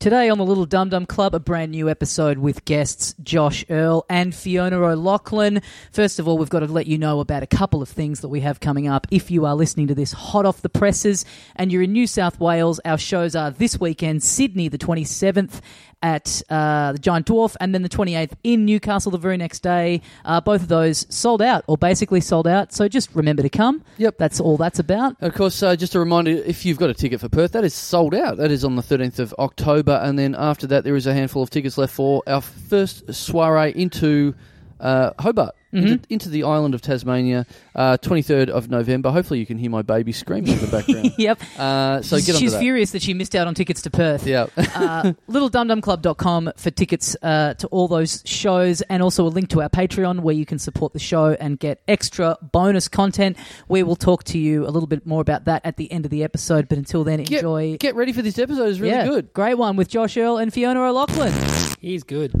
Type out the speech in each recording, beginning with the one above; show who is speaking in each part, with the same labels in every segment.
Speaker 1: Today on the Little Dum Dum Club, a brand new episode with guests Josh Earl and Fiona O'Loughlin. First of all, we've got to let you know about a couple of things that we have coming up. If you are listening to this hot off the presses and you're in New South Wales, our shows are this weekend, Sydney, the 27th at uh, the Giant Dwarf, and then the 28th in Newcastle the very next day. Uh, both of those sold out, or basically sold out. So just remember to come.
Speaker 2: Yep.
Speaker 1: That's all that's about.
Speaker 2: Of course, uh, just a reminder if you've got a ticket for Perth, that is sold out. That is on the 13th of October. And then after that, there is a handful of tickets left for our first soiree into uh, Hobart,
Speaker 1: Mm-hmm.
Speaker 2: into, into the island of Tasmania, uh, 23rd of November. Hopefully, you can hear my baby screaming in the background.
Speaker 1: Yep.
Speaker 2: uh, so get on
Speaker 1: She's
Speaker 2: that.
Speaker 1: furious that she missed out on tickets to Perth.
Speaker 2: Yeah.
Speaker 1: uh, littledumdumclub.com for tickets uh, to all those shows and also a link to our Patreon where you can support the show and get extra bonus content. We will talk to you a little bit more about that at the end of the episode, but until then,
Speaker 2: Get,
Speaker 1: enjoy.
Speaker 2: get ready for this episode. It's really
Speaker 1: yeah,
Speaker 2: good.
Speaker 1: Great one with Josh Earl and Fiona O'Loughlin.
Speaker 3: He's good.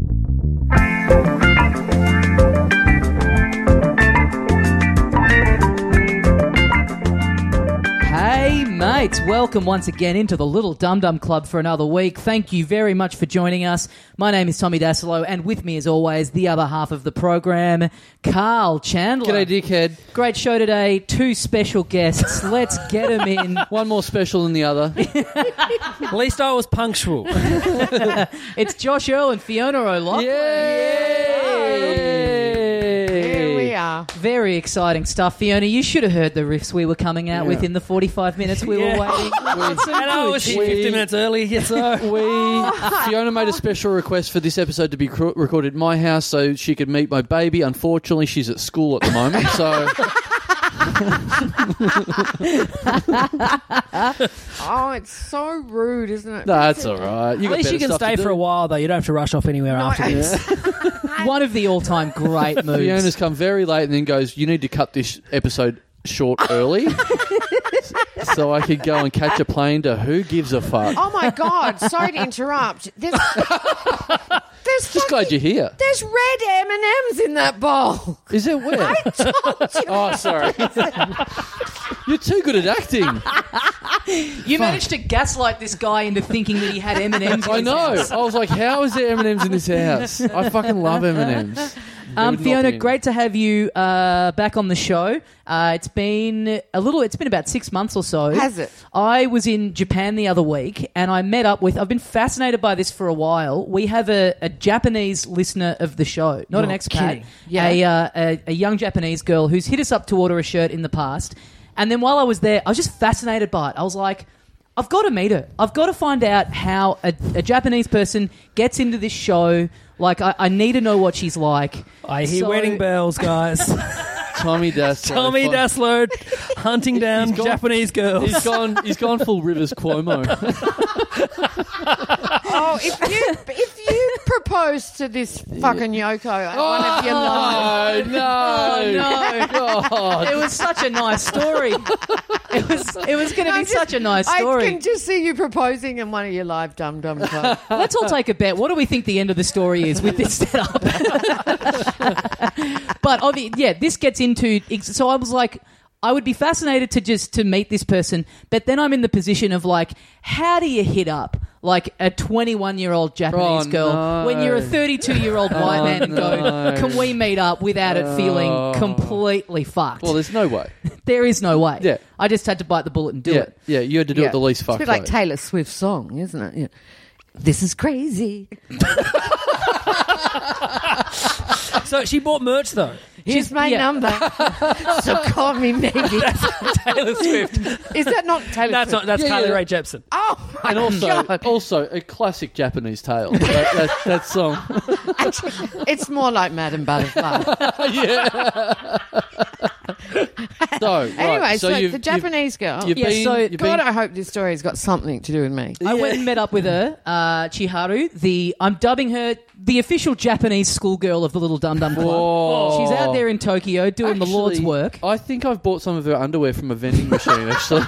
Speaker 1: Hey, mates, welcome once again into the Little Dum Dum Club for another week. Thank you very much for joining us. My name is Tommy Dasilo, and with me, as always, the other half of the program, Carl Chandler.
Speaker 2: G'day, dickhead.
Speaker 1: Great show today. Two special guests. Let's get them in.
Speaker 2: One more special than the other.
Speaker 3: At least I was punctual.
Speaker 1: It's Josh Earl and Fiona O'Loughlin.
Speaker 2: Yay!
Speaker 4: Here we are.
Speaker 1: Very exciting stuff, Fiona. You should have heard the riffs we were coming out
Speaker 2: Yeah.
Speaker 1: with in the 45 minutes we
Speaker 3: Yeah.
Speaker 1: were waiting.
Speaker 3: and I was here 15 minutes early, yeah, so.
Speaker 2: We Fiona made a special request for this episode to be cr- recorded at my house so she could meet my baby. Unfortunately, she's at school at the moment, so
Speaker 4: Oh, it's so rude, isn't it?
Speaker 2: that's all right. You
Speaker 3: At least you can stay for a while, though. You don't have to rush off anywhere after this.
Speaker 1: One of the all time great moves.
Speaker 2: Fiona's come very late and then goes, "You need to cut this episode short early, s- so I could go and catch a plane to who gives a fuck."
Speaker 4: Oh my god! Sorry to interrupt. There's there's
Speaker 2: Just glad you're
Speaker 4: fucking-
Speaker 2: here.
Speaker 4: There's red M and M's in that bowl.
Speaker 2: Is it where? oh, sorry. you're too good at acting.
Speaker 1: You managed to gaslight this guy into thinking that he had M and M's.
Speaker 2: I know. I was like, "How is there M and M's in this house?" I fucking love M and M's.
Speaker 1: Um, Fiona, great to have you uh, back on the show. Uh, it's been a little. It's been about six months or so.
Speaker 4: Has it?
Speaker 1: I was in Japan the other week, and I met up with. I've been fascinated by this for a while. We have a, a Japanese listener of the show, not an
Speaker 3: You're
Speaker 1: expat,
Speaker 3: kidding.
Speaker 4: Yeah.
Speaker 1: a, uh, a a young Japanese girl who's hit us up to order a shirt in the past. And then while I was there, I was just fascinated by it. I was like. I've got to meet her. I've got to find out how a, a Japanese person gets into this show. Like, I, I need to know what she's like.
Speaker 3: I hear
Speaker 1: So-
Speaker 3: wedding bells, guys.
Speaker 2: Tommy Daslow.
Speaker 3: Tommy
Speaker 2: Fuck.
Speaker 3: Daslow hunting down
Speaker 2: gone.
Speaker 3: Japanese girls.
Speaker 2: He's gone. He's gone full Rivers Cuomo.
Speaker 4: Oh, if you if you propose to this fucking Yoko at one of your lives,
Speaker 2: Oh no!
Speaker 1: Oh, no.
Speaker 2: God.
Speaker 1: It was such a nice story. It was it was going to be
Speaker 4: I'm just-
Speaker 1: such a nice
Speaker 4: I
Speaker 1: story.
Speaker 4: can just see you proposing in one of your live dum dum clubs.
Speaker 1: Let's all take a bet. What do we think the end of the story is with this setup? but obvi- yeah, this gets into so I was like I would be fascinated to just to meet this person, but then I'm in the position of like how do you hit up like a 21 year old Japanese
Speaker 2: Oh,
Speaker 1: girl
Speaker 2: no.
Speaker 1: when you're a 32 year old white
Speaker 2: Oh,
Speaker 1: man and go,
Speaker 2: no.
Speaker 1: can we meet up without it
Speaker 2: Oh.
Speaker 1: feeling completely fucked?
Speaker 2: Well, there's no way.
Speaker 1: There is no way.
Speaker 2: Yeah.
Speaker 1: I just had to bite the bullet and do
Speaker 2: Yeah,
Speaker 1: it.
Speaker 2: yeah. You had to do
Speaker 4: Yeah.
Speaker 2: it the least
Speaker 4: It's a
Speaker 2: fuck.
Speaker 4: bit like
Speaker 2: way.
Speaker 4: Taylor Swift's song, isn't it? Yeah. This is crazy.
Speaker 3: So she bought merch, though.
Speaker 4: Here's my
Speaker 1: yeah.
Speaker 4: number. so call me maybe.
Speaker 3: Taylor Swift.
Speaker 4: Is that not Taylor
Speaker 3: That's, not,
Speaker 4: Swift?
Speaker 3: that's
Speaker 2: Yeah,
Speaker 3: Carly
Speaker 2: yeah.
Speaker 3: Rae Jepsen.
Speaker 4: Oh my
Speaker 2: and also, also a classic Japanese tale. That, that, that song.
Speaker 4: Actually, it's more like Madam Butterfly.
Speaker 2: yeah. so right.
Speaker 4: anyway, so,
Speaker 2: you've,
Speaker 4: the
Speaker 2: you've-
Speaker 4: Japanese girl.
Speaker 2: You've,
Speaker 1: Yeah,
Speaker 2: been.
Speaker 1: so-
Speaker 2: you've
Speaker 4: God,
Speaker 2: been-
Speaker 4: I hope this story's got something to do with me.
Speaker 1: I went and met up with her, uh, Chiharu. The I'm dubbing her the official Japanese schoolgirl of the Little Dum Dum Club.
Speaker 2: Whoa.
Speaker 1: She's out there in Tokyo doing the Lord's
Speaker 2: Actually,
Speaker 1: work.
Speaker 2: I think I've bought some of her underwear from a vending machine. Actually,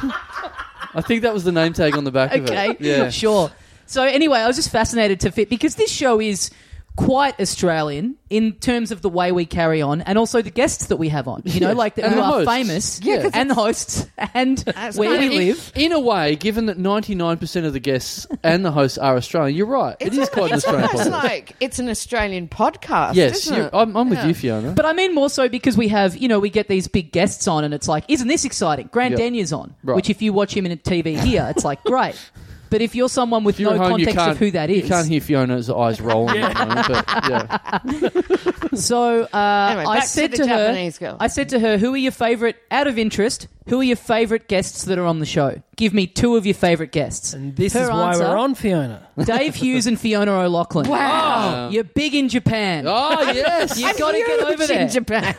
Speaker 2: I think that was the name tag on the back of it.
Speaker 1: Okay,
Speaker 2: Yeah.
Speaker 1: sure. So anyway, I was just fascinated to fit because this show is quite Australian in terms of the way we carry on, and also the guests that we have on. You know,
Speaker 2: Yes.
Speaker 1: like that
Speaker 2: And
Speaker 1: who
Speaker 2: the
Speaker 1: are
Speaker 2: hosts.
Speaker 1: famous,
Speaker 2: Yeah. 'cause
Speaker 1: and the hosts, and
Speaker 4: That's
Speaker 1: where
Speaker 4: kind
Speaker 1: we
Speaker 4: of-
Speaker 1: live.
Speaker 2: In a way, given that 99% of the guests and the hosts are Australian, you're right. It is quite an
Speaker 4: It's
Speaker 2: Australian
Speaker 4: almost
Speaker 2: podcast.
Speaker 4: like it's an Australian podcast.
Speaker 2: yes,
Speaker 4: isn't
Speaker 2: you're-
Speaker 4: it?
Speaker 2: I'm, I'm with
Speaker 4: Yeah.
Speaker 2: you, oh, Fiona.
Speaker 1: But I mean more so because we have, you know, we get these big guests on, and it's like, isn't this exciting? Grant
Speaker 2: Yeah.
Speaker 1: Denyeau's on,
Speaker 2: Right.
Speaker 1: which if you watch him in a TV here, it's like great. But if you're someone with
Speaker 2: If you're
Speaker 1: no
Speaker 2: at home, you
Speaker 1: context
Speaker 2: can't-
Speaker 1: of who that is,
Speaker 2: You can't hear Fiona's eyes rolling. at the moment, but, yeah.
Speaker 1: So uh,
Speaker 4: Anyway,
Speaker 1: I
Speaker 4: back to
Speaker 1: said
Speaker 4: the
Speaker 1: to, her,
Speaker 4: Japanese girl.
Speaker 1: I said to her, "Who are your favorite? Out of interest, who are your favorite guests that are on the show? Give me two of your favorite guests."
Speaker 3: And this
Speaker 1: Her
Speaker 3: is why
Speaker 1: answer,
Speaker 3: we're on Fiona.
Speaker 1: Dave Hughes and Fiona O'Loughlin. Wow, you're big in Japan.
Speaker 2: Oh, yes.
Speaker 1: You've got to get over
Speaker 4: It's in
Speaker 1: there.
Speaker 4: Japan.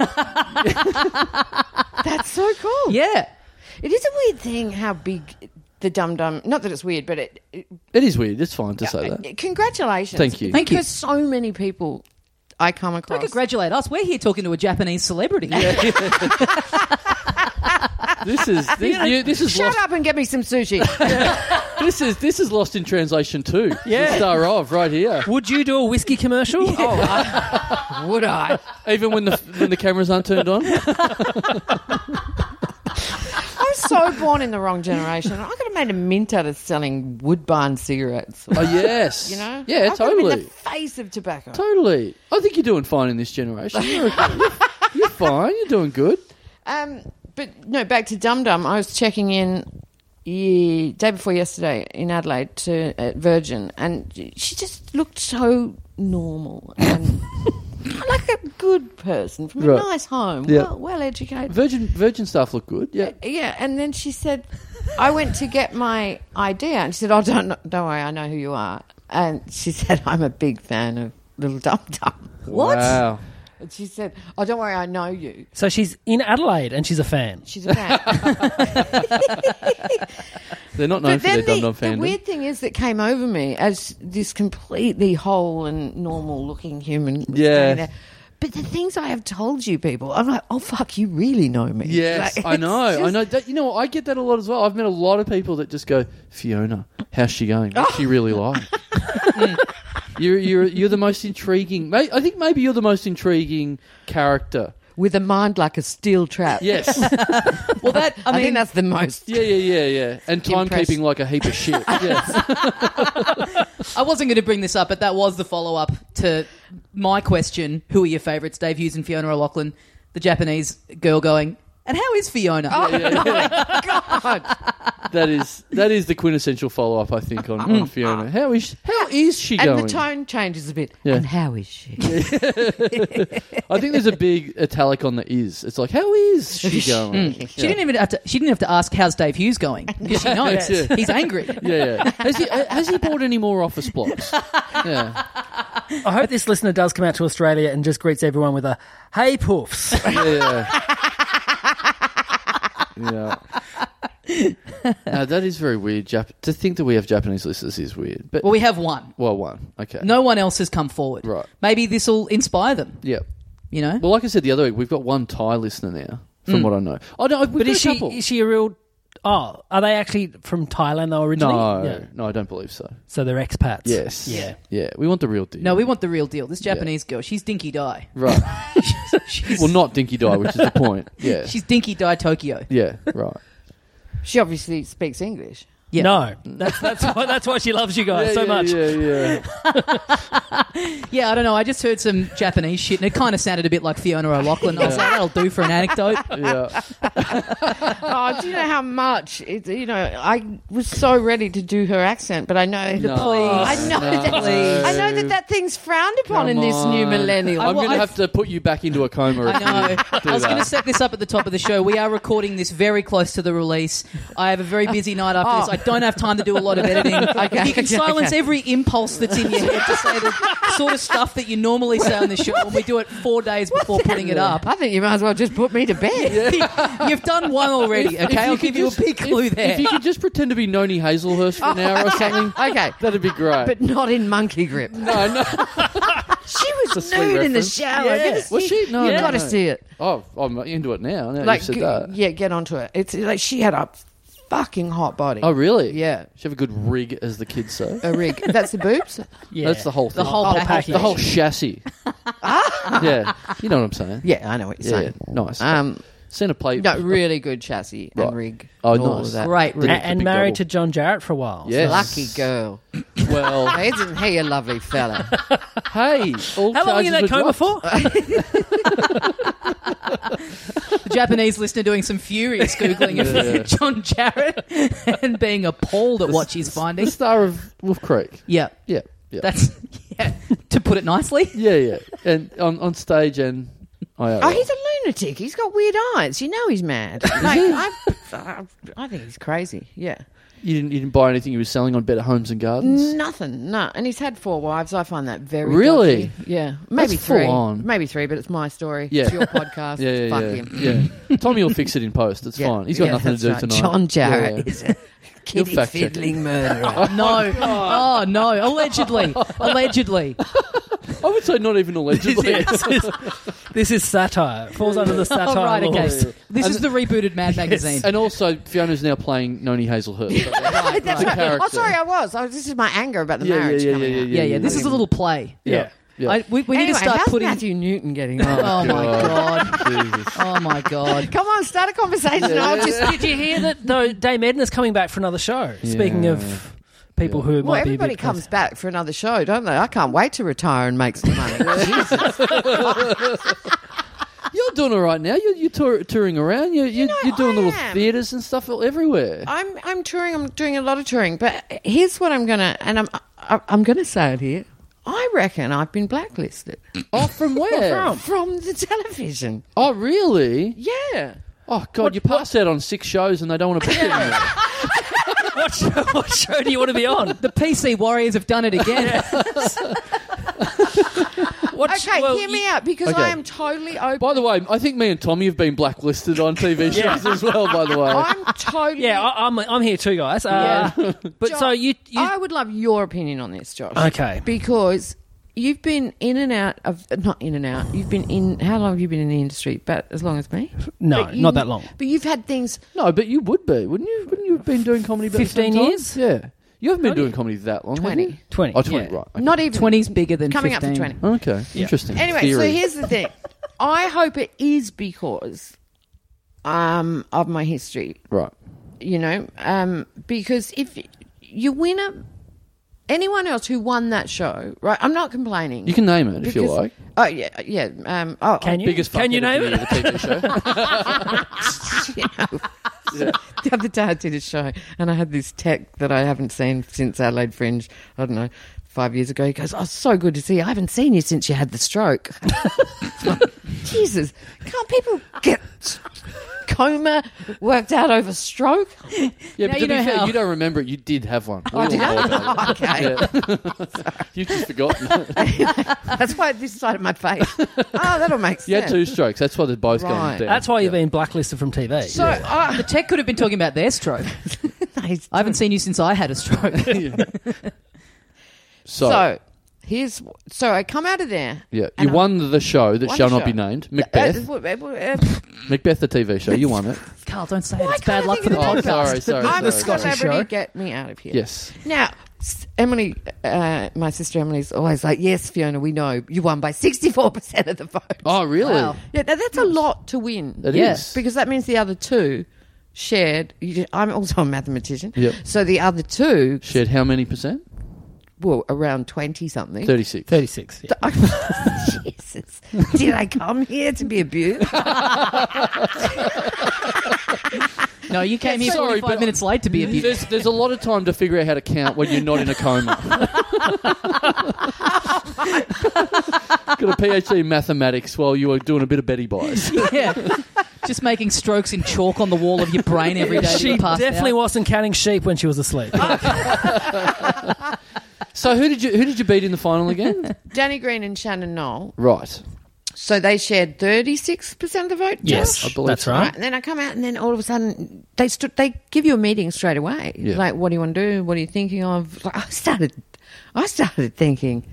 Speaker 4: That's so cool.
Speaker 1: Yeah,
Speaker 4: It is a weird thing how big the dum dum. Not that it's weird, but it. it
Speaker 2: It is weird. It's fine to say that.
Speaker 4: congratulations.
Speaker 2: Thank you.
Speaker 1: Thank you.
Speaker 4: Because so many people I come
Speaker 1: don't
Speaker 4: across.
Speaker 1: congratulate us. We're here talking to a Japanese celebrity.
Speaker 2: This is this, you, this is
Speaker 4: Shut
Speaker 2: lost,
Speaker 4: up and get me some sushi.
Speaker 2: this is this is lost in translation too.
Speaker 3: Yeah.
Speaker 2: The star of right here.
Speaker 3: Would you do a whiskey commercial? Oh,
Speaker 4: Would I?
Speaker 2: Even when the when the cameras aren't turned on.
Speaker 4: I was so born in the wrong generation. I could have made a mint out of selling Woodbine cigarettes.
Speaker 2: Oh yes.
Speaker 4: You know?
Speaker 2: Yeah,
Speaker 4: I could have been
Speaker 2: totally.
Speaker 4: the face of tobacco.
Speaker 2: Totally. I think you're doing fine in this generation. You're, okay. You're- you're fine. You're doing good.
Speaker 4: Um, but no, back to Dum Dum. I was checking in ye day before yesterday in Adelaide to at Virgin, and she just looked so normal and like a good person from a
Speaker 2: Right.
Speaker 4: nice home,
Speaker 2: Yeah.
Speaker 4: well, well educated.
Speaker 2: Virgin Virgin staff look good. Yeah.
Speaker 4: yeah, and then she said, "I went to get my idea," and she said, "Oh, don't don't worry, I know who you are." And she said, "I'm a big fan of Little Dum Dum."
Speaker 1: What?
Speaker 2: Wow.
Speaker 4: And she said, "Oh, don't worry, I know you."
Speaker 3: so she's in Adelaide and she's a fan.
Speaker 4: She's a fan.
Speaker 2: They're not known for their dum dum
Speaker 4: the, the
Speaker 2: fandom.
Speaker 4: weird thing is that came over me as this completely whole and normal looking human. was
Speaker 2: Yeah.
Speaker 4: standing there. But the things I have told you people, I'm like, oh fuck, you really know me.
Speaker 2: Yes,
Speaker 4: Like,
Speaker 2: I know.
Speaker 4: it's
Speaker 2: I
Speaker 4: just-
Speaker 2: know. That, you know, I get that a lot as well. I've met a lot of people that just go, Fiona, how's she going? What's she really
Speaker 4: Oh.
Speaker 2: like? Mm. you're, you're, you're the most intriguing. may- I think maybe you're the most intriguing character.
Speaker 4: With a mind like a steel trap.
Speaker 2: Yes.
Speaker 1: Well, that I
Speaker 4: I,
Speaker 1: mean,
Speaker 4: think that's the most.
Speaker 2: yeah, yeah, yeah, yeah. And
Speaker 4: Impressed.
Speaker 2: timekeeping like a heap of shit. Yeah.
Speaker 1: I wasn't going to bring this up, but that was the follow up to my question: Who are your favourites? Dave Hughes and Fiona O'Loughlin, the Japanese girl going. And how is Fiona?
Speaker 2: Oh, that is that is the quintessential follow up, I think, on, on Fiona. How is how is she
Speaker 4: Mm. And
Speaker 2: going?
Speaker 4: the tone changes a bit.
Speaker 2: Yeah.
Speaker 4: And how is she?
Speaker 2: I think there's a big italic on the is. It's like how is she going?
Speaker 1: She didn't even have to. She didn't have to ask how's Dave Hughes going. 'Cause She knows
Speaker 2: Yeah.
Speaker 1: he's angry.
Speaker 2: Yeah, yeah. Has he has he bought any more office blocks? Yeah.
Speaker 3: I hope this listener does come out to Australia and just greets everyone with a "Hey poofs."
Speaker 2: yeah. yeah. No, that is very weird. Jap- to think that we have Japanese listeners is weird. But
Speaker 1: Well, we have one.
Speaker 2: well, one. Okay.
Speaker 1: No one else has come forward.
Speaker 2: Right.
Speaker 1: Maybe this will inspire them.
Speaker 2: Yeah.
Speaker 1: You know.
Speaker 2: Well, like I said the other week, we've got one Thai listener now. From what I know. Oh no, we've
Speaker 3: Mm. But
Speaker 2: got
Speaker 3: is
Speaker 2: a
Speaker 3: she
Speaker 2: couple.
Speaker 3: is she a real? Oh, are they actually from Thailand though originally?
Speaker 2: no,
Speaker 3: Yeah.
Speaker 2: no, I don't believe so.
Speaker 3: So they're expats.
Speaker 2: Yes.
Speaker 3: Yeah.
Speaker 2: Yeah. We want the real deal.
Speaker 1: no, we want the real deal. This Japanese girl, she's Dinky Die.
Speaker 2: right.
Speaker 1: She's,
Speaker 2: well, not Dinky Die, which is the point. Yeah.
Speaker 1: she's Dinky Die Tokyo.
Speaker 2: yeah. Right.
Speaker 4: she obviously speaks English.
Speaker 1: Yeah.
Speaker 3: No, that's that's why, that's why she loves you guys
Speaker 2: Yeah,
Speaker 3: so
Speaker 2: yeah,
Speaker 3: much.
Speaker 2: Yeah. Yeah.
Speaker 1: Yeah, I don't know. I just heard some Japanese shit, and it kind of sounded a bit like Fiona O'Loughlin. I was like, that'll do for an anecdote.
Speaker 2: yeah.
Speaker 4: Oh, do you know how much? It, you know, I was so ready to do her accent, but I know
Speaker 2: No.
Speaker 4: I
Speaker 2: No.
Speaker 4: know that. I know that that thing's frowned upon in
Speaker 2: Come
Speaker 4: this new
Speaker 2: on.
Speaker 4: millennium.
Speaker 2: I'm
Speaker 1: wa-
Speaker 2: going to
Speaker 1: I-
Speaker 2: have to put you back into a coma.
Speaker 1: I
Speaker 2: if you
Speaker 1: know.
Speaker 2: do
Speaker 1: I was
Speaker 2: that.
Speaker 1: going to set this up at the top of the show. We are recording this very close to the release. I have a very busy night after
Speaker 2: Oh.
Speaker 1: this. I don't have time to do a lot of editing.
Speaker 4: Okay,
Speaker 1: you can
Speaker 4: okay,
Speaker 1: silence
Speaker 4: okay.
Speaker 1: every impulse that's in your head to say the sort of stuff that you normally say on the show when we do it four days before putting it up.
Speaker 4: I think you might as well just put me to bed.
Speaker 1: You've done one already, okay?
Speaker 2: If
Speaker 1: I'll
Speaker 2: could
Speaker 1: give you a
Speaker 2: just-
Speaker 1: big clue
Speaker 2: if,
Speaker 1: there.
Speaker 2: If you could just pretend to be Noni Hazelhurst for an hour or something,
Speaker 4: Okay,
Speaker 2: that'd be great.
Speaker 4: but not in monkey grip.
Speaker 2: no, no.
Speaker 4: She
Speaker 2: It's
Speaker 4: was
Speaker 2: a sweet
Speaker 4: nude in the
Speaker 2: reference.
Speaker 4: shower.
Speaker 3: Yeah.
Speaker 4: Did you see-
Speaker 2: Was she? No,
Speaker 4: you
Speaker 2: no,
Speaker 4: got to
Speaker 2: no.
Speaker 4: see it.
Speaker 2: Oh, I'm into it now. Now
Speaker 4: Like, uh,
Speaker 2: you've said
Speaker 4: g-
Speaker 2: that.
Speaker 4: yeah, get onto it. It's like she had a fucking hot body.
Speaker 2: Oh, really?
Speaker 4: Yeah.
Speaker 2: She have a good rig, as the kids say.
Speaker 4: A rig. That's the boobs.
Speaker 3: Yeah.
Speaker 2: That's the whole thing.
Speaker 1: The whole
Speaker 4: Oh,
Speaker 1: package.
Speaker 2: the whole chassis. yeah, you know what I'm saying.
Speaker 4: Yeah, I know what you're
Speaker 2: Yeah,
Speaker 4: saying.
Speaker 2: nice.
Speaker 4: Um,
Speaker 2: Seen a plate.
Speaker 4: no, really good chassis
Speaker 2: Right.
Speaker 4: and rig.
Speaker 2: Oh,
Speaker 4: and all
Speaker 2: nice.
Speaker 4: of that.
Speaker 1: Great
Speaker 3: A-
Speaker 1: rig.
Speaker 2: Brilliant.
Speaker 3: and
Speaker 2: The big
Speaker 3: married
Speaker 2: double.
Speaker 3: to John Jarrett for a while.
Speaker 2: Yes.
Speaker 4: Lucky girl.
Speaker 2: Well,
Speaker 4: Isn't he a lovely fella?
Speaker 2: hey, all
Speaker 3: How long were you in that
Speaker 2: charges
Speaker 3: coma
Speaker 2: dropped.
Speaker 3: for?
Speaker 1: The Japanese listener doing some furious Googling
Speaker 2: Yeah.
Speaker 1: of John Jarrett and being appalled at what she's finding.
Speaker 2: The star of Wolf Creek.
Speaker 1: Yeah.
Speaker 2: Yeah, yeah,
Speaker 1: That's, yeah, to put it nicely.
Speaker 2: yeah, yeah. And on on stage and.
Speaker 4: Oh, he's a lunatic. He's got weird eyes. You know he's mad. Like, I, I, I think he's crazy. Yeah.
Speaker 2: you didn't you didn't buy anything he was selling on Better Homes and
Speaker 4: Mm,
Speaker 2: Gardens.
Speaker 4: Nothing. No. And he's had four wives. I find that very
Speaker 2: Really?
Speaker 4: dodgy. Yeah. Maybe
Speaker 2: That's full
Speaker 4: three.
Speaker 2: on.
Speaker 4: Maybe three, but it's my story.
Speaker 2: Yeah.
Speaker 4: It's your podcast.
Speaker 2: Yeah, yeah,
Speaker 4: Fuck
Speaker 2: yeah.
Speaker 4: him.
Speaker 2: yeah. Tommy will fix it in post. It's
Speaker 4: Yeah.
Speaker 2: fine. He's got
Speaker 4: Yeah,
Speaker 2: nothing to
Speaker 4: that's
Speaker 2: do
Speaker 4: right.
Speaker 2: tonight.
Speaker 4: John Jarrett
Speaker 2: Yeah, yeah.
Speaker 4: is a kitty
Speaker 2: fact check it.
Speaker 4: fiddling murderer.
Speaker 1: No. Oh, no. Allegedly. Allegedly.
Speaker 2: I would say not even allegedly.
Speaker 3: this, is, this is satire. It falls under the satire.
Speaker 1: oh, right, okay.
Speaker 3: laws.
Speaker 1: This
Speaker 2: And-
Speaker 1: is the rebooted Mad Magazine.
Speaker 2: And also, Fiona's now playing Noni Hazelhurst.
Speaker 4: That's
Speaker 2: The
Speaker 4: right.
Speaker 2: character.
Speaker 4: Oh, sorry, I was. I was. This is my anger about the
Speaker 2: Yeah, yeah,
Speaker 4: marriage
Speaker 2: yeah,
Speaker 4: coming
Speaker 2: yeah,
Speaker 4: out.
Speaker 1: yeah, yeah. This is a little play.
Speaker 2: yeah. yeah.
Speaker 1: I, we we need
Speaker 4: Anyway,
Speaker 1: to start
Speaker 4: how's
Speaker 1: putting.
Speaker 4: Matthew Newton getting on?
Speaker 1: Oh, my
Speaker 2: God.
Speaker 1: God. Oh, my God.
Speaker 4: Come on, start a conversation.
Speaker 2: Yeah.
Speaker 4: I'll just.
Speaker 3: Did you hear that? Though Dame Edna's coming back for another show. Speaking of people
Speaker 2: Yeah.
Speaker 3: who
Speaker 4: Well,
Speaker 3: might be a
Speaker 4: everybody
Speaker 3: bit close.
Speaker 4: comes back for another show, don't they? I can't wait to retire and make some money. Jesus.
Speaker 2: You're doing all right now. You're, you're tour- touring around. You're, you're,
Speaker 4: know,
Speaker 2: you're doing
Speaker 4: I
Speaker 2: little
Speaker 4: am.
Speaker 2: theatres and stuff all- everywhere.
Speaker 4: I'm I'm touring. I'm doing a lot of touring. But here's what I'm gonna and I'm I, I'm gonna say it here. I reckon I've been blacklisted
Speaker 2: oh, from where?
Speaker 4: from the television.
Speaker 2: Oh, really?
Speaker 4: Yeah.
Speaker 2: Oh, God, you passed out on six shows and they don't want to put you anymore.
Speaker 3: What show, what show do you want to be on?
Speaker 1: The PC Warriors have done it again.
Speaker 3: What sh-
Speaker 4: Okay,
Speaker 3: well,
Speaker 4: hear me
Speaker 3: you-
Speaker 4: out because
Speaker 2: Okay.
Speaker 4: I am totally open.
Speaker 2: By the way, I think me and Tommy have been blacklisted on TV
Speaker 3: Yeah.
Speaker 2: shows as well, by the way.
Speaker 4: I'm totally.
Speaker 3: Yeah, I, I'm, I'm here too, guys. Uh, But
Speaker 4: John,
Speaker 3: so you, you
Speaker 4: I would love your opinion on this, Josh.
Speaker 3: Okay.
Speaker 4: Because you've been in and out of not in and out. You've been in how long have you been in the industry? About as long as me?
Speaker 3: no,
Speaker 4: But you-
Speaker 3: not that long.
Speaker 4: But you've had things
Speaker 2: No, but you would be, wouldn't you? Wouldn't you have been doing comedy about the
Speaker 3: 15
Speaker 2: same time?
Speaker 3: years?
Speaker 2: Yeah. You haven't been doing comedy that long, have
Speaker 4: 20.
Speaker 2: you?
Speaker 3: 20,
Speaker 2: Oh, 20,
Speaker 3: yeah.
Speaker 2: right. Okay.
Speaker 4: not even
Speaker 1: 20's bigger than
Speaker 4: coming up
Speaker 1: 15.
Speaker 4: for twenty.
Speaker 2: Okay, interesting.
Speaker 4: Anyway, so
Speaker 2: Theory.
Speaker 4: here's the thing. I hope it is because um, of my history,
Speaker 2: Right.
Speaker 4: you know, um, because if you win a anyone else who won that show, right? I'm not complaining.
Speaker 2: You can name it if you
Speaker 4: Because-
Speaker 2: like.
Speaker 4: Oh yeah, yeah. Um, oh,
Speaker 3: Can you?
Speaker 2: Biggest
Speaker 3: Can
Speaker 2: fuckhead
Speaker 3: you
Speaker 2: of
Speaker 3: name
Speaker 2: the
Speaker 3: it?
Speaker 2: year, the TV show.
Speaker 4: the other day I did a show and I had this tech that I haven't seen since Adelaide Fringe. I don't know, five years ago. He goes, "Oh, so good to see you. I haven't seen you since you had the stroke." Jesus, can't people get coma worked out over stroke?
Speaker 2: Yeah,
Speaker 1: Now
Speaker 2: but
Speaker 1: you
Speaker 2: to be
Speaker 1: know
Speaker 2: fair,
Speaker 1: how.
Speaker 2: you don't remember it. You did have one. We all
Speaker 4: did Oh,
Speaker 2: apologise.
Speaker 4: I? Okay,
Speaker 2: Yeah. you just forgotten. it.
Speaker 4: that's why this side of my face. Oh, that'll make sense.
Speaker 2: You had two strokes. That's why they're both
Speaker 4: Right.
Speaker 2: going down.
Speaker 3: That's why you've been blacklisted from TV.
Speaker 4: So oh,
Speaker 1: The tech could have been talking about their stroke.
Speaker 4: I, I
Speaker 1: I haven't seen you since I had a stroke.
Speaker 2: so.
Speaker 4: So here's so I come out of there.
Speaker 2: yeah, you
Speaker 4: and I-
Speaker 2: won the show that
Speaker 4: Won
Speaker 2: shall
Speaker 4: the
Speaker 2: not be
Speaker 4: show.
Speaker 2: named,
Speaker 4: Uh,
Speaker 2: Macbeth.
Speaker 4: w- w- uh,
Speaker 2: Macbeth, the TV show. You won it.
Speaker 1: Carl, don't say it. It's
Speaker 4: can't
Speaker 1: bad
Speaker 4: I
Speaker 1: luck
Speaker 4: think
Speaker 1: for the
Speaker 4: of
Speaker 2: Oh,
Speaker 4: the
Speaker 1: podcast.
Speaker 2: sorry, sorry.
Speaker 4: I'm a
Speaker 2: sorry.
Speaker 4: celebrity.
Speaker 3: show.
Speaker 4: Get me out of here.
Speaker 2: Yes.
Speaker 4: Now, s- Emily, uh, my sister Emily's always like, "Yes, Fiona, we know you won by 64 percent of the vote."
Speaker 2: Oh, really?
Speaker 1: Wow.
Speaker 4: Yeah, now that's a lot to win.
Speaker 2: It
Speaker 1: Yeah.
Speaker 2: is.
Speaker 4: because that means the other two shared. You ju- I'm also a mathematician,
Speaker 2: Yep.
Speaker 4: so the other two,
Speaker 2: Shared how many percent?
Speaker 4: well, around 20 something.
Speaker 2: 36.
Speaker 3: 36. yeah.
Speaker 4: Jesus, did I come here to be abused?
Speaker 1: No, you came here
Speaker 2: Sorry,
Speaker 1: 45
Speaker 2: but-
Speaker 1: minutes late to be abused.
Speaker 2: There's, there's a lot of time to figure out how to count when you're not in a coma. Got a PhD in mathematics while you were doing a bit of Betty Buys.
Speaker 1: yeah. Just making strokes in chalk on the wall of your brain every day. that
Speaker 3: She
Speaker 1: you passed
Speaker 3: definitely
Speaker 1: out.
Speaker 3: wasn't counting sheep when she was asleep.
Speaker 2: So who did you who did you beat in the final again?
Speaker 4: Danny Green and Shannon Knoll.
Speaker 2: Right.
Speaker 4: So they shared 36 percent of the vote.
Speaker 3: yes,
Speaker 4: Josh?
Speaker 2: I believe
Speaker 3: that's
Speaker 2: so.
Speaker 4: Right.
Speaker 3: right.
Speaker 4: And then I come out, and then all of a sudden they st- they give you a meeting straight away.
Speaker 2: Yeah.
Speaker 4: Like, what do you want to do? What are you thinking of? Like, I started, I started thinking,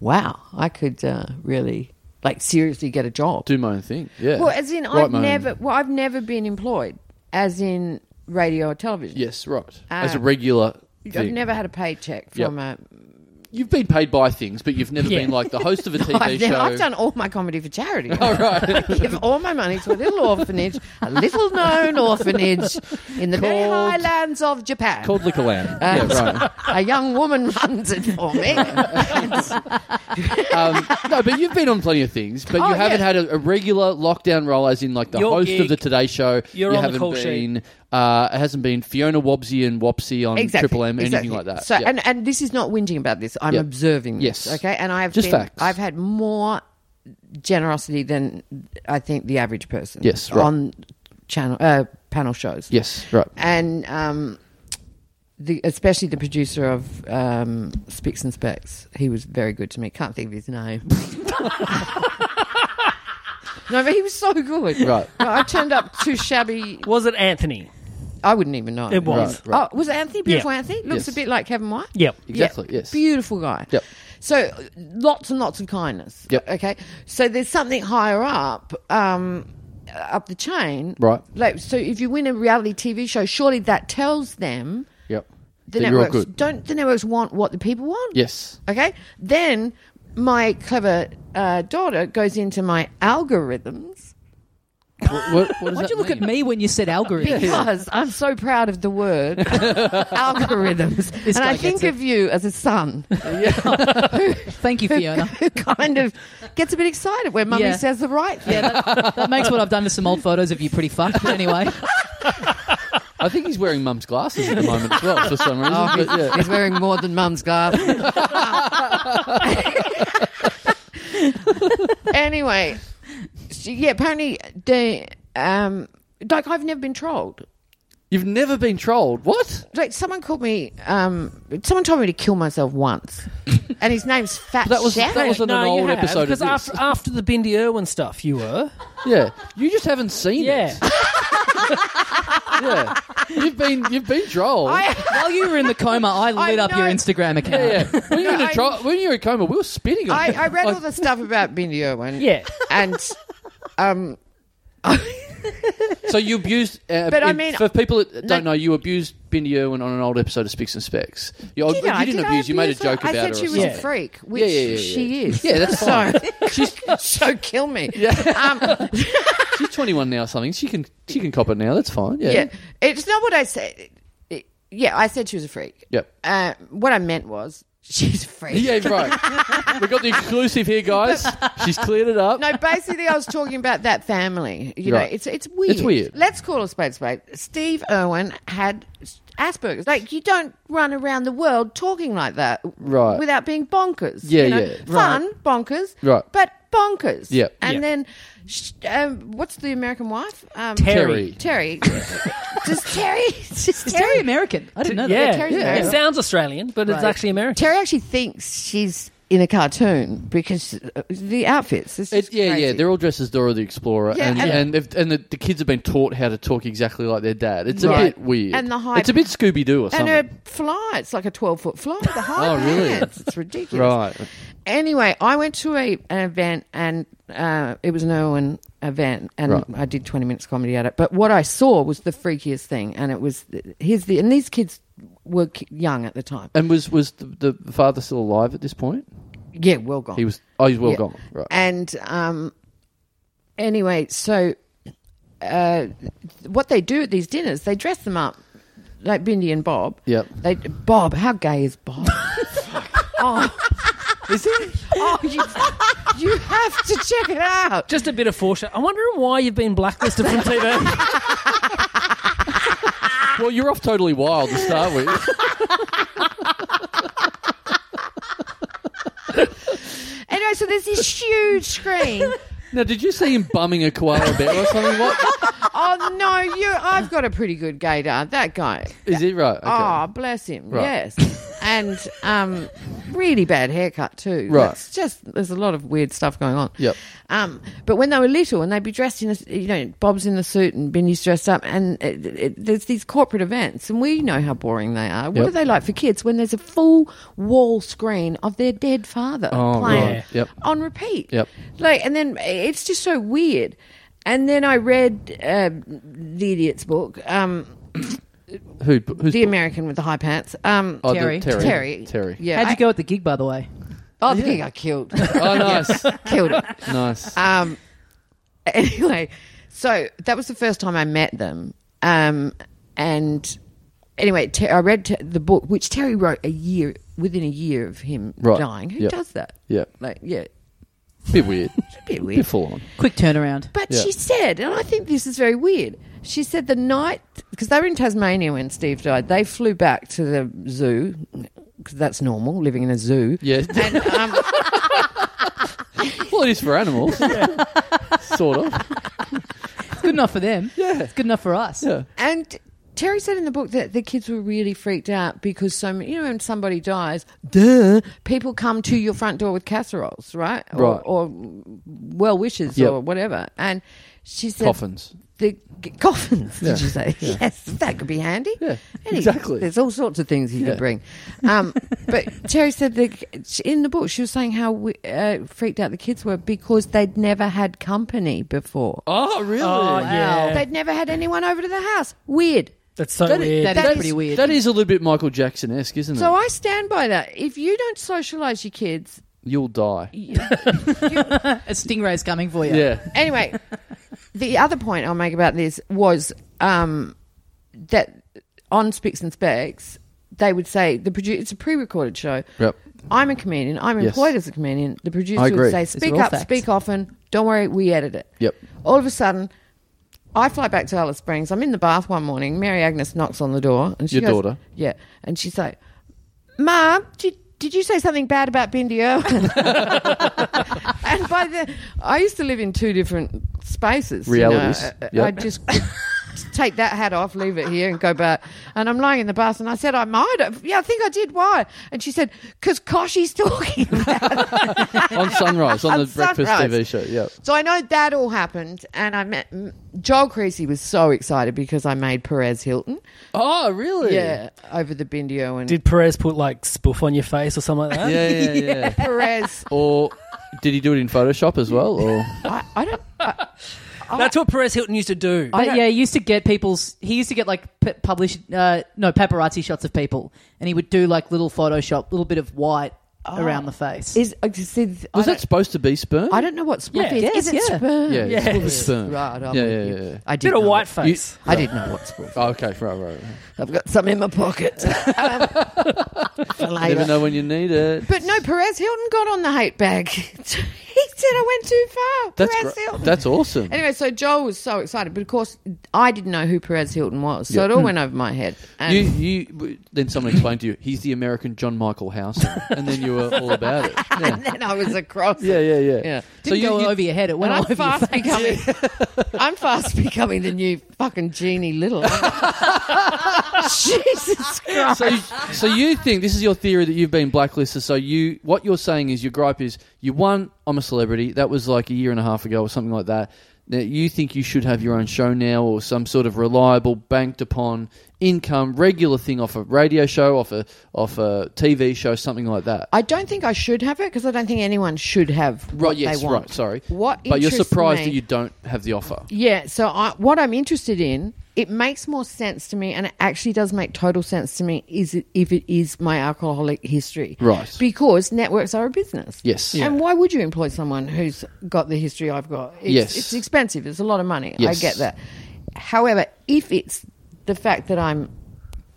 Speaker 4: wow, I could uh, really like seriously get a job.
Speaker 2: Do my own thing. Yeah.
Speaker 4: well, as in
Speaker 2: Write
Speaker 4: I've
Speaker 2: my own-
Speaker 4: never, well, I've never been employed. As in, radio or television.
Speaker 2: Yes, right. As
Speaker 4: Ah.
Speaker 2: a regular
Speaker 4: I've
Speaker 2: thing.
Speaker 4: never had a paycheck
Speaker 2: Yep.
Speaker 4: from a.
Speaker 2: You've been paid by things, but you've never
Speaker 3: Yeah.
Speaker 2: been like the host of a TV
Speaker 4: I've,
Speaker 2: show. Oh,
Speaker 4: never, I've done all my comedy for charity. All right. I give all my money to a little orphanage, a little known orphanage in the very
Speaker 2: Called-
Speaker 4: highlands of Japan.
Speaker 2: called Liquorland.
Speaker 4: And
Speaker 2: yeah, right.
Speaker 4: A young woman runs it for me.
Speaker 2: Um, no, but you've been on plenty of things, but
Speaker 4: Oh,
Speaker 2: you haven't
Speaker 4: yeah.
Speaker 2: had a, a regular lockdown role, as in like the
Speaker 3: Your
Speaker 2: host of
Speaker 3: gig,
Speaker 2: the Today Show.
Speaker 3: you're
Speaker 2: you
Speaker 3: on the
Speaker 2: haven't
Speaker 3: call sheet.
Speaker 2: been. Uh, it hasn't been Fiona Wobsey and Wopsey on
Speaker 4: exactly.
Speaker 2: Triple M, anything
Speaker 4: exactly.
Speaker 2: like that.
Speaker 4: So,
Speaker 2: Yeah.
Speaker 4: and, and this is not whinging about this. I'm
Speaker 2: Yeah.
Speaker 4: observing this.
Speaker 2: Yes.
Speaker 4: Okay. And I've
Speaker 2: Just
Speaker 4: been,
Speaker 2: facts.
Speaker 4: I've had more generosity than I think the average person.
Speaker 2: Yes, right.
Speaker 4: On channel uh, panel shows.
Speaker 2: yes, right.
Speaker 4: and um, the especially the producer of um, Spicks and Specks, he was very good to me. Can't think of his name. no, but he was so good.
Speaker 2: Right.
Speaker 4: No, I turned up too shabby.
Speaker 3: Was it Anthony?
Speaker 4: I wouldn't even know.
Speaker 3: It was.
Speaker 2: Right, right.
Speaker 4: Oh, was it Anthony? Beautiful
Speaker 3: Yeah.
Speaker 4: Anthony looks
Speaker 2: Yes.
Speaker 4: a bit like Kevin White.
Speaker 3: Yep.
Speaker 2: Exactly,
Speaker 4: Yeah.
Speaker 2: yes.
Speaker 4: Beautiful guy.
Speaker 2: Yep.
Speaker 4: So lots and lots of kindness.
Speaker 2: Yep.
Speaker 4: Okay. So there's something higher up, um, up the chain.
Speaker 2: Right.
Speaker 4: Like, so if you win a reality TV show, surely that tells them
Speaker 2: Yep.
Speaker 4: the
Speaker 2: That you're all
Speaker 4: networks
Speaker 2: good.
Speaker 4: don't the networks want what the people want.
Speaker 2: Yes.
Speaker 4: Okay. Then my clever uh, daughter goes into my algorithms
Speaker 2: What, what, what does
Speaker 1: Why'd
Speaker 2: that
Speaker 1: you look at
Speaker 2: mean?
Speaker 1: me when you said algorithm?
Speaker 4: because I'm so proud of the word algorithms,
Speaker 1: This
Speaker 4: and
Speaker 1: guy
Speaker 4: I
Speaker 1: gets
Speaker 4: think
Speaker 1: it.
Speaker 4: of you as a son.
Speaker 1: Thank you, Fiona.
Speaker 4: who kind of gets a bit excited when mummy
Speaker 1: Yeah.
Speaker 4: says the right thing.
Speaker 1: Yeah, that, that makes what I've done to some old photos of you pretty fucked. But anyway,
Speaker 2: I think he's wearing mum's glasses at the moment as well for some reason.
Speaker 4: Oh,
Speaker 2: but yeah.
Speaker 4: he's, he's wearing more than mum's glasses. anyway, so, yeah, apparently the um, like I've never been trolled.
Speaker 2: You've never been trolled. What?
Speaker 4: Like someone called me, um, someone told me to kill myself once, and his name's Fat
Speaker 2: That was-
Speaker 4: Sharon.
Speaker 2: that was an
Speaker 3: you
Speaker 2: old
Speaker 3: have,
Speaker 2: episode of
Speaker 3: because
Speaker 2: this.
Speaker 3: after after the Bindi Irwin stuff, you were
Speaker 2: Yeah. You just haven't seen
Speaker 3: yeah.
Speaker 2: it. Yeah. You've been you've been trolled.
Speaker 1: while you were in the coma, I
Speaker 4: I
Speaker 1: lit up your
Speaker 4: know.
Speaker 1: Instagram account.
Speaker 2: yeah, yeah. When you were in a
Speaker 4: I-
Speaker 2: tro- when you were in a coma, we were spitting on
Speaker 4: I,
Speaker 2: you.
Speaker 4: I read
Speaker 2: Like,
Speaker 4: all the stuff about Bindi Irwin,
Speaker 3: Yeah.
Speaker 4: and um,
Speaker 2: So you abused, uh,
Speaker 4: But I
Speaker 2: in-
Speaker 4: mean-
Speaker 2: for people that don't
Speaker 4: No.
Speaker 2: know, you abused Bindi Irwin on an old episode of Spicks and Specks. You, Oh, you
Speaker 4: I?
Speaker 2: didn't
Speaker 4: Did I
Speaker 2: abuse. you made a
Speaker 4: abuse her?
Speaker 2: joke about
Speaker 4: I
Speaker 2: her.
Speaker 4: said she
Speaker 2: or
Speaker 4: was
Speaker 2: something.
Speaker 4: a freak, which
Speaker 2: Yeah, yeah, yeah, yeah.
Speaker 4: she is.
Speaker 2: Yeah, that's fine.
Speaker 4: She's so kill me. Um,
Speaker 2: She's twenty one now. or Something she can she can cop it now. That's fine. Yeah.
Speaker 4: yeah, it's not what I said. It- Yeah, I said she was a freak.
Speaker 2: Yep.
Speaker 4: Uh, what I meant was she's a freak.
Speaker 2: Yeah, right. we got the exclusive here, guys. She's cleared it up.
Speaker 4: No, basically, I was talking about that family. You
Speaker 2: Right.
Speaker 4: know, it's it's weird.
Speaker 2: It's weird.
Speaker 4: Let's call a spade a spade. Steve Irwin had Asperger's. Like you don't run around the world talking like that,
Speaker 2: Right.
Speaker 4: Without being bonkers.
Speaker 2: Yeah,
Speaker 4: you know?
Speaker 2: yeah.
Speaker 4: Fun bonkers,
Speaker 2: Right.
Speaker 4: But bonkers.
Speaker 2: Yep.
Speaker 4: And
Speaker 2: Yep.
Speaker 4: then, sh- um, what's the American wife? Um,
Speaker 2: Terry.
Speaker 4: Terry. Does Terry? Does
Speaker 1: Is
Speaker 4: Terry?
Speaker 1: Terry American? I didn't know
Speaker 3: yeah.
Speaker 1: that.
Speaker 4: Terry's
Speaker 3: Yeah.
Speaker 4: American.
Speaker 3: It sounds Australian, but
Speaker 1: Right.
Speaker 3: it's actually American.
Speaker 4: Terry actually thinks she's in a cartoon because uh, the outfits. It's
Speaker 2: It,
Speaker 4: just
Speaker 2: yeah, yeah,
Speaker 4: crazy.
Speaker 2: they're all dressed as Dora the Explorer,
Speaker 4: Yeah,
Speaker 2: and
Speaker 4: and-
Speaker 2: and, if, and the, the kids have been taught how to talk exactly like their dad. It's a
Speaker 4: Right.
Speaker 2: bit weird,
Speaker 4: And the high-
Speaker 2: It's a bit Scooby Doo or
Speaker 4: And
Speaker 2: something.
Speaker 4: her fly, it's like a 12 foot fly. The high
Speaker 2: Oh, really?
Speaker 4: pants. It's ridiculous.
Speaker 2: right,
Speaker 4: Anyway, I went to a, an event and uh, it was an Irwin event and
Speaker 2: Right.
Speaker 4: I did 20 minutes comedy at it. But what I saw was the freakiest thing. And it was, here's the, and these kids were ki- young at the time.
Speaker 2: and was was the, the father still alive at this point?
Speaker 4: Yeah, well gone.
Speaker 2: He was. Oh, he's well
Speaker 4: Yeah.
Speaker 2: gone. Right.
Speaker 4: And um, anyway, so uh, what they do at these dinners, they dress them up like Bindi and Bob.
Speaker 2: Yep.
Speaker 4: They Bob, how gay is Bob? oh,
Speaker 2: Is he?
Speaker 4: oh, you, you have to check it out.
Speaker 3: Just a bit of foreshadow. I'm wondering why you've been blacklisted from TV.
Speaker 2: Well, you're off totally wild to start with.
Speaker 4: Anyway, so there's this huge screen.
Speaker 2: now, did you see him bumming a koala bear or something? What
Speaker 4: oh no, you! I've got a pretty good gaydar. That guy.
Speaker 2: is it right? Okay.
Speaker 4: Oh, bless him.
Speaker 2: Right.
Speaker 4: Yes. and um, really bad haircut too.
Speaker 2: Right.
Speaker 4: It's just there's a lot of weird stuff going on.
Speaker 2: Yep.
Speaker 4: Um, but when they were little and they'd be dressed in, a, you know, Bob's in the suit and Binny's dressed up, and it, it, there's these corporate events, and we know how boring they are. What
Speaker 2: Yep.
Speaker 4: are they like for kids when there's a full wall screen of their dead father
Speaker 2: Oh,
Speaker 4: playing
Speaker 2: right. Yep.
Speaker 4: on repeat?
Speaker 2: Yep.
Speaker 4: Like, and then it's just so weird. And then I read uh, the idiot's book. Um,
Speaker 2: Who? Who's?
Speaker 4: the American with the high pants. Um,
Speaker 2: oh, the-
Speaker 1: Terry.
Speaker 2: Terry.
Speaker 4: Terry.
Speaker 2: Terry.
Speaker 4: Yeah.
Speaker 1: How'd
Speaker 4: I-
Speaker 1: you go at the gig, by the way?
Speaker 4: Oh, the gig I killed.
Speaker 2: Oh, nice,
Speaker 4: killed it.
Speaker 2: nice.
Speaker 4: Um, anyway, so that was the first time I met them. Um, and anyway, Ter- I read Ter- the book, which Terry wrote a year within a year of him
Speaker 2: Right.
Speaker 4: dying. Who
Speaker 2: Yep.
Speaker 4: does that?
Speaker 2: Yeah,
Speaker 4: Like, yeah,
Speaker 2: bit weird,
Speaker 4: it's a bit weird.
Speaker 2: bit full on.
Speaker 1: Quick turnaround.
Speaker 4: But
Speaker 2: Yeah.
Speaker 4: she said, and I think this is very weird. She said the night because they were in Tasmania when Steve died, they flew back to the zoo because that's normal living in a zoo.
Speaker 2: Yeah,
Speaker 4: And, um,
Speaker 2: well, it is for animals, sort of.
Speaker 1: It's good enough for them.
Speaker 2: Yeah.
Speaker 1: It's good enough for us.
Speaker 2: Yeah,
Speaker 4: And Terry said in the book that the kids were really freaked out because so many, you know, when somebody dies, duh, people come to your front door with casseroles, right? Or,
Speaker 2: Right.
Speaker 4: or well wishes
Speaker 2: Yep.
Speaker 4: or whatever. And she said,
Speaker 2: coffins.
Speaker 4: The g- coffins,
Speaker 2: Yeah.
Speaker 4: did you say? Yes, that could be handy.
Speaker 2: Yeah,
Speaker 4: And he-
Speaker 2: exactly.
Speaker 4: There's all sorts of things he
Speaker 2: Yeah.
Speaker 4: could bring. Um, but Terry said that in the book, she was saying how we, uh, freaked out the kids were because they'd never had company before.
Speaker 2: Oh, really?
Speaker 3: Oh, yeah.
Speaker 4: They'd never had anyone over to the house. Weird.
Speaker 3: That's so
Speaker 2: That is-
Speaker 3: weird.
Speaker 1: That is
Speaker 4: That is-
Speaker 1: pretty weird.
Speaker 2: That is a little bit Michael Jackson esque, isn't it?
Speaker 4: So I stand by that. If you don't socialize your kids,
Speaker 2: You'll die.
Speaker 4: you-
Speaker 1: a stingray's coming for you.
Speaker 2: Yeah.
Speaker 4: anyway. the other point I'll make about this was um, that on Spicks and Specs, they would say the produ- it's a pre-recorded show.
Speaker 2: Yep.
Speaker 4: I'm a comedian. I'm
Speaker 2: Yes.
Speaker 4: employed as a comedian. The producer
Speaker 2: I agree.
Speaker 4: would say,
Speaker 2: It's
Speaker 4: "Speak
Speaker 1: raw
Speaker 4: up,
Speaker 1: facts.
Speaker 4: speak often. Don't worry, we edit it."
Speaker 2: Yep.
Speaker 4: All of a sudden, I fly back to Alice Springs. I'm in the bath one morning. Mary Agnes knocks on the door, and she
Speaker 2: Your
Speaker 4: goes-
Speaker 2: daughter.
Speaker 4: yeah, and she's like, "Mom, did." Did you say something bad about Bindi Irwin? and by the, I used to live in two different spaces. you know.
Speaker 2: Realities.
Speaker 4: I-
Speaker 2: Yep.
Speaker 4: I'd just take that hat off, leave it here, and go back. And I'm lying in the bath, and I said, I might have. Yeah, I think I did. Why? And she said, because Koshi's talking about it.
Speaker 2: on Sunrise, on,
Speaker 4: On
Speaker 2: the breakfast
Speaker 4: Sunrise.
Speaker 2: TV show. Yep.
Speaker 4: So I know that all happened, and I met Joel Creasy was so excited because I made Perez Hilton.
Speaker 2: Oh, really?
Speaker 4: Yeah, over the Bindi Irwin.
Speaker 3: Did Perez put like spoof on your face or something like that?
Speaker 2: Yeah, yeah, yeah.
Speaker 4: Perez?
Speaker 2: Or did he do it in Photoshop as well? Or
Speaker 4: I, I don't. I,
Speaker 3: That's what Perez Hilton used to do.
Speaker 1: But
Speaker 4: don't-
Speaker 1: yeah, he used to get people's. He used to get like p- published, uh, no paparazzi shots of people, and he would do like little Photoshop, little bit of white
Speaker 2: Oh.
Speaker 1: around the face.
Speaker 4: is I just said- I
Speaker 2: was that
Speaker 4: don't,
Speaker 2: supposed to be sperm?
Speaker 4: I don't know what sperm
Speaker 3: Yeah,
Speaker 4: is.
Speaker 1: yes,
Speaker 4: is it
Speaker 1: yeah.
Speaker 4: sperm?
Speaker 2: Yeah, it's called the
Speaker 3: Yes.
Speaker 2: sperm.
Speaker 4: Right, I'm
Speaker 2: yeah,
Speaker 4: with
Speaker 2: yeah,
Speaker 4: you.
Speaker 2: yeah, yeah.
Speaker 4: I did
Speaker 3: Bit of
Speaker 4: know
Speaker 3: white
Speaker 4: what-
Speaker 3: face.
Speaker 4: I did know what sperm.
Speaker 2: Oh, okay, right, right. right.
Speaker 4: I've got some in my pocket. um, for
Speaker 2: Never
Speaker 4: later.
Speaker 2: know when you need it.
Speaker 4: But no, Perez Hilton got on the hate bag. he said I went too far.
Speaker 2: That's
Speaker 4: Perez
Speaker 2: gr-
Speaker 4: Hilton.
Speaker 2: that's awesome.
Speaker 4: Anyway, so Joel was so excited, but of course I didn't know who Perez Hilton was, so
Speaker 2: Yeah.
Speaker 4: it all went over my head. And
Speaker 2: You, you, then someone explained to you, he's the American John Michael House, and then you were all about it. Yeah,
Speaker 4: and then I was across.
Speaker 2: yeah,
Speaker 4: it.
Speaker 2: yeah. yeah.
Speaker 4: Yeah.
Speaker 1: Didn't
Speaker 2: you-
Speaker 1: go
Speaker 2: you-
Speaker 1: over your head. It
Speaker 4: And
Speaker 1: went all
Speaker 4: I'm
Speaker 1: over your
Speaker 4: fast
Speaker 1: face.
Speaker 4: becoming, I'm fast becoming the new fucking Jeannie Little. Jesus Christ!
Speaker 2: So, you- so you think this is your theory that you've been blacklisted? So you, what you're saying is your gripe is you won. I'm a celebrity. That was like a year and a half ago or something like that. Now you think you should have your own show now or some sort of reliable, banked upon income, regular thing off a radio show, off a off a TV show, something like that.
Speaker 4: I don't think I should have it because I don't think anyone should have what
Speaker 2: right? Yes.
Speaker 4: they want.
Speaker 2: Right. Sorry.
Speaker 4: What
Speaker 2: But you're
Speaker 4: interests
Speaker 2: surprised
Speaker 4: me-
Speaker 2: that you don't have the offer.
Speaker 4: Yeah, so I, what I'm interested in, it makes more sense to me, and it actually does make total sense to me, is it, if it is my alcoholic history.
Speaker 2: Right.
Speaker 4: Because networks are a business.
Speaker 2: Yes. Yeah.
Speaker 4: And why would you employ someone who's got the history I've got? It's,
Speaker 2: Yes.
Speaker 4: It's expensive, it's a lot of money.
Speaker 2: Yes.
Speaker 4: I get that. However, if it's the fact that I'm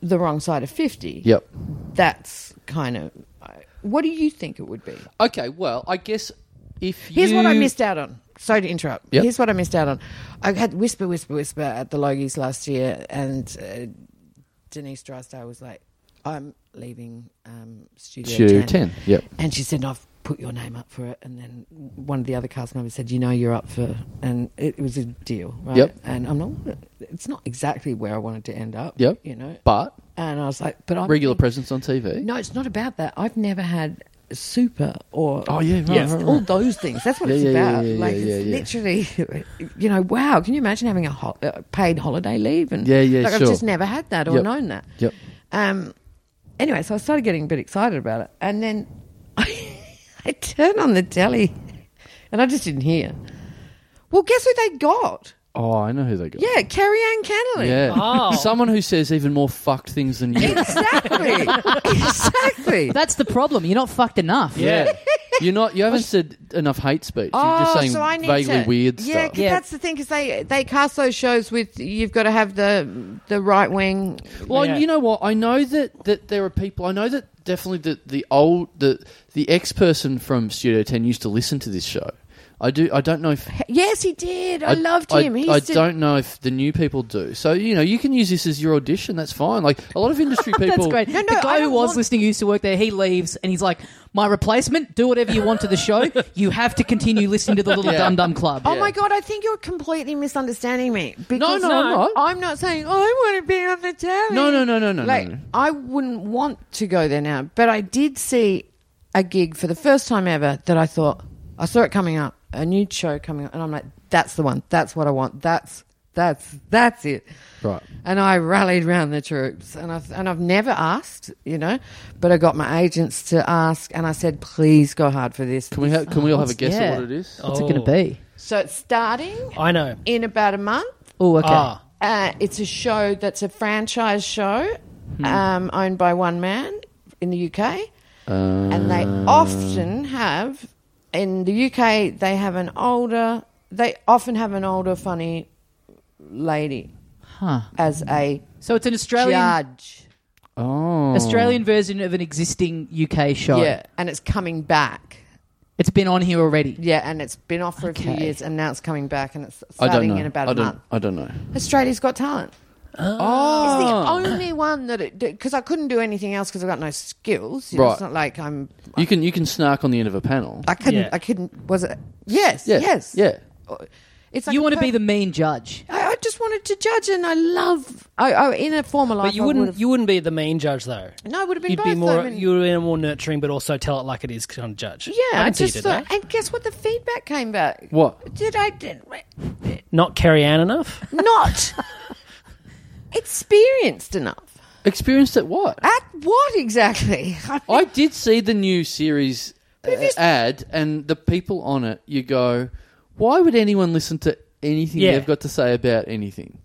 Speaker 4: the wrong side of 50,
Speaker 2: Yep.
Speaker 4: that's kind of. What do you think it would be?
Speaker 2: Okay. Well, I guess if
Speaker 4: Here's what I
Speaker 2: you-
Speaker 4: missed out on. Sorry to interrupt.
Speaker 2: Yep.
Speaker 4: Here's what I missed out on. I had Whisper, Whisper, Whisper at the Logies last year, and uh, Denise Drysdale was like, I'm leaving um, Studio,
Speaker 2: Studio
Speaker 4: 10.
Speaker 2: 10, yep.
Speaker 4: And she said, I've put your name up for it. And then one of the other cast members said, You know, you're up for And it, it was a deal, right?
Speaker 2: Yep.
Speaker 4: And I'm not, it's not exactly where I wanted to end up.
Speaker 2: Yep.
Speaker 4: You know?
Speaker 2: But
Speaker 4: and I was like, But I'm.
Speaker 2: regular presence on TV.
Speaker 4: No, it's not about that. I've never had super or
Speaker 2: Oh yeah. Right,
Speaker 3: Yes.
Speaker 2: right, right.
Speaker 4: all those things. That's what
Speaker 2: Yeah,
Speaker 4: it's
Speaker 2: yeah, yeah,
Speaker 4: about.
Speaker 2: yeah,
Speaker 4: like
Speaker 2: yeah,
Speaker 4: it's
Speaker 2: yeah,
Speaker 4: literally, you know, wow. Can you imagine having a ho- uh, paid holiday leave? And
Speaker 2: Yeah, yeah,
Speaker 4: like
Speaker 2: sure.
Speaker 4: I've just never had that or
Speaker 2: Yep.
Speaker 4: known that.
Speaker 2: Yep.
Speaker 4: Um. Anyway, so I started getting a bit excited about it, and then I, I turned on the telly, and I just didn't hear. Well, guess who they got?
Speaker 2: Oh, I know who they got.
Speaker 4: Yeah, Carrie Ann Connolly.
Speaker 2: Yeah.
Speaker 3: Oh.
Speaker 2: Someone who says even more fucked things than you.
Speaker 4: Exactly. exactly.
Speaker 1: That's the problem. You're not fucked enough.
Speaker 2: Yeah. You're not. You haven't said enough hate speech. You're
Speaker 4: Oh,
Speaker 2: just saying vaguely weird
Speaker 4: yeah,
Speaker 2: stuff.
Speaker 4: 'cause
Speaker 3: Yeah.
Speaker 4: that's the thing because they they cast those shows with you've got to have the the right wing.
Speaker 2: Well,
Speaker 3: Yeah.
Speaker 2: you know what? I know that, that there are people. I know that definitely the the old the the ex person from Studio Ten used to listen to this show. I do. I don't know if
Speaker 4: Yes, he did. I, loved him.
Speaker 2: I,
Speaker 4: He's
Speaker 2: I
Speaker 4: the-
Speaker 2: don't know if the new people do. So you know, you can use this as your audition. That's fine. Like a lot of industry people.
Speaker 1: That's great.
Speaker 4: No, no,
Speaker 1: the
Speaker 4: I
Speaker 1: guy who
Speaker 4: don't
Speaker 1: was
Speaker 4: want-
Speaker 1: listening who used to work there. He leaves and he's like, "My replacement, do whatever you want to the show. You have to continue listening to the Little
Speaker 2: Yeah.
Speaker 1: Dum Dum Club."
Speaker 4: Oh my god! I think you're completely misunderstanding me. Because
Speaker 2: no, I'm not.
Speaker 4: I'm not saying oh, I want to be on the telly.
Speaker 2: No, no, no, no, no,
Speaker 4: Like
Speaker 2: no, no.
Speaker 4: I wouldn't want to go there now, but I did see a gig for the first time ever that I thought I saw it coming up, a new show coming up, and I'm like, that's the one. That's what I want. That's that's that's it.
Speaker 2: Right.
Speaker 4: And I rallied round the troops, and I've and I've never asked, you know, but I got my agents to ask, and I said, please go hard for this.
Speaker 2: Can we ha- can we all have a guess
Speaker 1: Yeah.
Speaker 2: at what it is?
Speaker 1: What's it going to be?
Speaker 4: So it's starting
Speaker 3: Oh, I know.
Speaker 4: in about a month.
Speaker 1: Oh, okay.
Speaker 3: Ah.
Speaker 4: Uh, it's a show that's a franchise show
Speaker 2: Hmm.
Speaker 4: um, owned by one man in the UK.
Speaker 2: Uh,
Speaker 4: and they often have, in the UK, they have an older, they often have an older, funny lady
Speaker 1: Huh.
Speaker 4: as a
Speaker 1: So it's an Australian
Speaker 4: judge.
Speaker 2: Oh,
Speaker 1: Australian version of an existing UK show.
Speaker 4: Yeah. And it's coming back.
Speaker 1: It's been on here already.
Speaker 4: Yeah. And it's been off for a
Speaker 1: Okay.
Speaker 4: few years and now it's coming back and it's
Speaker 2: I don't
Speaker 4: starting
Speaker 2: know.
Speaker 4: in about
Speaker 2: I
Speaker 4: a
Speaker 2: don't.
Speaker 4: month.
Speaker 2: I don't know.
Speaker 4: Australia's Got Talent. It's
Speaker 2: Oh.
Speaker 4: the
Speaker 3: Ah.
Speaker 4: only one that it because I couldn't do anything else because I've got no skills. You know, It's
Speaker 2: Right.
Speaker 4: not like I'm.
Speaker 2: You can you can snark on the end of a panel.
Speaker 4: I couldn't.
Speaker 3: Yeah.
Speaker 4: I couldn't. Was it? Yes.
Speaker 2: Yeah.
Speaker 4: Yes. Oh,
Speaker 2: Yeah.
Speaker 4: It's like
Speaker 1: you
Speaker 4: a
Speaker 1: want to
Speaker 4: per-
Speaker 1: be the mean judge.
Speaker 4: I, I just wanted to judge, and I love. I, I in a former life,
Speaker 3: But you
Speaker 4: I
Speaker 3: wouldn't.
Speaker 4: would've-
Speaker 3: You wouldn't be the mean judge though.
Speaker 4: no, it would have been
Speaker 3: You'd
Speaker 4: both.
Speaker 3: be more.
Speaker 4: I mean-
Speaker 3: you would be a more nurturing, but also tell it like it is kind of judge.
Speaker 4: yeah, I,
Speaker 3: can see you
Speaker 4: just
Speaker 3: did
Speaker 4: thought.
Speaker 3: that.
Speaker 4: And guess what? The feedback came back.
Speaker 2: What?
Speaker 4: Did I did
Speaker 3: not Carrie Ann enough.
Speaker 4: not experienced enough?
Speaker 2: Experienced at what?
Speaker 4: At what exactly?
Speaker 2: I did see the new series uh,
Speaker 4: if you-
Speaker 2: ad, and the people on it. You go, why would anyone listen to anything
Speaker 3: Yeah.
Speaker 2: they've got to say about anything?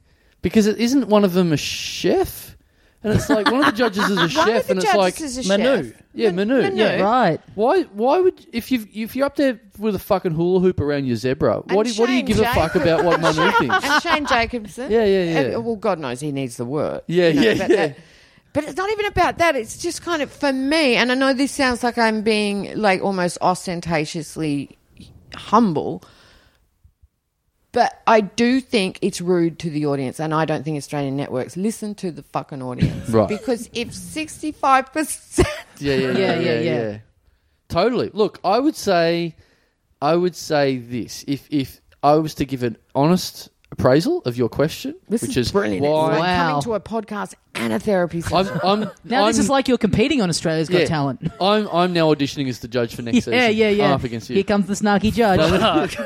Speaker 2: Because it isn't one of them a chef, and it's like one of the judges is a
Speaker 4: One of
Speaker 2: chef,
Speaker 4: the
Speaker 2: and it's
Speaker 4: judges
Speaker 2: like
Speaker 4: is a
Speaker 3: Manu.
Speaker 4: chef.
Speaker 2: yeah, Manu,
Speaker 4: Manu.
Speaker 2: yeah.
Speaker 1: Right.
Speaker 2: Why? Why would if you if you're up there with a fucking hula hoop around your zebra? What do, what do you
Speaker 4: Shane
Speaker 2: give a
Speaker 4: Jacob-
Speaker 2: fuck about what Manu thinks?
Speaker 4: and Shane Jacobson.
Speaker 2: Yeah, yeah,
Speaker 4: And-
Speaker 2: yeah.
Speaker 4: well, God knows he needs the work.
Speaker 2: Yeah, yeah,
Speaker 4: but,
Speaker 2: yeah.
Speaker 4: that- but it's not even about that. It's just kind of for me, and I know this sounds like I'm being like almost ostentatiously humble. But I do think it's rude to the audience, and I don't think Australian networks listen to the fucking audience.
Speaker 2: Right.
Speaker 4: Because if 65%.
Speaker 2: Yeah, yeah,
Speaker 1: Yeah,
Speaker 2: yeah, yeah, yeah,
Speaker 1: yeah, yeah.
Speaker 2: Totally. Look, I would say, I would say this: if if I was to give an honest appraisal of your question,
Speaker 4: This
Speaker 2: which
Speaker 4: is,
Speaker 2: is
Speaker 4: brilliant. It's
Speaker 2: why
Speaker 4: like
Speaker 1: Wow.
Speaker 4: coming to a podcast and a therapy session.
Speaker 2: I'm, I'm
Speaker 1: Now this
Speaker 2: I'm-
Speaker 1: is like you're competing on Australia's Got
Speaker 2: yeah,
Speaker 1: Talent.
Speaker 2: I'm I'm now auditioning as the judge for next
Speaker 1: Yeah,
Speaker 2: season.
Speaker 1: yeah, yeah.
Speaker 2: I'm up against
Speaker 1: Here
Speaker 2: you.
Speaker 1: comes the snarky judge.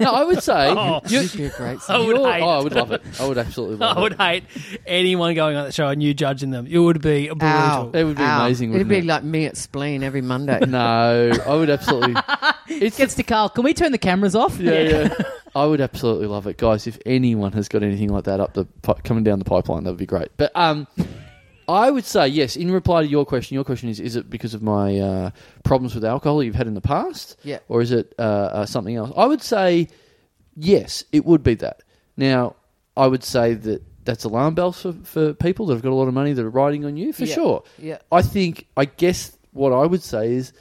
Speaker 2: No, I would say you
Speaker 4: It'd be a great
Speaker 2: I
Speaker 3: Oh, would hate
Speaker 2: oh, I
Speaker 3: it.
Speaker 2: would love it. I would absolutely love
Speaker 3: I would
Speaker 2: it.
Speaker 3: hate anyone going on that show and you judging them. It would be brutal.
Speaker 2: That would be amazing,
Speaker 4: It'd
Speaker 2: wouldn't
Speaker 4: be
Speaker 2: it?
Speaker 4: like me at Spleen every Monday.
Speaker 2: No, I would absolutely. It's
Speaker 1: Gets to Carl. Can we turn the cameras off?
Speaker 2: yeah, yeah. I would absolutely love it, guys. If anyone has got anything like that up the pi- coming down the pipeline, that would be great. But um, I would say yes. In reply to your question, your question is: Is it because of my uh, problems with alcohol you've had in the past?
Speaker 4: Yeah.
Speaker 2: Or is it uh, uh, something else? I would say yes. It would be that. Now, I would say that that's alarm bells for, for people that have got a lot of money that are riding on you for
Speaker 4: Yeah.
Speaker 2: sure.
Speaker 4: Yeah.
Speaker 2: I think. I guess what I would say is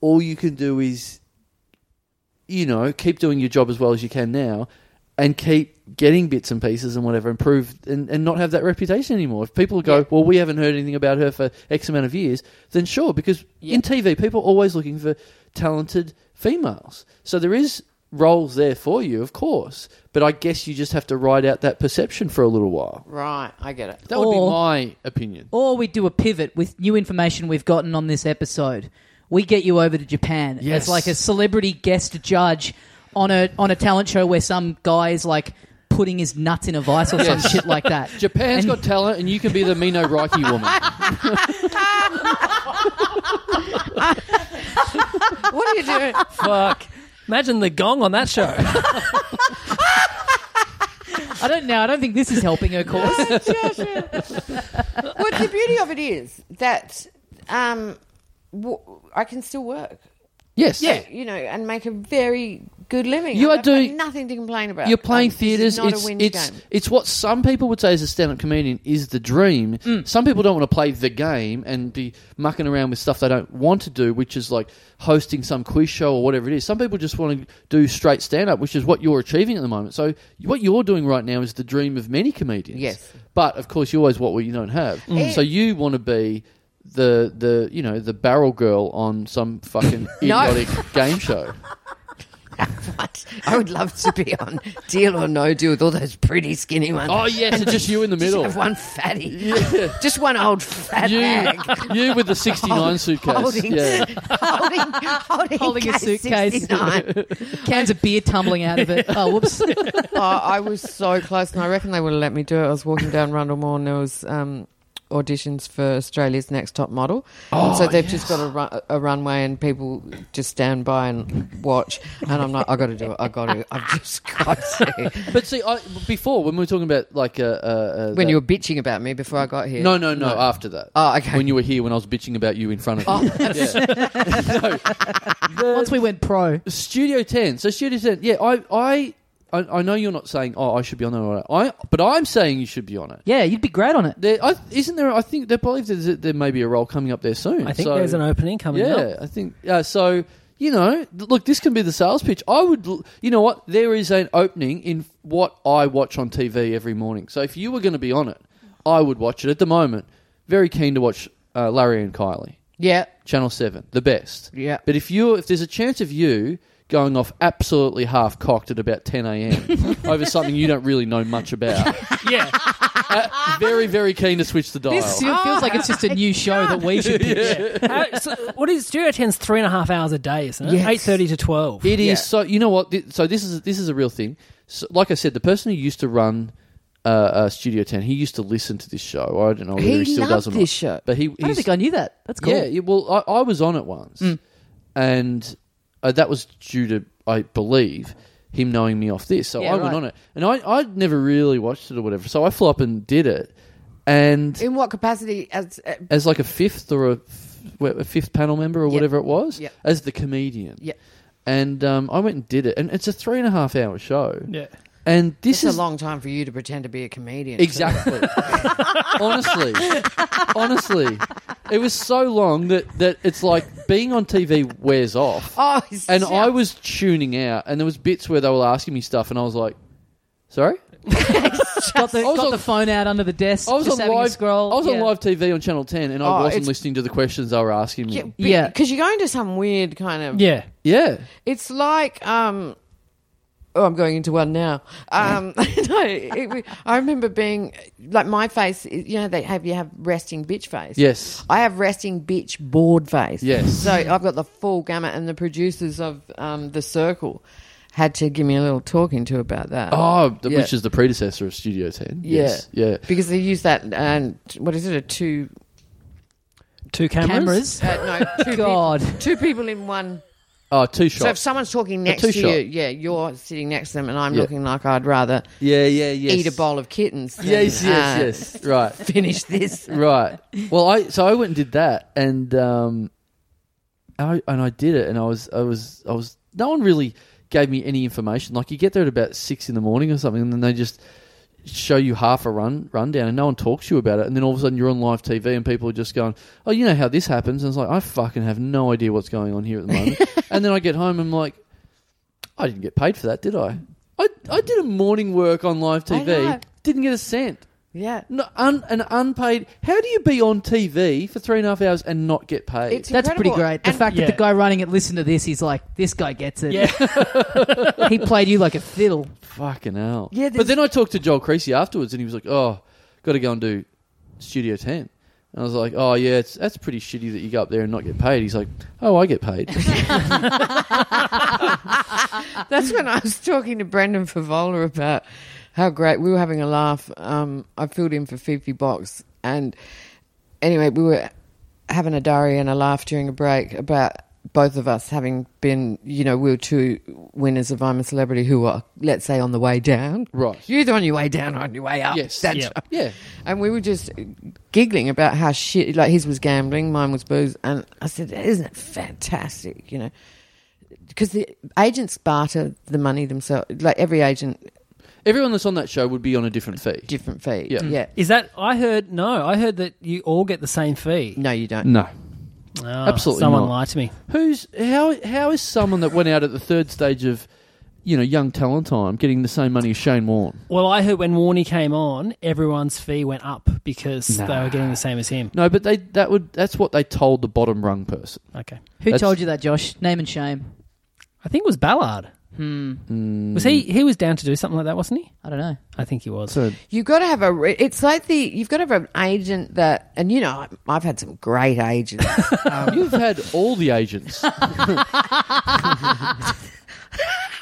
Speaker 2: all you can do is you know, keep doing your job as well as you can now and keep getting bits and pieces and whatever, improve and, and not have that reputation anymore. If people go,
Speaker 4: Yeah.
Speaker 2: well, we haven't heard anything about her for X amount of years, then sure, because in TV, people are always looking for talented females. So there is roles there for you, of course, but I guess you just have to ride out that perception for a little while.
Speaker 4: Right, I get it.
Speaker 2: That would be
Speaker 1: Or-
Speaker 2: my opinion.
Speaker 1: Or we do a pivot with new information we've gotten on this episode. We get you over to Japan
Speaker 2: Yes.
Speaker 1: as like a celebrity guest judge on a on a talent show where some guy is like putting his nuts in a vice or some
Speaker 2: Yes.
Speaker 1: shit like that.
Speaker 2: Japan's
Speaker 1: And-
Speaker 2: got talent, and you can be the Mino Reiki woman.
Speaker 4: What are you doing?
Speaker 3: Fuck. Imagine the gong on that show.
Speaker 1: I don't know. I don't think this is helping her cause.
Speaker 4: Oh, Joshua. well, the beauty of it is that um, w- I can still work,
Speaker 2: Yes.
Speaker 4: you know, and make a very good living.
Speaker 2: You
Speaker 4: And
Speaker 2: are
Speaker 4: I've got
Speaker 2: doing-
Speaker 4: nothing to complain about.
Speaker 2: You're playing
Speaker 4: Like, this
Speaker 2: theatres.
Speaker 4: is Not
Speaker 2: It's
Speaker 4: a win
Speaker 2: it's
Speaker 4: game.
Speaker 2: it's what some people would say as a stand-up comedian is the dream.
Speaker 4: Mm.
Speaker 2: Some people don't want to play the game and be mucking around with stuff they don't want to do, which is like hosting some quiz show or whatever it is. Some people just want to do straight stand-up, which is what you're achieving at the moment. So what you're doing right now is the dream of many comedians.
Speaker 4: Yes. Mm.
Speaker 2: but of course you always want what you don't have. So you want to be. The, the you know the barrel girl on some fucking
Speaker 4: No.
Speaker 2: idiotic game show.
Speaker 4: But I would love to be on Deal or No Deal with all those pretty skinny ones.
Speaker 2: Oh yes, and just you in the
Speaker 4: Just
Speaker 2: middle.
Speaker 4: have one fatty, just one old fat
Speaker 2: You,
Speaker 4: hag
Speaker 2: you with the 69 suitcase.
Speaker 4: holding,
Speaker 2: Yeah.
Speaker 4: holding, holding,
Speaker 1: Holding a
Speaker 4: case
Speaker 1: suitcase.
Speaker 4: 69.
Speaker 1: Cans of beer tumbling out of it. Oh, whoops.
Speaker 4: oh, I was so close, and I reckon they would have let me do it. I was walking down Rundle Mall, and there was um, auditions for Australia's Next Top Model. Oh, so they've just got a, run- a runway, and people just stand by and watch. And I'm like, I got to do it. I got to. I've just got to.
Speaker 2: But see, I, before, when we were talking about like. Uh, uh, uh,
Speaker 4: When
Speaker 2: that-
Speaker 4: you were bitching about me before I got here.
Speaker 2: No, no, no, after that.
Speaker 4: Oh, okay.
Speaker 2: When you were here, when I was bitching about you in front
Speaker 4: Oh,
Speaker 2: of you. Yeah. No.
Speaker 1: Once we went pro.
Speaker 2: Studio Ten. So Studio Ten. Yeah, I, I, I, I know you're not saying, oh, I should be on it, or not. I, but I'm saying you should be on it.
Speaker 1: Yeah, you'd be great on it.
Speaker 2: There, I, isn't there? I think there probably there's a, there may be a role coming up there soon.
Speaker 3: I think
Speaker 2: So-
Speaker 3: there's an opening coming
Speaker 2: yeah,
Speaker 3: up.
Speaker 2: I think uh, so. You know, th- look, this can be the sales pitch. I would, l- you know what? There is an opening in what I watch on TV every morning. So if you were going to be on it, I would watch it. At the moment, very keen to watch uh, Larry and Kylie,
Speaker 4: Yeah.
Speaker 2: Channel Seven, the best.
Speaker 4: Yeah.
Speaker 2: But if you, if there's a chance of you going off absolutely half cocked at about 10 a.m. over something you don't really know much about,
Speaker 3: Yeah.
Speaker 2: uh, very, very keen to switch the dial.
Speaker 1: This still feels like it's just
Speaker 2: Oh,
Speaker 1: a new show that we should pitch.
Speaker 3: Uh, so what is Studio 10's three and a half hours a day, isn't it?
Speaker 4: Yes.
Speaker 3: Eight thirty to twelve.
Speaker 2: It is
Speaker 4: Yeah.
Speaker 2: so. You know what? Thi- So this is this is a real thing. So, like I said, the person who used to run uh, uh, Studio Ten, he used to listen to this show. I don't know whether he,
Speaker 4: He
Speaker 2: still does or
Speaker 4: loved
Speaker 2: not.
Speaker 4: this show.
Speaker 2: but he,
Speaker 1: I don't
Speaker 2: he's-
Speaker 1: think I knew that. That's cool.
Speaker 2: yeah. yeah, Well, I, I was on it once, and uh, that was due to, I believe, him knowing me off this. So
Speaker 1: Yeah,
Speaker 2: I went
Speaker 1: right.
Speaker 2: on it, and I I'd never really watched it or whatever. So I flew up and did it, and
Speaker 4: In what capacity? As uh,
Speaker 2: as like a fifth or a, f- a fifth panel member or whatever it was,
Speaker 4: Yep.
Speaker 2: as the comedian.
Speaker 4: Yep.
Speaker 2: And um, I went and did it, and it's a three and a half hour show.
Speaker 3: Yeah.
Speaker 2: And this
Speaker 4: this is
Speaker 2: is
Speaker 4: a long time for you to pretend to be a comedian.
Speaker 2: exactly. honestly, honestly, it was so long that that it's like being on TV wears off.
Speaker 4: Oh, it's
Speaker 2: and
Speaker 4: just-
Speaker 2: I was tuning out, and there was bits where they were asking me stuff, and I was like, "Sorry."
Speaker 1: Got, the,
Speaker 2: I was
Speaker 1: got
Speaker 2: on-
Speaker 1: the phone out under the desk.
Speaker 2: I was
Speaker 1: just
Speaker 2: on
Speaker 1: having
Speaker 2: live.
Speaker 1: a scroll.
Speaker 2: I was on
Speaker 1: Yeah.
Speaker 2: live TV on Channel Ten, and I
Speaker 4: Oh,
Speaker 2: wasn't
Speaker 4: it's-
Speaker 2: listening to the questions they were asking me.
Speaker 1: Yeah.
Speaker 4: Yeah, because you're going to some weird kind of
Speaker 3: Yeah.
Speaker 2: yeah.
Speaker 4: It's like um oh I'm going into one now. Um no, it, we- I remember being like my face is- you know they have you have resting bitch face.
Speaker 2: Yes.
Speaker 4: I have resting bitch bored face.
Speaker 2: Yes.
Speaker 4: So I've got the full gamut and the producers of um the circle had to give me a little talking to about that.
Speaker 2: Oh, th-
Speaker 4: Yeah.
Speaker 2: which is the predecessor of Studio 10.
Speaker 4: Yeah.
Speaker 2: Yes. Yeah.
Speaker 4: Because they use that and what is it a two
Speaker 3: Two cameras.
Speaker 1: cameras.
Speaker 4: uh, no two
Speaker 1: God.
Speaker 4: people, two people in one
Speaker 2: Oh, two
Speaker 4: So if
Speaker 2: shots.
Speaker 4: someone's talking next to
Speaker 2: two-shot.
Speaker 4: you, yeah, you're sitting next to them, and I'm
Speaker 2: Yeah.
Speaker 4: looking like I'd rather
Speaker 2: yeah, yeah, yes.
Speaker 4: eat a bowl of kittens. than,
Speaker 2: Yes, yes,
Speaker 4: uh,
Speaker 2: yes. Right.
Speaker 4: Finish this.
Speaker 2: Right. Well, I so I went and did that and um I and I did it and I was I was I was no one really gave me any information. Like you get there at about 6 in the morning or something and then they just show you half a run rundown and no one talks to you about it and then all of a sudden you're on live TV and people are just going, "Oh, you know how this happens." And it's like, "I fucking have no idea what's going on here at the moment." and then I get home and I'm like, I didn't get paid for that, did I? I, I did a morning work on live
Speaker 4: I know.
Speaker 2: TV, didn't get a cent.
Speaker 4: Yeah.
Speaker 2: No, un, an unpaid. How do you be on TV for three and a half hours and not get paid?
Speaker 4: It's
Speaker 1: That's pretty
Speaker 4: incredible.
Speaker 1: great. The
Speaker 4: And-
Speaker 1: fact that
Speaker 3: Yeah.
Speaker 1: the guy running it listened to this, he's like, this guy gets it. he played you like a fiddle.
Speaker 2: fucking hell.
Speaker 4: Yeah,
Speaker 2: but
Speaker 4: there's-
Speaker 2: then I talked to Joel Creasy afterwards, and he was like, "Oh, got to go and do Studio 10. And I was like, "Oh yeah, it's, that's pretty shitty that you go up there and not get paid." He's like, "Oh, I get paid."
Speaker 4: That's when I was talking to Brendan Favola about how great we were having a laugh. Um, I filled in for Fifi Box, and anyway, we were having a diary and a laugh during a break about both of us having been, you know, we were two winners of I'm a Celebrity who are, let's say, on the way down.
Speaker 2: Right.
Speaker 4: You're either on your way down or on your way up.
Speaker 2: Yes.
Speaker 4: That's
Speaker 3: Yeah.
Speaker 4: right.
Speaker 2: Yeah.
Speaker 4: And we were just giggling about how shit, like his was gambling, mine was booze. And I said, isn't it fantastic, you know? Because the agents barter the money themselves. Like every agent,
Speaker 2: Everyone that's on that show would be on a different fee.
Speaker 4: different fee.
Speaker 2: Yeah.
Speaker 4: yeah.
Speaker 3: Is that I heard? No, I heard that you all get the same fee.
Speaker 4: No, you don't.
Speaker 2: No.
Speaker 3: Ah,
Speaker 2: Absolutely
Speaker 3: Someone
Speaker 2: not.
Speaker 3: lied to me.
Speaker 2: Who's how? How is someone that went out at the third stage of, you know, young talent time getting the same money as Shane Warne?
Speaker 3: Well, I heard when Warney came on, everyone's fee went up because they were getting the same as him.
Speaker 2: No, but they that would that's what they told the bottom rung person.
Speaker 3: Okay,
Speaker 1: Who
Speaker 2: That's-
Speaker 1: told you that, Josh? Name and shame.
Speaker 3: I think it was Ballard. Hmm. Was he? He was down to do something like that, wasn't he?
Speaker 1: I don't know.
Speaker 3: I think he was.
Speaker 2: So
Speaker 4: You've got to have a. re- It's like the. You've got to have an agent that, and you know, I've had some great agents.
Speaker 2: you've had all the agents.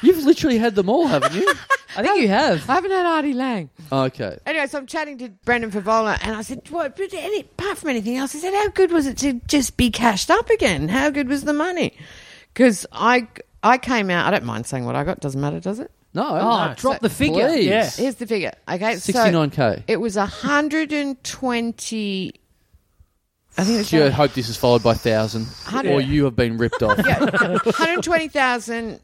Speaker 2: you've literally had them all, haven't you?
Speaker 1: I think you have.
Speaker 4: I haven't had Artie Lang.
Speaker 2: Okay.
Speaker 4: Anyway, so I'm chatting to Brendan Favola, and I said, "What? But any, apart from anything else, I said, how good was it to just be cashed up again? How good was the money? Because I, I came out. I don't mind saying what I got. Doesn't matter, does it?
Speaker 2: No.
Speaker 1: Oh,
Speaker 2: no.
Speaker 1: drop the figure.
Speaker 2: Please.
Speaker 3: Yeah.
Speaker 4: Here's the figure. Okay, so
Speaker 2: 69K.
Speaker 4: It was 120. I think it's
Speaker 2: Gee, I hope this is followed by thousand,
Speaker 4: Hundred.
Speaker 2: or you have been ripped off.
Speaker 4: Yeah, 120,000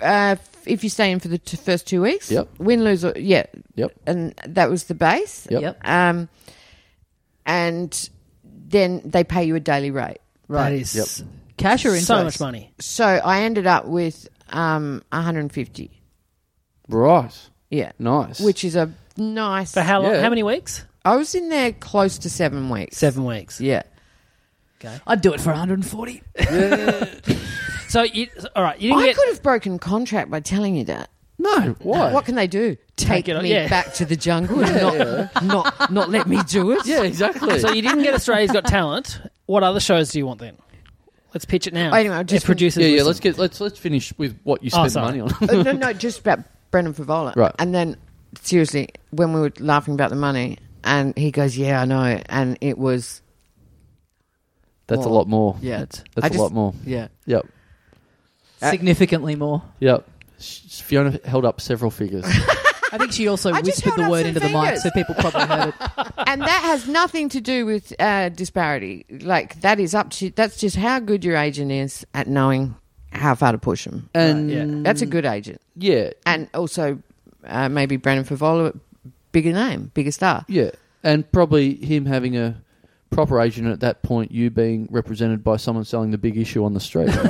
Speaker 4: uh, if you stay in for the t- first two weeks.
Speaker 2: Yep.
Speaker 4: Win, lose, or, yeah.
Speaker 2: Yep.
Speaker 4: And that was the base.
Speaker 2: Yep.
Speaker 1: Yep.
Speaker 4: Um, and then they pay you a daily rate.
Speaker 3: That
Speaker 1: Right.
Speaker 3: is
Speaker 2: Yep.
Speaker 1: Cash or interest?
Speaker 3: so much money.
Speaker 4: So I ended up with um, 150.
Speaker 2: Right.
Speaker 4: Yeah.
Speaker 2: Nice.
Speaker 4: Which is a nice.
Speaker 3: For how long?
Speaker 2: Yeah.
Speaker 3: How many weeks?
Speaker 4: I was in there close to seven weeks.
Speaker 3: Seven weeks.
Speaker 4: Yeah.
Speaker 1: I'd do it for 140.
Speaker 3: So, you, all right, you didn't
Speaker 4: I
Speaker 3: get.
Speaker 4: could have broken contract by telling you that.
Speaker 2: no. Why?
Speaker 4: What can they do? Take,
Speaker 3: it on-
Speaker 4: me
Speaker 3: yeah.
Speaker 4: back to the jungle and not, not, not let me do it?
Speaker 2: Yeah. Exactly.
Speaker 3: So you didn't get Australia's Got Talent. What other shows do you want then? Let's pitch it now.
Speaker 4: Oh, anyway, I just-
Speaker 3: If producers.
Speaker 2: yeah. Yeah.
Speaker 3: listen.
Speaker 2: Let's get let's let's finish with what you spent
Speaker 3: Oh,
Speaker 2: the
Speaker 3: sorry.
Speaker 2: money on.
Speaker 4: Uh, no, no, just about Brendan Favola.
Speaker 2: Right.
Speaker 4: And then, seriously, when we were laughing about the money, and he goes, "Yeah, I know," and it was,
Speaker 2: That's a
Speaker 4: More.
Speaker 2: lot more.
Speaker 4: yeah,
Speaker 2: That's,
Speaker 4: I
Speaker 2: that's a
Speaker 4: just-
Speaker 2: lot more.
Speaker 4: Yeah,
Speaker 2: Yep.
Speaker 4: Uh,
Speaker 1: Significantly more.
Speaker 2: Yep. Sh- Fiona held up several figures.
Speaker 1: I think she also
Speaker 4: I just
Speaker 1: whispered
Speaker 4: held
Speaker 1: the
Speaker 4: up
Speaker 1: word
Speaker 4: some
Speaker 1: into the mic
Speaker 4: fingers.
Speaker 1: so people probably heard it.
Speaker 4: and that has nothing to do with uh, disparity. Like that is up to that's just how good your agent is at knowing how far to push them.
Speaker 2: And
Speaker 3: yeah.
Speaker 4: That's a good agent,
Speaker 2: yeah,
Speaker 4: and also uh, maybe Brendan Favola, bigger name, bigger star.
Speaker 2: yeah, and probably him having a proper agent at that point, you being represented by someone selling the big issue on the street. so,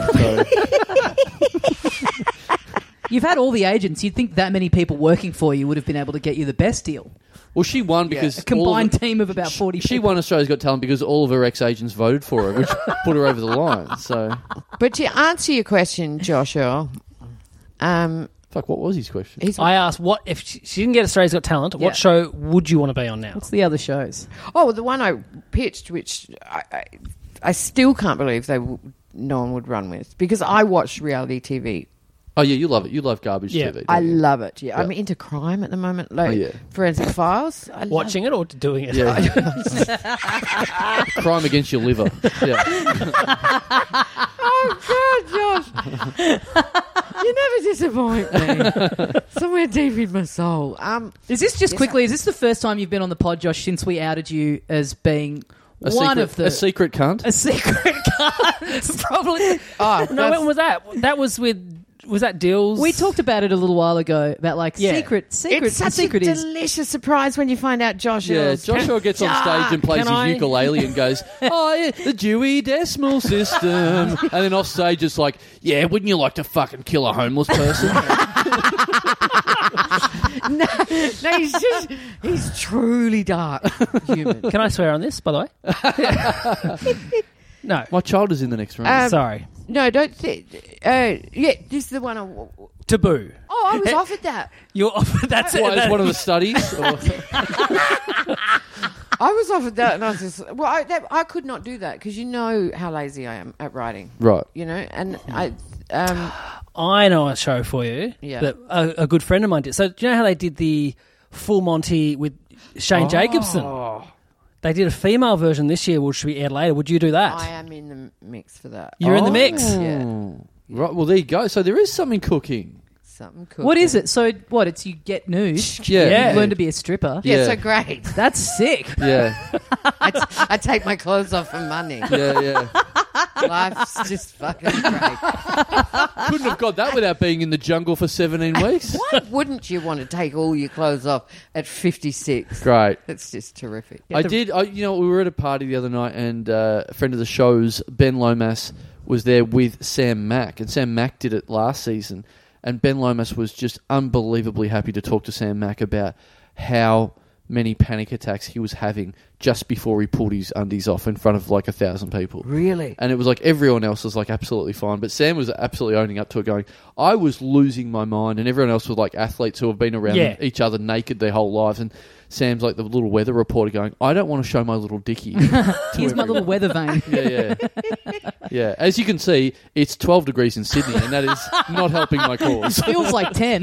Speaker 1: You've had all the agents. You'd think that many people working for you would have been able to get you the best deal.
Speaker 2: well, she won because
Speaker 1: A combined
Speaker 2: all of-
Speaker 1: team of about 40
Speaker 2: She
Speaker 1: people.
Speaker 2: won Australia's Got Talent because all of her ex agents voted for her, which put her over the line. So,
Speaker 4: But to answer your question, Josh Earl, um,
Speaker 2: fuck, what was his question?
Speaker 4: he's
Speaker 3: I asked what if she, she didn't get Australia's Got Talent.
Speaker 1: Yeah.
Speaker 3: What show would you want to be on now?
Speaker 1: What's the other shows?
Speaker 4: Oh, well, the one I pitched, which I, I, I still can't believe they w- no one would run with because I watch reality TV.
Speaker 2: Oh yeah, you love it. You love garbage
Speaker 3: Yeah.
Speaker 2: TV. don't
Speaker 4: I
Speaker 2: you?
Speaker 4: love it. Yeah, I'm
Speaker 2: Yeah.
Speaker 4: into crime at the moment, like
Speaker 2: Oh, yeah.
Speaker 4: Forensic Files. I love-
Speaker 3: Watching it or doing it?
Speaker 2: Yeah. Crime against your liver. Yeah.
Speaker 4: Oh God, Josh, you never disappoint me. Somewhere deep in my soul. Um,
Speaker 1: Is this just quickly? Is this the first time you've been on the pod, Josh, since we outed you as being
Speaker 2: A
Speaker 1: one
Speaker 2: secret,
Speaker 1: of the
Speaker 2: a secret cunt.
Speaker 1: a secret card? Probably.
Speaker 4: oh,
Speaker 3: No,
Speaker 4: that's-
Speaker 3: when was that? That was with was that Dills?
Speaker 1: We talked about it a little while ago about like
Speaker 3: Yeah.
Speaker 1: secret, secret,
Speaker 4: it's such
Speaker 1: secret
Speaker 4: a
Speaker 1: is.
Speaker 4: delicious surprise when you find out Josh.
Speaker 2: Yeah,
Speaker 4: Earl's- Ah,
Speaker 2: Joshua gets on stage and plays his
Speaker 3: Can I-
Speaker 2: ukulele and goes, "Oh yeah, the Dewey Decimal System," and then off stage it's like, "Yeah, wouldn't you like to fucking kill a homeless person?"
Speaker 4: no, no, he's just he's truly dark human.
Speaker 3: Can I swear on this? By the way. no.
Speaker 2: My child is in the next room.
Speaker 4: Um,
Speaker 3: Sorry.
Speaker 4: No, don't. Th- uh, yeah, this is the one. I w-
Speaker 3: Taboo.
Speaker 4: oh, I was offered that.
Speaker 3: You're offered. That's it.
Speaker 2: what, is
Speaker 3: That-
Speaker 2: one of the studies? Or-
Speaker 4: I was offered that, and I was just well. I, that, I could not do that because you know how lazy I am at writing.
Speaker 2: right.
Speaker 4: You know, and I. Um,
Speaker 3: I know a show for you
Speaker 4: Yeah.
Speaker 3: that a, a good friend of mine did. So do you know how they did the Full Monty with Shane Jacobson? They did a female version this year, which we aired later. Would you do that?
Speaker 4: I am in the the mix for that.
Speaker 3: You're in the mix.
Speaker 2: Oh.
Speaker 4: Yeah.
Speaker 2: Right. Well, there you go. So there is something cooking.
Speaker 4: Something cool.
Speaker 1: What is it? So what? It's you get nude.
Speaker 2: Yeah.
Speaker 3: Yeah.
Speaker 1: You learn to be a stripper.
Speaker 4: Yeah,
Speaker 2: Yeah.
Speaker 4: so great.
Speaker 1: That's sick.
Speaker 2: Yeah.
Speaker 4: I, t- I take my clothes off for money.
Speaker 2: Yeah. Yeah.
Speaker 4: Life's just fucking great.
Speaker 2: Couldn't have got that without being in the jungle for 17 weeks.
Speaker 4: Why wouldn't you want to take all your clothes off at 56?
Speaker 2: Great.
Speaker 4: That's just terrific.
Speaker 2: I did. I, you know, we were at a party the other night, and uh, a friend of the show's, Ben Lomas, was there with Sam Mack, and Sam Mack did it last season, and Ben Lomas was just unbelievably happy to talk to Sam Mack about how many panic attacks he was having just before he pulled his undies off in front of like a thousand people.
Speaker 4: Really?
Speaker 2: And it was like everyone else was like absolutely fine, but Sam was absolutely owning up to it, going, "I was losing my mind," and everyone else was like athletes who have been around
Speaker 3: Yeah.
Speaker 2: each other naked their whole lives, and Sam's like the little weather reporter, going, "I don't want to show my little dicky." to
Speaker 1: Here's my
Speaker 2: everyone."
Speaker 1: little weather vane.
Speaker 2: Yeah, yeah, yeah. As you can see, it's twelve degrees in Sydney, and that is not helping my cause.
Speaker 1: Feels like ten.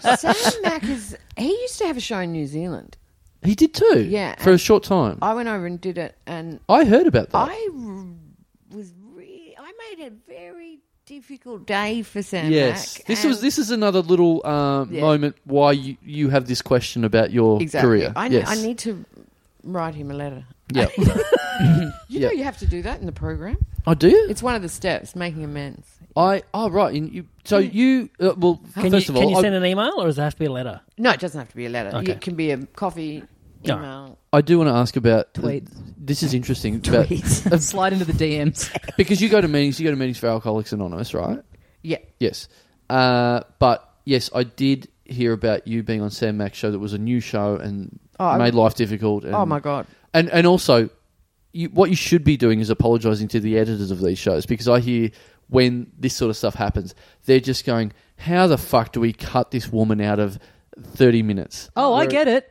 Speaker 4: Sam Mack is. He used to have a show in New Zealand.
Speaker 2: He did too,
Speaker 4: Yeah,
Speaker 2: for a short time. I,
Speaker 4: I went over and did it, and
Speaker 2: heard about that.
Speaker 4: I r- was really. I made a very difficult day for Sam
Speaker 2: yes,
Speaker 4: Mack,
Speaker 2: this
Speaker 4: and-
Speaker 2: was this is another little um,
Speaker 4: Yeah.
Speaker 2: moment why you, you have this question about your
Speaker 4: exactly.
Speaker 2: career.
Speaker 4: I,
Speaker 2: yes.
Speaker 4: I need to write him a letter.
Speaker 2: Yeah.
Speaker 4: You
Speaker 2: Yeah.
Speaker 4: know, you have to do that in the program.
Speaker 2: Oh, do you?
Speaker 4: It's one of the steps, making amends.
Speaker 2: I oh right. And you, so you uh, well
Speaker 3: Can
Speaker 2: first
Speaker 3: you,
Speaker 2: of all,
Speaker 3: can you
Speaker 2: I-
Speaker 3: send an email or does it have to be a letter?
Speaker 4: No, it doesn't have to be a letter.
Speaker 3: Okay.
Speaker 4: It can be a coffee,
Speaker 3: No.
Speaker 4: email.
Speaker 2: I, do want to ask about uh,
Speaker 1: Tweets.
Speaker 2: This is interesting about-
Speaker 1: Slide into the DMs.
Speaker 2: because you go to meetings. You go to meetings for Alcoholics Anonymous, right?
Speaker 4: Yeah.
Speaker 2: Yes. Uh, but yes, I did hear about you being on Sam Mack's show. That was a new show and
Speaker 4: Oh, I-
Speaker 2: made life difficult. And,
Speaker 4: Oh my god.
Speaker 2: And and also, you, what you should be doing is apologising to the editors of these shows because I hear when this sort of stuff happens, they're just going, "How the fuck do we cut this woman out of thirty minutes?"
Speaker 1: Oh, I
Speaker 2: Where-
Speaker 1: get it.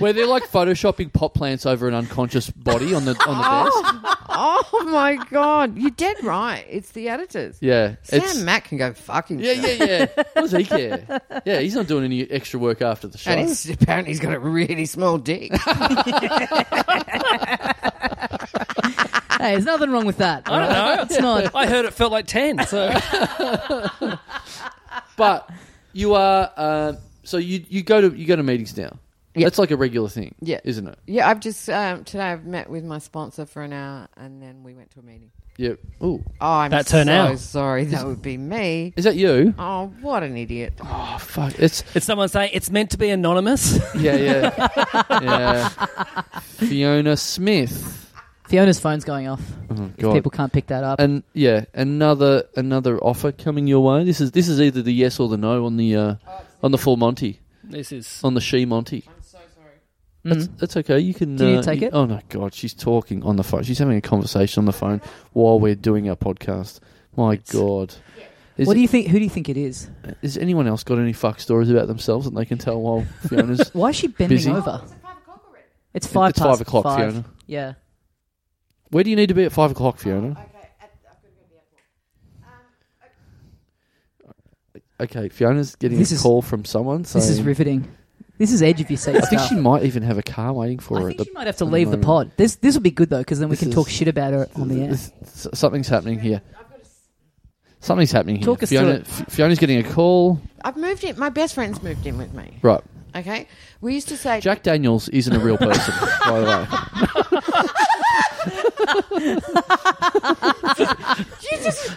Speaker 2: Where they're like photoshopping pot plants over an unconscious body on the on the desk.
Speaker 4: Oh my god. You're dead right. It's the editors.
Speaker 2: Yeah, it's-
Speaker 4: Sam Mack can go fucking.
Speaker 2: Yeah, yeah, yeah. What does he care? Yeah, he's not doing any extra work after the show.
Speaker 4: And he's, apparently he's got a really small dick.
Speaker 1: Hey, there's nothing wrong with that.
Speaker 3: I don't know.
Speaker 1: It's not.
Speaker 3: I heard it felt like ten. So
Speaker 2: but you are uh, so you you go to you go to meetings now.
Speaker 4: Yeah.
Speaker 2: That's like a regular thing.
Speaker 4: Yeah.
Speaker 2: isn't it?
Speaker 4: yeah, I've just um, today I've met with my sponsor for an hour, and then we went to a meeting.
Speaker 2: Yeah. Oh,
Speaker 4: Oh, I'm
Speaker 3: That's
Speaker 4: so
Speaker 3: her now.
Speaker 4: sorry. That would be me.
Speaker 2: is that you?
Speaker 4: Oh, what an idiot!
Speaker 2: Oh fuck! It's
Speaker 3: it's someone saying it's meant to be anonymous.
Speaker 2: yeah, yeah, yeah. Fiona Smith.
Speaker 1: Fiona's phone's going off.
Speaker 2: Oh
Speaker 1: If
Speaker 2: god.
Speaker 1: People can't pick that up.
Speaker 2: and yeah, another another offer coming your way. This is this is either the yes or the no on the uh, on the full Monty
Speaker 3: this is
Speaker 2: on the she Monty.
Speaker 4: I'm so sorry.
Speaker 1: Mm.
Speaker 2: That's, that's okay. You can.
Speaker 1: Mm-hmm. Do you
Speaker 2: uh,
Speaker 1: take it?
Speaker 2: Oh no, God, she's talking on the phone. She's having a conversation on the phone while we're doing our podcast. My God. Is,
Speaker 1: what do you think? Who do you think it is?
Speaker 2: has anyone else got any fuck stories about themselves that they can tell while Fiona's?
Speaker 1: Why is she bending
Speaker 2: Busy.
Speaker 1: over?
Speaker 4: five o'clock already?
Speaker 1: It's five
Speaker 2: it's
Speaker 1: past
Speaker 2: five o'clock,
Speaker 1: five.
Speaker 2: Fiona.
Speaker 1: Yeah.
Speaker 2: Where do you need to be at five o'clock, Fiona?
Speaker 4: Oh, Okay, at, I've got to go to the airport.
Speaker 2: Um, Okay, Fiona's getting
Speaker 1: This
Speaker 2: a
Speaker 1: is-
Speaker 2: call from someone. Saying,
Speaker 1: This is riveting. This is edge of your seat
Speaker 2: I think
Speaker 1: stuff.
Speaker 2: she might even have a car waiting for
Speaker 1: I
Speaker 2: her.
Speaker 1: think
Speaker 2: at the,
Speaker 1: she might have to
Speaker 2: at
Speaker 1: leave the pod.
Speaker 2: moment.
Speaker 1: This this will be good though, because then we
Speaker 2: This
Speaker 1: can
Speaker 2: is-
Speaker 1: talk shit about her on the air.
Speaker 2: This- s- something's happening here. Something's happening here.
Speaker 1: Talk us through
Speaker 2: Fiona,
Speaker 1: it.
Speaker 2: F- Fiona's getting a call.
Speaker 4: I've moved in. My best friend's moved in with me.
Speaker 2: Right.
Speaker 4: Okay, we used to say
Speaker 2: Jack Daniels isn't a real person, by the way.
Speaker 4: You just,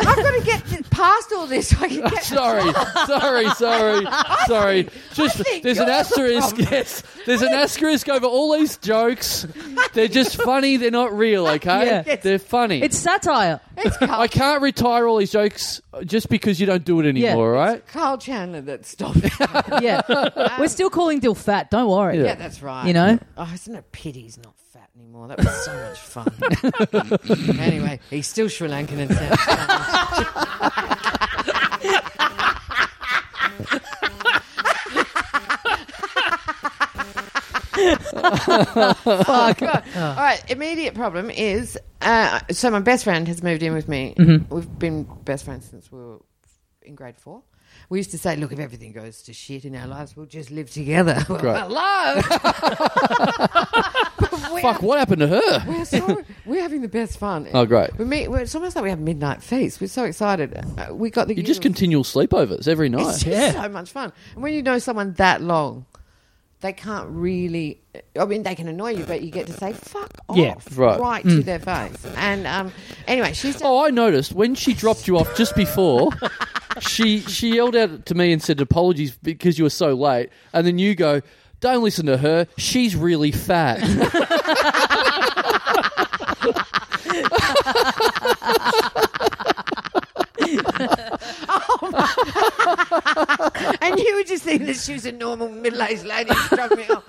Speaker 4: I've got to get th- past all this. So I can get
Speaker 2: sorry, sorry, sorry, sorry. Just
Speaker 4: think
Speaker 2: there's an
Speaker 4: you're the
Speaker 2: asterisk.
Speaker 4: problem.
Speaker 2: yes, there's an asterisk over all these jokes. They're just funny. They're not real. Okay,
Speaker 1: Yeah.
Speaker 2: they're funny.
Speaker 1: It's satire.
Speaker 4: It's Carl,
Speaker 2: I can't retire all these jokes just because you don't do it
Speaker 1: Yeah.
Speaker 2: anymore, right?
Speaker 4: Carl Chandler that stopped. it.
Speaker 1: Yeah. We're still calling Dill fat. Don't worry.
Speaker 4: yeah, that's right.
Speaker 1: You know?
Speaker 4: oh, isn't it a pity he's not fat anymore? That was so much fun. anyway, he's still Sri Lankan and South African.
Speaker 1: Fuck.
Speaker 4: All right, immediate problem is uh, so my best friend has moved in with me.
Speaker 1: Mm-hmm.
Speaker 4: We've been best friends since we were in grade four. We used to say, look, if everything goes to shit in our lives, we'll just live together. Well,
Speaker 2: Right.
Speaker 4: Hello! But we
Speaker 2: fuck, what happened to her?
Speaker 4: We're, so, we're having the best fun.
Speaker 2: Oh, great.
Speaker 4: We meet, we're, it's almost like we have midnight feast. We're so excited. Uh, we got the
Speaker 2: You just
Speaker 4: usual-
Speaker 2: continual sleepovers every
Speaker 4: It's
Speaker 2: night.
Speaker 4: just so much fun. And when you know someone that long, they can't really. I mean, they can annoy you, but you get to say "fuck off"
Speaker 3: Yeah,
Speaker 2: right.
Speaker 4: to their face. And um, anyway, she's done,
Speaker 2: Oh, I noticed when she dropped you off just before. She she yelled out to me and said apologies because you were so late, and then you go, "Don't listen to her. She's really fat."
Speaker 4: and you would just think that she was a normal middle-aged lady. who Struck me off.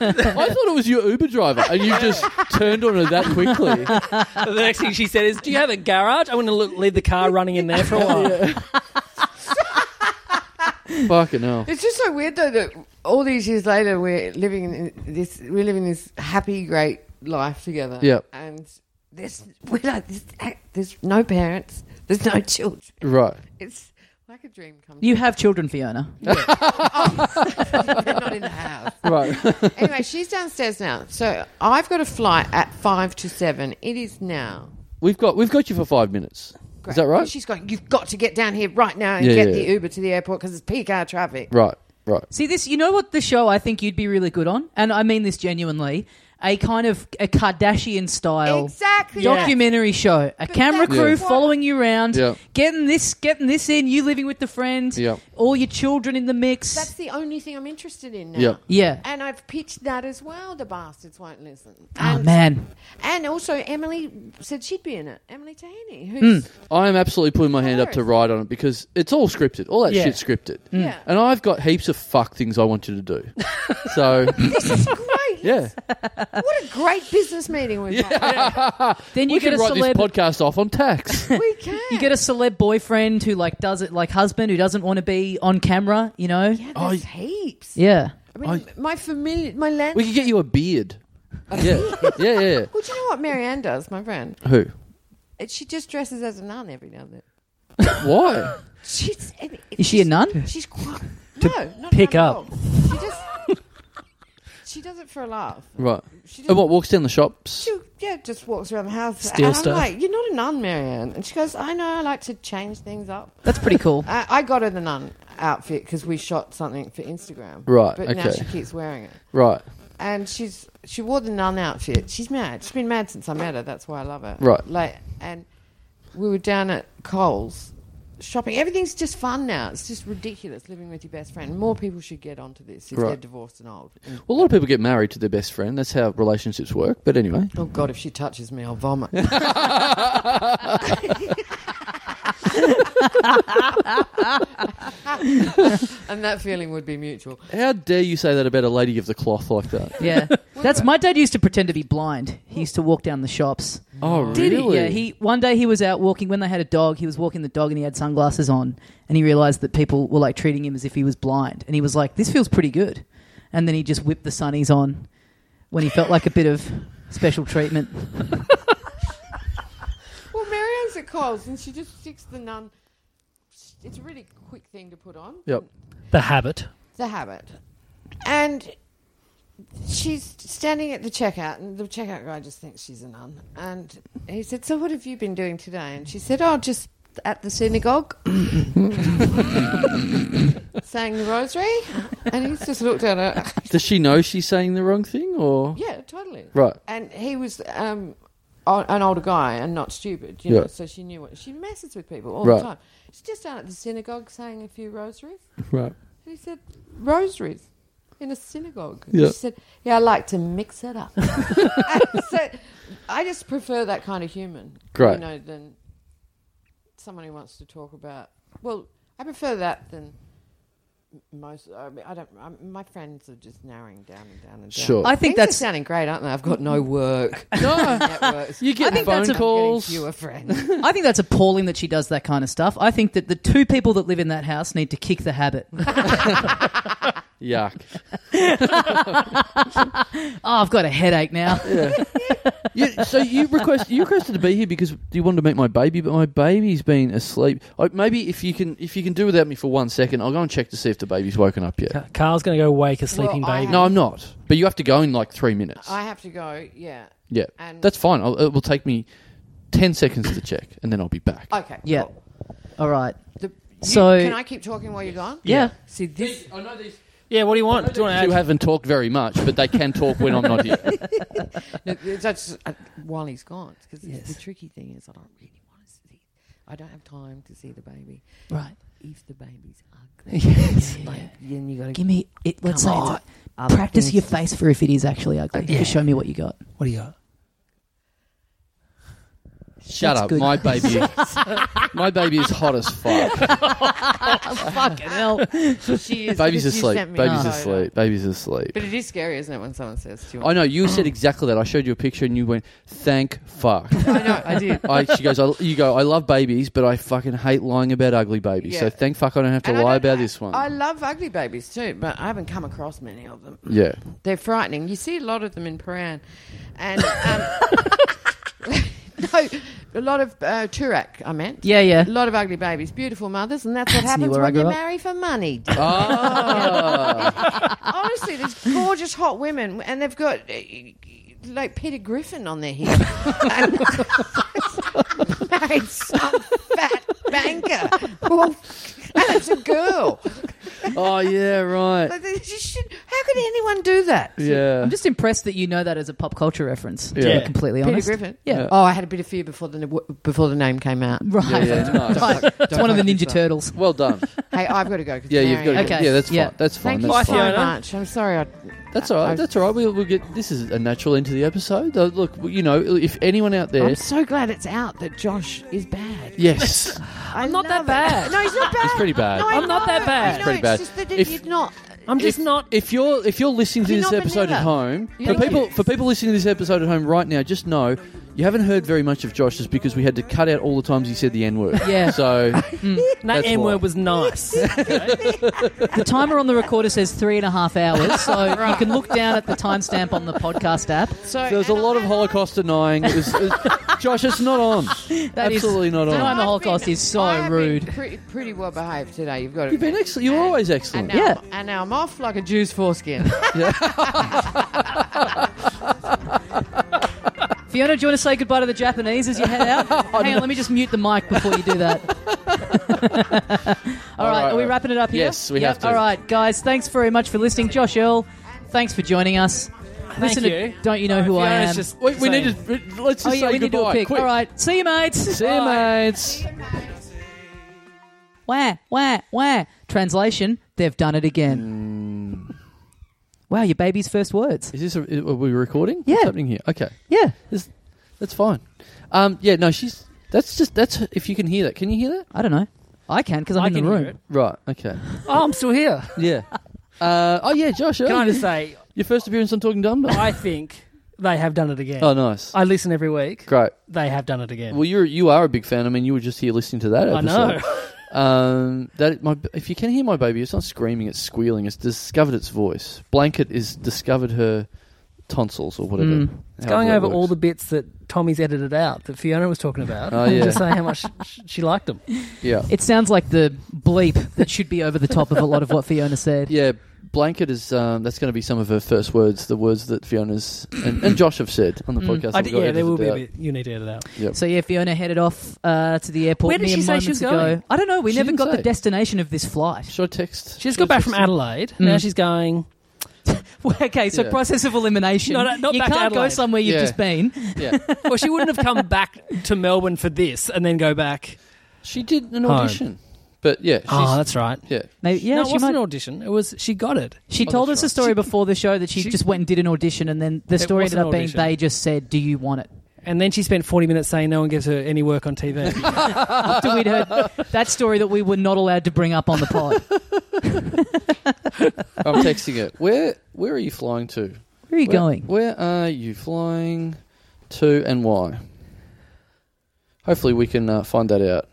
Speaker 2: I thought it was your Uber driver, and you just turned on her that quickly.
Speaker 3: the next thing she said is, "Do you have a garage? I want to look, leave the car running in there for a while."
Speaker 2: Fucking hell.
Speaker 4: It's just so weird though that all these years later we're living in this. We're living this happy, great life together.
Speaker 2: Yep.
Speaker 4: And there's we're like this, there's no parents. There's no children.
Speaker 2: Right.
Speaker 4: It's like a dream come true. Oh,
Speaker 1: You have children, Fiona.
Speaker 4: They're not in the house.
Speaker 2: Right.
Speaker 4: anyway, she's downstairs now. So I've got a flight at five to seven. It is now.
Speaker 2: We've got we've got you for five minutes. Is that right?
Speaker 4: She's going. You've got to get down here right now and
Speaker 2: Yeah,
Speaker 4: get
Speaker 2: yeah,
Speaker 4: the
Speaker 2: yeah.
Speaker 4: Uber to the airport because it's peak hour traffic.
Speaker 2: Right. Right.
Speaker 1: See this, you know what the show I think you'd be really good on, and I mean this genuinely. A kind of a Kardashian style
Speaker 4: Exactly.
Speaker 1: documentary show. A camera
Speaker 4: that's
Speaker 1: crew
Speaker 4: Yeah.
Speaker 1: following you around,
Speaker 2: Yeah.
Speaker 1: getting this, getting this in. You living with the friend,
Speaker 2: Yeah.
Speaker 1: all your children in the mix.
Speaker 4: That's the only thing I'm interested in now.
Speaker 2: Yeah.
Speaker 1: yeah.
Speaker 4: And I've pitched that as well. The bastards won't listen.
Speaker 1: Oh
Speaker 4: And,
Speaker 1: man,
Speaker 4: And also, Emily said she'd be in it. Emily Tahini, who's
Speaker 1: Hmm.
Speaker 2: I am absolutely putting my hand up to ride on it because it's all scripted. All that
Speaker 3: Yeah.
Speaker 2: shit's scripted.
Speaker 4: Yeah.
Speaker 2: And I've got heaps of fuck things I want you to do. so
Speaker 4: this is great.
Speaker 2: yeah.
Speaker 4: What a great business meeting we've had.
Speaker 1: then
Speaker 2: we
Speaker 1: you get
Speaker 2: can
Speaker 1: a
Speaker 2: write
Speaker 1: celeb.
Speaker 2: this podcast off on tax.
Speaker 4: We can.
Speaker 1: you get a celeb boyfriend who like does it like husband who doesn't want to be on camera, you know?
Speaker 4: yeah,
Speaker 2: Oh,
Speaker 4: there's heaps.
Speaker 1: Yeah.
Speaker 4: I mean, my familiar, my land.
Speaker 2: we could get you a beard. Yeah. Yeah, yeah.
Speaker 4: Well, do you know what Marianne does, my friend?
Speaker 2: Who?
Speaker 4: It, she just dresses as a nun every now and then.
Speaker 2: Why?
Speaker 4: She's, and it-
Speaker 1: Is she a
Speaker 4: she's-
Speaker 1: nun?
Speaker 4: She's quite. No, not
Speaker 3: pick
Speaker 4: a nun at
Speaker 3: up.
Speaker 4: all. She just. she does it for a laugh.
Speaker 2: Right.
Speaker 4: She
Speaker 2: And
Speaker 4: just,
Speaker 2: what walks down the shops?
Speaker 4: she, yeah, just walks around the house.
Speaker 3: Steal
Speaker 4: and
Speaker 3: stuff.
Speaker 4: I'm like, you're not a nun, Marianne. And she goes, I know, I like to change things up.
Speaker 1: That's pretty cool.
Speaker 4: I, I got her the nun outfit because we shot something for Instagram.
Speaker 2: Right,
Speaker 4: But now
Speaker 2: okay.
Speaker 4: she keeps wearing it.
Speaker 2: Right.
Speaker 4: and she's she wore the nun outfit. She's mad. She's been mad since I met her. That's why I love her.
Speaker 2: Right.
Speaker 4: Like, and we were down at Coles shopping. Everything's just fun now. It's just ridiculous living with your best friend. More people should get onto this if they're
Speaker 2: Right.
Speaker 4: divorced and old. And-
Speaker 2: Well, a lot of people get married to their best friend. That's how relationships work. But anyway.
Speaker 4: Oh God! If she touches me, I'll vomit. and that feeling would be mutual.
Speaker 2: How dare you say that about a lady of the cloth like that?
Speaker 1: Yeah. That's my dad used to pretend to be blind. He used to walk down the shops.
Speaker 2: Oh,
Speaker 1: Did
Speaker 2: really?
Speaker 1: he? Yeah, he one day he was out walking when they had a dog, he was walking the dog and he had sunglasses on and he realized that people were like treating him as if he was blind and he was like, This feels pretty good and then he just whipped the sunnies on when he felt like a bit of special treatment.
Speaker 4: Well, Marianne's at Coles and she just sticks the nun. It's a really quick thing to put on.
Speaker 2: Yep.
Speaker 3: The habit.
Speaker 4: The habit. And she's standing at the checkout, and the checkout guy just thinks she's a nun. And he said, So what have you been doing today? And she said, Oh, just at the synagogue, saying the rosary. And he's just looked at her.
Speaker 2: Does she know she's saying the wrong thing or
Speaker 4: Yeah, totally.
Speaker 2: Right.
Speaker 4: And he was um, o- an older guy and not stupid, you
Speaker 2: Yeah.
Speaker 4: know, so she knew what she messes with people all
Speaker 2: Right.
Speaker 4: the time. She's just down at the synagogue saying a few rosaries.
Speaker 2: Right.
Speaker 4: And he said, Rosaries in a synagogue.
Speaker 2: Yeah.
Speaker 4: She said, Yeah, I like to mix it up. And so I just prefer that kind of human.
Speaker 2: Great.
Speaker 4: You know, than someone who wants to talk about. Well, I prefer that than most. I, mean, I don't. i my friends are just narrowing down and down and down.
Speaker 2: Sure.
Speaker 1: I think
Speaker 4: Things are
Speaker 1: that's
Speaker 4: sounding great, aren't they? I've got no work.
Speaker 2: No.
Speaker 4: Networks.
Speaker 2: You get
Speaker 4: I'm
Speaker 2: phone
Speaker 4: getting
Speaker 2: calls.
Speaker 4: Fewer friends.
Speaker 1: I think that's appalling that she does Oh, that kind of stuff. I think that the two people that live in that house need to kick the habit.
Speaker 2: Yuck.
Speaker 1: Oh, I've got a headache now.
Speaker 2: Yeah. you, so you request you requested to be here because you wanted to meet my baby, but my baby's been asleep. Oh, maybe if you can if you can do without me for one second, I'll go and check to see if the baby's woken up yet.
Speaker 3: Ca- Carl's going to go wake a sleeping
Speaker 4: I
Speaker 3: baby.
Speaker 4: have-
Speaker 2: No, I'm not. But you have to go in like three minutes.
Speaker 4: I have to go. Yeah.
Speaker 2: yeah,
Speaker 4: And-
Speaker 2: that's fine. I'll, it will take me ten seconds to check, and then I'll be back.
Speaker 4: Okay.
Speaker 1: Yeah.
Speaker 4: cool.
Speaker 1: All right.
Speaker 4: The, you-
Speaker 1: So-
Speaker 4: can I keep talking while you're gone?
Speaker 1: Yeah.
Speaker 4: See this.
Speaker 2: I know these
Speaker 3: Yeah, what do you want? Do you want
Speaker 2: two
Speaker 3: to add?
Speaker 2: haven't talked very much, but they can talk when I'm not here.
Speaker 4: No, that's uh, while he's gone. Because
Speaker 1: Yes.
Speaker 4: the tricky thing is, I don't really want to see. I don't have time to see the baby.
Speaker 1: Right.
Speaker 4: If the baby's ugly,
Speaker 1: Yes.
Speaker 4: like, then you got to
Speaker 1: Give me it. Let's
Speaker 4: Come
Speaker 1: say
Speaker 4: on.
Speaker 1: it's, practice
Speaker 4: things.
Speaker 1: your face for if it is actually ugly.
Speaker 3: Yeah.
Speaker 1: Show me what you got.
Speaker 3: What do you got?
Speaker 2: Shut
Speaker 1: That's
Speaker 2: up,
Speaker 1: good.
Speaker 2: my baby. my baby is hot as fuck.
Speaker 1: Fucking hell.
Speaker 4: She
Speaker 2: Baby's
Speaker 4: is, because you
Speaker 2: asleep.
Speaker 4: sent me a
Speaker 2: Baby's
Speaker 4: photo.
Speaker 2: asleep. Baby's asleep.
Speaker 4: But it is scary, isn't it, when someone says to you,
Speaker 2: I know you said exactly that. I showed you a picture and you went, "Thank fuck."
Speaker 4: I know, I did.
Speaker 2: I, she goes, I, "You go. I love babies, but I fucking hate lying about ugly babies. So
Speaker 4: Yeah.
Speaker 2: thank fuck I don't have to
Speaker 4: And I
Speaker 2: lie
Speaker 4: don't-
Speaker 2: about this one."
Speaker 4: I love ugly babies too, but I haven't come across many of them.
Speaker 2: yeah,
Speaker 4: They're frightening. You see a lot of them in Paran, and um, no, a lot of uh, Turak. I meant.
Speaker 1: Yeah, yeah.
Speaker 4: A lot of ugly babies, beautiful mothers, and that's what
Speaker 1: That's near
Speaker 4: happens
Speaker 1: where I
Speaker 4: when you
Speaker 1: grew up.
Speaker 4: marry for money.
Speaker 2: Ah.
Speaker 4: Honestly, there's gorgeous hot women, and they've got uh, like Peter Griffin on their head. And- married some fat banker. Well, and it's a girl.
Speaker 2: oh yeah, right.
Speaker 4: Like, they just should- how could anyone do that?
Speaker 2: Yeah,
Speaker 1: I'm just impressed that you know that as a pop culture reference.
Speaker 2: Yeah.
Speaker 1: To be completely
Speaker 4: Peter
Speaker 1: honest.
Speaker 4: Griffin.
Speaker 1: Yeah. Oh,
Speaker 4: Oh, I had a bit of fear before the before the name came out.
Speaker 1: Right.
Speaker 2: Yeah, yeah, nice.
Speaker 1: Right.
Speaker 4: Don't-
Speaker 1: It's
Speaker 4: don't
Speaker 1: one of the
Speaker 4: touch
Speaker 1: Ninja
Speaker 4: yourself.
Speaker 1: Turtles.
Speaker 2: well done.
Speaker 4: Hey, I've got to go. 'cause
Speaker 2: Yeah, you've got to.
Speaker 4: Marianne-
Speaker 2: Go.
Speaker 1: Okay.
Speaker 2: Yeah, that's
Speaker 1: Yeah.
Speaker 2: fine. That's fine.
Speaker 4: Thank you
Speaker 2: that's
Speaker 4: so
Speaker 2: fine.
Speaker 3: Fiona.
Speaker 4: much. I'm sorry. I,
Speaker 2: That's all right.
Speaker 4: I-
Speaker 2: That's all right. We'll, we'll get. This is a natural end to the episode. Though, Look, you know, if anyone out there,
Speaker 4: I'm so glad it's out that Josh is bad.
Speaker 2: yes,
Speaker 4: I'm
Speaker 3: not that bad.
Speaker 4: No, he's not bad.
Speaker 2: it's pretty bad.
Speaker 4: No, I
Speaker 3: I'm not
Speaker 4: know,
Speaker 3: that
Speaker 4: I
Speaker 3: bad.
Speaker 4: know,
Speaker 2: Pretty
Speaker 4: it's
Speaker 2: bad.
Speaker 4: just that it-
Speaker 2: If-
Speaker 4: you're not.
Speaker 3: I'm just
Speaker 2: If-
Speaker 3: not.
Speaker 2: If you're if you're listening to
Speaker 4: You're
Speaker 2: this
Speaker 4: not
Speaker 2: episode
Speaker 4: vanilla.
Speaker 2: at home,
Speaker 4: You're
Speaker 2: for
Speaker 4: not
Speaker 2: people
Speaker 4: vanilla.
Speaker 2: for people listening to this episode at home right now, just know you haven't heard very much of Josh just because we had to cut out all the times he said the N word.
Speaker 1: Yeah.
Speaker 2: So
Speaker 3: That
Speaker 2: that's
Speaker 3: N
Speaker 2: why.
Speaker 3: word was nice.
Speaker 1: The timer on the recorder says three and a half hours, so you can look down at the timestamp on the podcast app.
Speaker 4: So
Speaker 2: there was a
Speaker 4: and
Speaker 2: lot of
Speaker 4: I-
Speaker 2: Holocaust denying. It was- it was- Josh, it's not on.
Speaker 1: That is-
Speaker 2: Absolutely not
Speaker 1: Time
Speaker 2: on.
Speaker 1: the
Speaker 4: I've
Speaker 1: Holocaust
Speaker 4: been-
Speaker 1: is so
Speaker 4: I have
Speaker 1: rude.
Speaker 4: Been pretty, pretty well behaved today. You've got to.
Speaker 2: You've been excellent. You're always excellent.
Speaker 4: And now,
Speaker 1: Yeah.
Speaker 4: I'm- and now I'm off like a Jew's foreskin.
Speaker 1: Fiona, do you want to say goodbye to the Japanese as you head out?
Speaker 2: Oh,
Speaker 1: Hang on, let me just mute the mic before you do that. all
Speaker 2: All
Speaker 1: right,
Speaker 2: right,
Speaker 1: are we
Speaker 2: right.
Speaker 1: wrapping it up here?
Speaker 2: Yes, we
Speaker 1: Yep,
Speaker 2: have to.
Speaker 1: All right, guys, thanks very much for listening. Josh Earl, thanks for joining us. Listen to
Speaker 3: you.
Speaker 1: Don't You Uh, Know Who I
Speaker 3: Fiona's
Speaker 1: Am.
Speaker 3: just
Speaker 2: Wait, we
Speaker 3: saying-
Speaker 2: need to let's
Speaker 1: oh,
Speaker 2: just
Speaker 1: yeah,
Speaker 2: say
Speaker 1: we need to do a
Speaker 2: goodbye.
Speaker 1: pick.
Speaker 2: Quick.
Speaker 1: All right, see you, mates.
Speaker 2: See you, mates.
Speaker 1: Wah, wah, wah. Translation, they've done it again.
Speaker 2: Mm.
Speaker 1: Wow, your baby's first words.
Speaker 2: Is this a, are we recording?
Speaker 1: Yeah.
Speaker 2: What's happening here? Okay.
Speaker 1: Yeah,
Speaker 2: This- that's fine. Um, yeah, no, she's. That's just that's if you can hear that. Can you hear that?
Speaker 1: I don't know. I can because I'm
Speaker 3: I
Speaker 1: in the
Speaker 3: can
Speaker 1: room.
Speaker 3: hear it.
Speaker 2: Right. Okay.
Speaker 3: Oh, I'm still here.
Speaker 2: Yeah. Uh, oh yeah, Josh.
Speaker 3: Can
Speaker 2: oh,
Speaker 3: I just say,
Speaker 2: your first appearance on Talking Dumb? Dumb?
Speaker 3: I think they have done it again.
Speaker 2: oh, nice.
Speaker 3: I listen every week.
Speaker 2: Great.
Speaker 3: They have done it again.
Speaker 2: Well, you're you are a big fan. I mean, you were just here listening to that.
Speaker 3: I know.
Speaker 2: Episode. Um, that my if you can hear my baby, it's not screaming, it's squealing. It's discovered its voice. Blanket is discovered her tonsils or whatever.
Speaker 1: Mm.
Speaker 3: It's
Speaker 2: however
Speaker 3: going
Speaker 2: that
Speaker 3: over all
Speaker 2: works.
Speaker 3: the bits that Tommy's edited out that Fiona was talking about.
Speaker 2: Oh, yeah.
Speaker 3: Just saying how much sh- she liked them.
Speaker 2: yeah
Speaker 1: It sounds like the bleep that should be over the top of a lot of what Fiona said.
Speaker 2: yeah. Blanket is um, that's going to be some of her first words, the words that Fiona's and, and Josh have said on the podcast.
Speaker 3: Mm. I
Speaker 2: that
Speaker 3: d-
Speaker 2: got
Speaker 3: yeah, there
Speaker 2: edited
Speaker 3: will be a
Speaker 2: out.
Speaker 3: bit. You need to edit out.
Speaker 2: Yep.
Speaker 1: So yeah, Fiona headed off uh, to the airport.
Speaker 3: Where did
Speaker 1: mere
Speaker 3: she say she
Speaker 1: moments
Speaker 3: was
Speaker 1: ago.
Speaker 3: going?
Speaker 1: I don't know. We
Speaker 2: She
Speaker 1: never
Speaker 2: didn't
Speaker 1: got the
Speaker 2: say.
Speaker 1: destination of this flight.
Speaker 2: Should I text?
Speaker 3: She's
Speaker 2: should I
Speaker 3: got back
Speaker 2: text
Speaker 3: from
Speaker 2: him?
Speaker 3: Adelaide. Now
Speaker 1: Mm.
Speaker 3: she's going.
Speaker 1: okay, so
Speaker 2: Yeah.
Speaker 1: process of elimination.
Speaker 3: No, no, not
Speaker 1: you
Speaker 3: back to
Speaker 1: can't go
Speaker 3: Adelaide.
Speaker 1: somewhere you've
Speaker 2: Yeah.
Speaker 1: just been.
Speaker 2: Yeah.
Speaker 3: Well, she wouldn't have come back to Melbourne for this and then go back.
Speaker 2: She did an
Speaker 3: Home.
Speaker 2: audition, but yeah, she's,
Speaker 3: Oh, that's right.
Speaker 2: yeah.
Speaker 1: Maybe, yeah,
Speaker 3: no, it
Speaker 1: she
Speaker 3: wasn't
Speaker 1: might.
Speaker 3: an audition. It was she got it.
Speaker 1: She
Speaker 2: Oh,
Speaker 1: told us
Speaker 2: that's
Speaker 1: a story before the show that she,
Speaker 3: She-
Speaker 1: just went and did an audition, and then the
Speaker 3: It
Speaker 1: story
Speaker 3: was
Speaker 1: ended
Speaker 3: an
Speaker 1: up being
Speaker 3: audition.
Speaker 1: they just said, "Do you want it?"
Speaker 3: And then she spent 40 minutes saying no one gives her any work on TV.
Speaker 1: After we'd heard that story that we were not allowed to bring up on the pod.
Speaker 2: I'm texting it. Where where are you flying to?
Speaker 1: Where are you
Speaker 2: Where-
Speaker 1: going?
Speaker 2: Where are you flying to, and why? Hopefully, we can uh, find that out.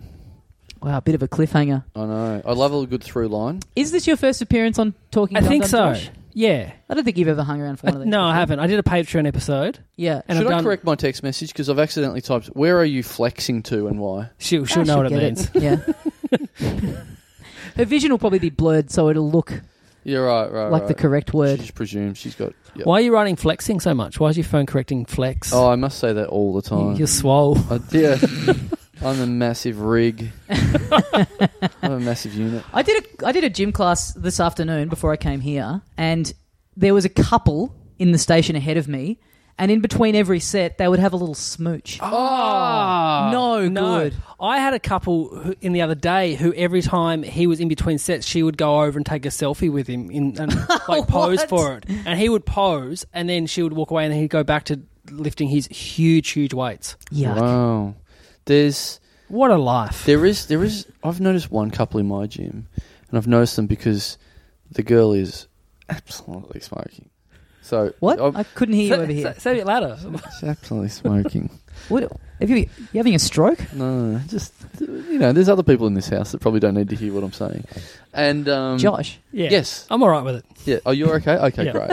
Speaker 1: Wow, a bit of a cliffhanger.
Speaker 2: I know. I love a good through line.
Speaker 1: Is this your first appearance on Talking
Speaker 3: I
Speaker 1: Dum
Speaker 3: think
Speaker 1: Dum
Speaker 3: so.
Speaker 1: Josh?
Speaker 3: Yeah.
Speaker 1: I don't think you've ever hung around for one of these.
Speaker 3: No, I haven't. I did a Patreon episode.
Speaker 1: Yeah.
Speaker 3: And
Speaker 2: Should
Speaker 3: I've
Speaker 2: I
Speaker 3: done-
Speaker 2: correct my text message because I've accidentally typed "Where are you flexing to and why?"
Speaker 3: She'll,
Speaker 1: I
Speaker 3: she'll know
Speaker 1: should
Speaker 3: what Ah, it
Speaker 1: get
Speaker 3: means.
Speaker 1: Yeah. Her vision will probably be blurred, so it'll look
Speaker 2: Yeah, right, right.
Speaker 1: like the
Speaker 2: right.
Speaker 1: correct
Speaker 2: She
Speaker 1: word.
Speaker 2: just presumes she's got. Yep.
Speaker 3: Why are you writing flexing so much? Why is your phone correcting flex?
Speaker 2: Oh, I must say that all the
Speaker 3: You-
Speaker 2: time.
Speaker 3: You're swole.
Speaker 2: I, yeah, I'm a massive rig. I'm a massive unit.
Speaker 1: I did a I did a gym class this afternoon before I came here, and there was a couple in the station ahead of me, and in between every set they would have a little smooch.
Speaker 2: Ah.
Speaker 3: Oh,
Speaker 1: no good.
Speaker 3: I had a couple who, in the other day who every time he was in between sets, she would go over and take a selfie with him in, and like pose
Speaker 1: What?
Speaker 3: for it. And he would pose, and then she would walk away, and then he'd go back to lifting his huge, huge weights.
Speaker 1: Yuck.
Speaker 2: Wow. There's
Speaker 3: What a life!
Speaker 2: there is there is I've noticed one couple in my gym, and I've noticed them because the girl is absolutely smoking. So
Speaker 1: What?
Speaker 2: I'm-
Speaker 1: I couldn't hear you
Speaker 3: Say-
Speaker 1: over here.
Speaker 3: say- Say it louder.
Speaker 2: she's absolutely smoking.
Speaker 1: What, have you, you having a stroke?
Speaker 2: No, just you know, there's other people in this house that probably don't need to hear what I'm saying. And um,
Speaker 1: Josh.
Speaker 3: Yeah.
Speaker 2: yes,
Speaker 3: I'm all right with it.
Speaker 2: yeah. Oh, you're okay. Okay,
Speaker 3: Yeah.
Speaker 2: great.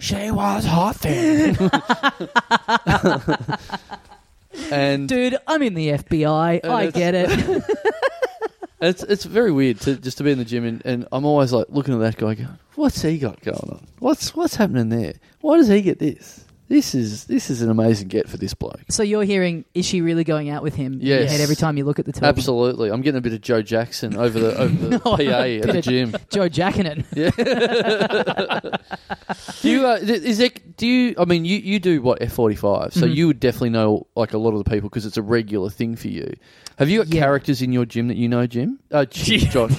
Speaker 3: She was hot then.
Speaker 2: And
Speaker 1: Dude, I'm in the FBI.
Speaker 2: And
Speaker 1: I
Speaker 2: it's-
Speaker 1: get it.
Speaker 2: it's it's very weird to just to be in the gym and, and I'm always like looking at that guy going, what's he got going on? What's what's happening there? Why does he get this? This is this is an amazing get for this bloke.
Speaker 1: so you're hearing, is she really going out with him? in your
Speaker 2: Yes.
Speaker 1: head every time you look at the television.
Speaker 2: Absolutely, I'm getting a bit of Joe Jackson over the over the PA at
Speaker 1: bit
Speaker 2: the
Speaker 1: of-
Speaker 2: gym.
Speaker 1: Joe jacking it.
Speaker 2: Yeah. do you uh, th- is it? Do you? I mean, you you do what F forty five, so
Speaker 1: Mhm.
Speaker 2: you would definitely know like a lot of the people because it's a regular thing for you. Have you got
Speaker 1: Yeah.
Speaker 2: characters in your gym that you know, Jim? Uh, Jim, Josh.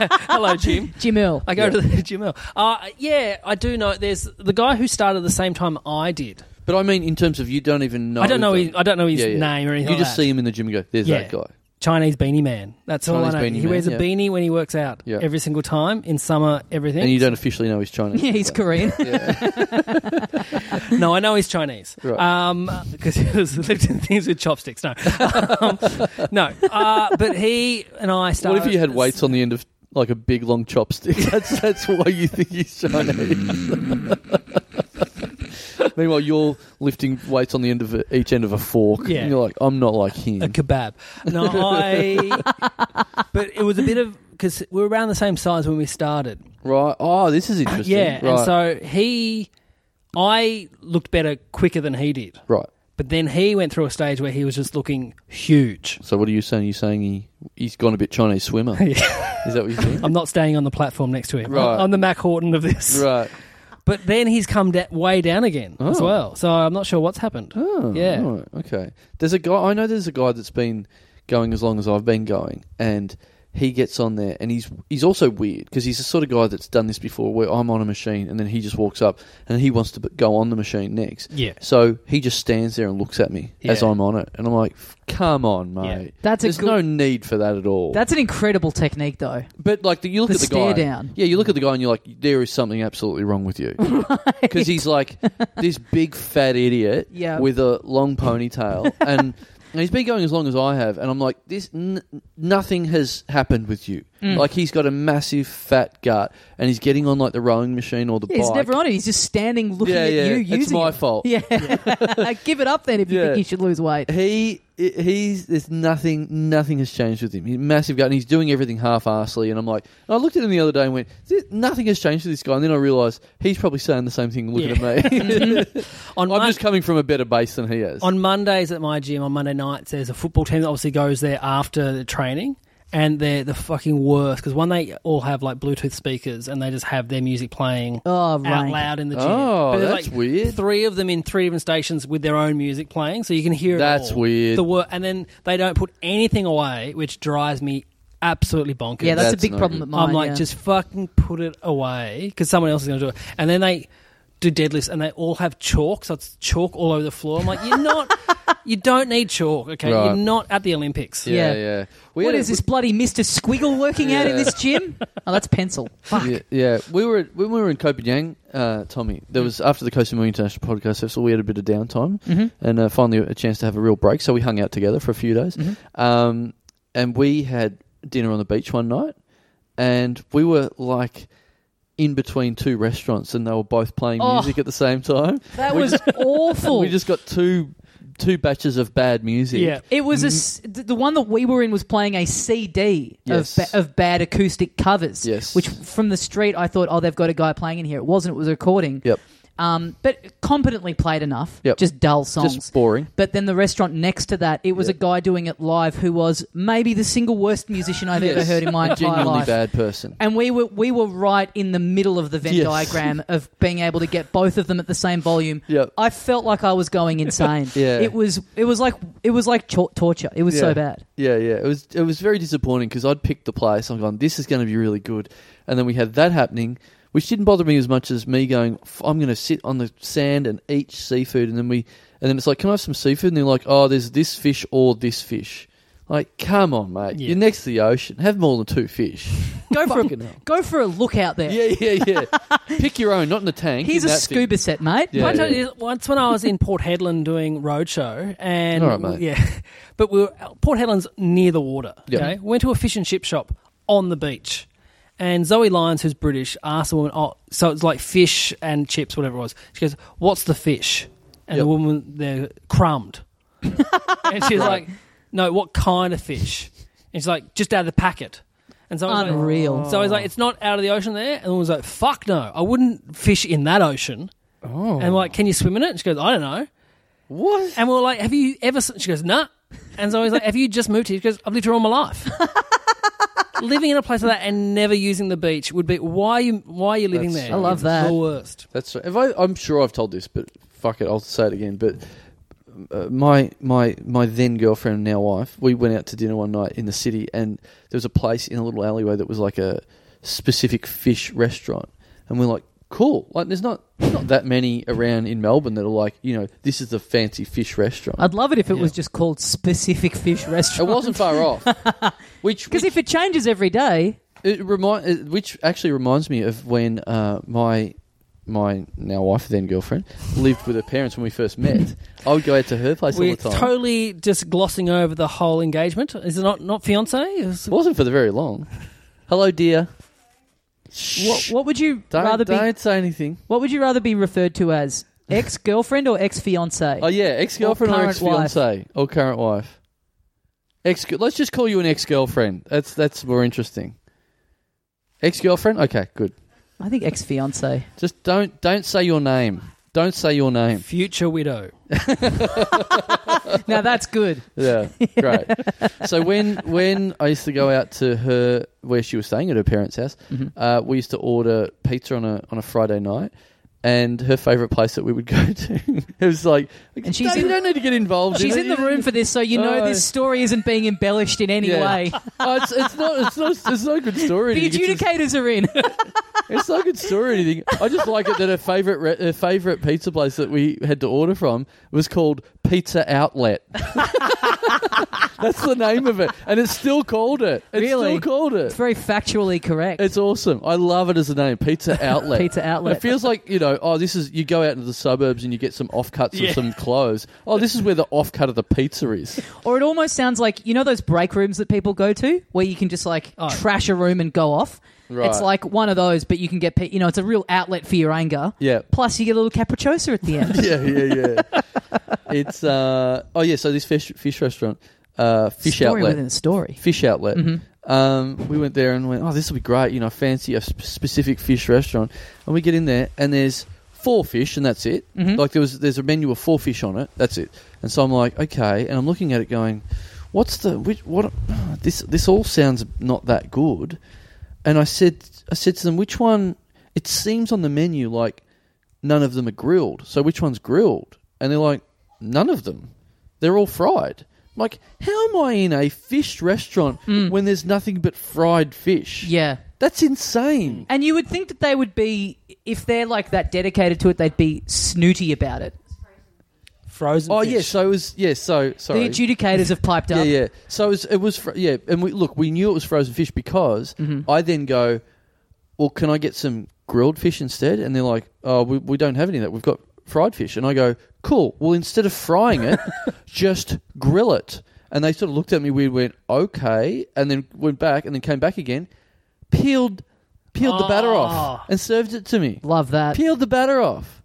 Speaker 3: Hello, Jim.
Speaker 1: Jim Earl.
Speaker 3: I go to the gym. now. Uh, yeah, I do know. There's the guy who started the same time I did.
Speaker 2: But I mean, in terms of you don't even know.
Speaker 3: I don't know.
Speaker 2: them.
Speaker 3: His, I don't know his
Speaker 2: Yeah, yeah.
Speaker 3: name or anything.
Speaker 2: You
Speaker 3: like
Speaker 2: just
Speaker 3: that.
Speaker 2: see him in the gym and go, "There's that
Speaker 3: Yeah.
Speaker 2: guy."
Speaker 3: Chinese beanie man. That's all
Speaker 2: Chinese
Speaker 3: I know.
Speaker 2: beanie
Speaker 3: He
Speaker 2: man,
Speaker 3: wears a
Speaker 2: yeah.
Speaker 3: beanie when he works out
Speaker 2: Yeah.
Speaker 3: every single time in summer. Everything.
Speaker 2: And you don't officially know he's Chinese.
Speaker 1: Yeah, he's
Speaker 2: correct.
Speaker 1: Korean.
Speaker 3: no, I know he's Chinese.
Speaker 2: Right.
Speaker 3: Um, because he was lived in things with chopsticks. No, um, no. Uh, but he and I started.
Speaker 2: What if you had weights on the end of like a big long chopstick? That's that's why you think he's Chinese. Meanwhile, you're lifting weights on the end of a, each end of a fork.
Speaker 3: Yeah.
Speaker 2: And you're like, I'm not like
Speaker 3: a
Speaker 2: him.
Speaker 3: kebab? No, I. but it was a bit of because we were around the same size when we started.
Speaker 2: Right. Oh, this is interesting.
Speaker 3: Yeah,
Speaker 2: Right.
Speaker 3: and so he, I looked better quicker than he did.
Speaker 2: right.
Speaker 3: But then he went through a stage where he was just looking huge.
Speaker 2: So what are you saying? You're saying he he's gone a bit Chinese swimmer. is that what you think?
Speaker 3: I'm not staying on the platform next to him.
Speaker 2: Right.
Speaker 3: I'm, I'm the Mac Horton of this.
Speaker 2: right.
Speaker 3: But then he's come da- way down again as
Speaker 2: Oh.
Speaker 3: well. So I'm not sure what's happened.
Speaker 2: Oh,
Speaker 3: Yeah.
Speaker 2: all right, okay. There's a guy I know. There's a guy that's been going as long as I've been going, and he gets on there, and he's he's also weird because he's the sort of guy that's done this before. Where I'm on a machine, and then he just walks up, and he wants to b- go on the machine next.
Speaker 3: Yeah.
Speaker 2: So he just stands there and looks at me as
Speaker 3: Yeah.
Speaker 2: I'm on it, and I'm like, "F- "Come on, mate.
Speaker 3: Yeah.
Speaker 1: That's a
Speaker 2: There's
Speaker 1: good-
Speaker 2: no need for that at all."
Speaker 1: That's an incredible technique, though.
Speaker 2: but like, the, you look
Speaker 1: The
Speaker 2: at the
Speaker 1: stare
Speaker 2: guy.
Speaker 1: down.
Speaker 2: Yeah, you look at the guy, and you're like, "There is something absolutely wrong with you," because he's like this big fat idiot
Speaker 1: Yeah.
Speaker 2: with a long ponytail and and he's been going as long as I have and I'm like this n- nothing has happened with you
Speaker 1: Mm.
Speaker 2: like he's got a massive fat gut and he's getting on like the rowing machine or the
Speaker 1: Yeah,
Speaker 2: bike
Speaker 1: he's never on it. He's just standing looking
Speaker 2: yeah
Speaker 1: at
Speaker 2: yeah
Speaker 1: you
Speaker 2: it's
Speaker 1: using
Speaker 2: my
Speaker 1: it.
Speaker 2: fault
Speaker 1: Yeah. Give it up then if you
Speaker 2: Yeah.
Speaker 1: think you should lose weight.
Speaker 2: he i- he's there's nothing nothing has changed with him he's a massive gut and he's doing everything half-arsely and I'm like and I looked at him the other day and went "This- nothing has changed with this guy and then I realised he's probably saying the same thing looking
Speaker 3: Yeah.
Speaker 2: at me
Speaker 1: Mm-hmm.
Speaker 3: On,
Speaker 2: I'm
Speaker 3: Mon-
Speaker 2: just coming from a better base than he is
Speaker 3: on Mondays at my gym, on Monday nights, there's a football team that obviously goes there after the training. And they're the fucking worst because one, they all have like Bluetooth speakers and they just have their music playing
Speaker 1: Oh,
Speaker 3: out
Speaker 1: right.
Speaker 3: loud in the gym.
Speaker 2: Oh,
Speaker 3: But there's,
Speaker 2: that's weird.
Speaker 3: Three of them in three different stations with their own music playing, so you can hear. it
Speaker 2: That's
Speaker 3: all.
Speaker 2: weird.
Speaker 3: The wor- and then they don't put anything away, which drives me absolutely bonkers.
Speaker 1: Yeah, that's,
Speaker 2: That's
Speaker 1: a big
Speaker 2: not
Speaker 1: problem
Speaker 2: good.
Speaker 1: at mine.
Speaker 3: I'm like,
Speaker 1: yeah.
Speaker 3: just fucking put it away because someone else is going to do it. And then they do deadlifts and they all have chalk, so it's chalk all over the floor. I'm like, you're not, you don't need chalk, okay?
Speaker 2: Right.
Speaker 3: You're not at the Olympics.
Speaker 1: Yeah.
Speaker 2: yeah yeah we
Speaker 1: What
Speaker 2: had a-
Speaker 1: is this bloody Mr. Squiggle working out in
Speaker 2: Yeah.
Speaker 1: this gym? Oh, that's pencil. Fuck.
Speaker 2: Yeah, yeah, we were when we were in Copenhagen, uh, Tommy.
Speaker 1: Mm-hmm.
Speaker 2: There was after the Kosamui International Podcast Festival, we had a bit of
Speaker 1: Mm-hmm. Mm-hmm.
Speaker 2: downtime and uh, finally a chance to have a real break. So we hung out together for a few days, um, and we had dinner on the beach one night, and we were like in between two restaurants, and they were both playing
Speaker 1: Oh.
Speaker 2: music at the same time.
Speaker 1: That
Speaker 2: We
Speaker 1: was awful.
Speaker 2: We just got two two batches of bad music.
Speaker 3: Yeah.
Speaker 1: It was a s th the one that we were in was playing a CD
Speaker 2: Yes.
Speaker 1: of, ba- of bad acoustic covers.
Speaker 2: Yes.
Speaker 1: Which from the street I thought, oh, they've got a guy playing in here. It wasn't. It was a recording.
Speaker 2: Yep.
Speaker 1: Um, but competently played enough.
Speaker 2: Yep.
Speaker 1: Just dull songs.
Speaker 2: Just boring.
Speaker 1: but then the restaurant next to that, it was
Speaker 2: Yep.
Speaker 1: a guy doing it live who was maybe the single worst musician I've ever
Speaker 2: Yes.
Speaker 1: heard in my entire
Speaker 2: Genuinely
Speaker 1: life.
Speaker 2: bad person.
Speaker 1: And we were we were right in the middle of the Venn
Speaker 2: Yes.
Speaker 1: diagram of being able to get both of them at the same volume.
Speaker 2: Yep.
Speaker 1: I felt like I was going insane.
Speaker 2: Yeah.
Speaker 1: It was it was like it was like cho- torture. It was so
Speaker 2: Yeah.
Speaker 1: bad.
Speaker 2: Yeah, yeah. It was it was very disappointing because I'd picked the place. I'm going, this is going to be really good, and then we had that happening, which didn't bother me as much as me going, "F- I'm going to sit on the sand and eat seafood, and then we, and then it's like, can I have some seafood? And they're like, oh, there's this fish or this fish. Like, come on, mate.
Speaker 3: Yeah.
Speaker 2: You're next to the ocean. Have more than two fish.
Speaker 1: Go for a,
Speaker 2: Fucking hell.
Speaker 1: go for a look out there.
Speaker 2: Yeah, yeah, yeah. Pick your own, not in the tank.
Speaker 1: Here's
Speaker 2: in
Speaker 1: a
Speaker 2: that thing.
Speaker 1: scuba set, mate.
Speaker 2: Yeah,
Speaker 3: Can I tell
Speaker 2: yeah.
Speaker 3: you, once when I was in Port Hedland doing roadshow, and
Speaker 2: All right, mate.
Speaker 3: yeah, but we were, Port Hedland's near the water.
Speaker 2: Yep.
Speaker 3: Okay, went to a fish and chip shop on the beach, and Zoe Lyons, who's British, asked the woman, "Oh, so it's like fish and chips, whatever it was." She goes, "What's the fish?" And
Speaker 2: Yep.
Speaker 3: the woman, they're crumbed, and she's
Speaker 2: Right.
Speaker 3: like, "No, what kind of fish?" And she's like, "Just out of the packet." And so I was like-
Speaker 1: Unreal.
Speaker 3: so I was like, it's not out of the ocean there. And I was like, fuck no, I wouldn't fish in that ocean. Oh. And we're like, can you swim in it? And she goes, I don't know.
Speaker 2: What?
Speaker 3: And we are like, have you ever? s-" She goes, nah. And so I was like, have you just moved here? She goes, I've lived here all my life. living in a place like that and never using the beach would be why are you why are you living
Speaker 2: That's-
Speaker 3: there?
Speaker 1: I love
Speaker 3: It's
Speaker 1: that.
Speaker 3: The worst.
Speaker 2: That's right. If I, I'm sure I've told this, but fuck it, I'll say it again. But uh, my my my then girlfriend, now wife, we went out to dinner one night in the city, and there was a place in a little alleyway that was like a specific fish restaurant, and we're like, cool. Like, there's not not that many around in Melbourne that are like, you know, this is the fancy fish restaurant.
Speaker 1: I'd love it if it was just called specific fish
Speaker 2: it
Speaker 1: restaurant.
Speaker 2: wasn't far off. Which
Speaker 1: Because if it changes every day,
Speaker 2: It remind, it- which actually reminds me of when uh, my my now wife then girlfriend lived with her parents when we first met. I would go out to her place all
Speaker 3: We're
Speaker 2: the time.
Speaker 3: totally just glossing over the whole engagement. Is it not not fiance? Is-
Speaker 2: it wasn't for the very long. Hello, dear.
Speaker 1: what, what would you
Speaker 2: Don't,
Speaker 1: rather be?
Speaker 2: don't say anything.
Speaker 1: What would you rather be referred to as ex girlfriend or ex fiance?
Speaker 2: Oh yeah, ex girlfriend or,
Speaker 1: current
Speaker 2: ex fiance or current wife. Ex. Let's just call you an ex girlfriend. That's that's more interesting. Ex girlfriend. Okay, good.
Speaker 1: I think ex fiance.
Speaker 2: Just don't don't say your name. Don't say your name.
Speaker 3: Future widow.
Speaker 1: now that's good.
Speaker 2: Yeah, great. so when when I used to go out to her where she was staying at her parents' house,
Speaker 1: Mm-hmm.
Speaker 2: uh, we used to order pizza on a on a Friday night. And her favourite place that we would go to, it was like,
Speaker 1: And she's
Speaker 2: "No, you
Speaker 1: in-
Speaker 2: don't need to get involved.
Speaker 1: She's
Speaker 2: it.
Speaker 1: in the
Speaker 2: You-
Speaker 1: room for this, so you know
Speaker 2: Oh.
Speaker 1: this story isn't being embellished in any
Speaker 2: Yeah.
Speaker 1: way.
Speaker 2: Oh, it's, it's not, it's not, it's not a good story. or
Speaker 1: The
Speaker 2: anything. It's, just-
Speaker 1: adjudicators are in.
Speaker 2: it's not a good story or anything. I just like it that her favourite, re- her favourite pizza place that we had to order from was called Pizza Outlet. That's the name of it, and it's still called it. It's
Speaker 1: Really?
Speaker 2: still called it.
Speaker 1: It's very factually correct.
Speaker 2: It's awesome. I love it as a name, Pizza Outlet.
Speaker 1: Pizza Outlet.
Speaker 2: It feels like you know. Oh, this is you go out into the suburbs and you get some offcuts of
Speaker 3: Yeah.
Speaker 2: some clothes. Oh, this is where the offcut of the pizza is.
Speaker 1: Or it almost sounds like you know those break rooms that people go to where you can just like
Speaker 3: Oh.
Speaker 1: trash a room and go off.
Speaker 2: Right.
Speaker 1: It's like one of those, but you can get pe- you know it's a real outlet for your anger.
Speaker 2: Yeah.
Speaker 1: Plus, you get a little capricciosa at the end.
Speaker 2: Yeah, yeah, yeah. it's uh oh yeah. So this fish fish restaurant, uh, fish
Speaker 1: story
Speaker 2: outlet,
Speaker 1: within Mm-hmm. a story.
Speaker 2: fish outlet. Um, we went there and went. Oh, this will be great. You know, fancy a sp- specific fish restaurant. And we get in there and there's four fish and that's it.
Speaker 1: Mm-hmm.
Speaker 2: Like there was there's a menu of four fish on it. That's it. And so I'm like, okay. And I'm looking at it going, what's the which, what? This this all sounds not that good. And I said I said to them, which one? It seems on the menu like none of them are grilled. So which one's grilled? And they're like, none of them. They're all fried. I'm like, how am I in a fish restaurant when there's nothing but fried fish?
Speaker 1: Yeah. Mm.
Speaker 2: That's insane.
Speaker 1: And you would think that they would be, if they're like that dedicated to it, they'd be snooty about it.
Speaker 3: Frozen.
Speaker 2: Oh
Speaker 3: fish.
Speaker 2: yeah, so it was yeah, so sorry.
Speaker 1: The adjudicators have piped up.
Speaker 2: yeah, yeah. So it was, it was fr- yeah, and we look, we knew it was frozen fish because I then go, well, can I get some grilled fish instead? And they're like, oh, we, we don't have any of that. We've got fried fish. And I go, cool. Well, instead of frying it, just grill it. And they sort of looked at me weird, went, okay, and then went back and then came back again, peeled peeled the batter
Speaker 3: Ah.
Speaker 2: off and served it to me.
Speaker 1: Love that.
Speaker 2: Peeled the batter off.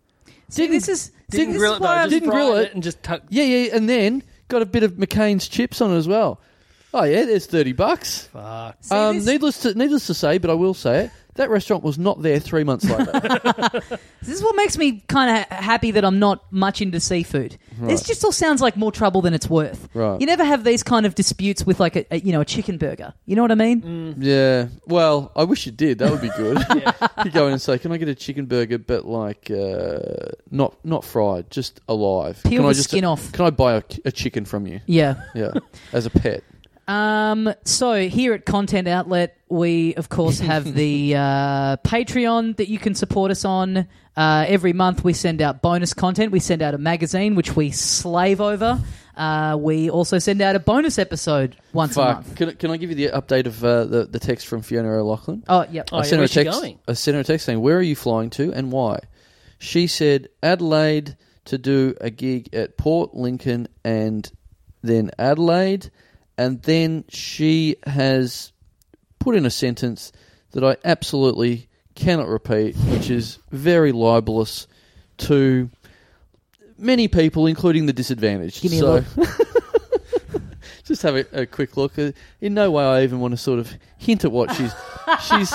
Speaker 1: See, this is see,
Speaker 3: Didn't
Speaker 1: this
Speaker 3: grill
Speaker 1: is
Speaker 3: it
Speaker 1: why
Speaker 3: though.
Speaker 1: I'm-
Speaker 3: Just
Speaker 2: Didn't grill
Speaker 3: fried
Speaker 2: it.
Speaker 3: and just tuck.
Speaker 2: Yeah, yeah, and then got a bit of McCain's chips on it as well. Oh yeah, there's thirty bucks.
Speaker 3: Fuck.
Speaker 1: see,
Speaker 2: Um,
Speaker 1: this-
Speaker 2: needless to needless to say, but I will say it, that restaurant was not there three months later.
Speaker 1: This is what makes me kind of happy that I'm not much into seafood. This just all sounds like more trouble than it's worth.
Speaker 2: Right.
Speaker 1: You never have these kind of disputes with like a, a you know a chicken burger. You know what I mean?
Speaker 3: Mm.
Speaker 2: yeah. Well, I wish you did. That would be good. You go in and say, "Can I get a chicken burger, but like uh, not not fried, just alive?
Speaker 1: Peel
Speaker 2: can I
Speaker 1: the
Speaker 2: just,
Speaker 1: skin off.
Speaker 2: Can I buy a, a chicken from you?
Speaker 1: Yeah.
Speaker 2: Yeah, as a pet.
Speaker 1: Um, so here at Content Outlet, we of course have the uh, Patreon that you can support us on. Uh, every month we send out bonus content. We send out a magazine which we slave over. Uh, we also send out a bonus episode once a
Speaker 2: Fuck.
Speaker 1: month.
Speaker 2: Can, I- can I give you the update of uh, the the text from Fiona O'Loughlin?
Speaker 1: Oh, yep.
Speaker 3: Oh,
Speaker 2: I
Speaker 3: yeah,
Speaker 2: sent her a
Speaker 3: where's she
Speaker 2: text.
Speaker 3: going?
Speaker 2: I sent her a text saying, "Where are you flying to and why?" She said Adelaide to do a gig at Port Lincoln and then Adelaide, and then she has put in a sentence that I absolutely cannot repeat, which is very libelous to many people, including the disadvantaged.
Speaker 1: Give me a
Speaker 2: so,
Speaker 1: look.
Speaker 2: just have a, a quick look. Uh, In no way I even want to sort of hint at what she's she's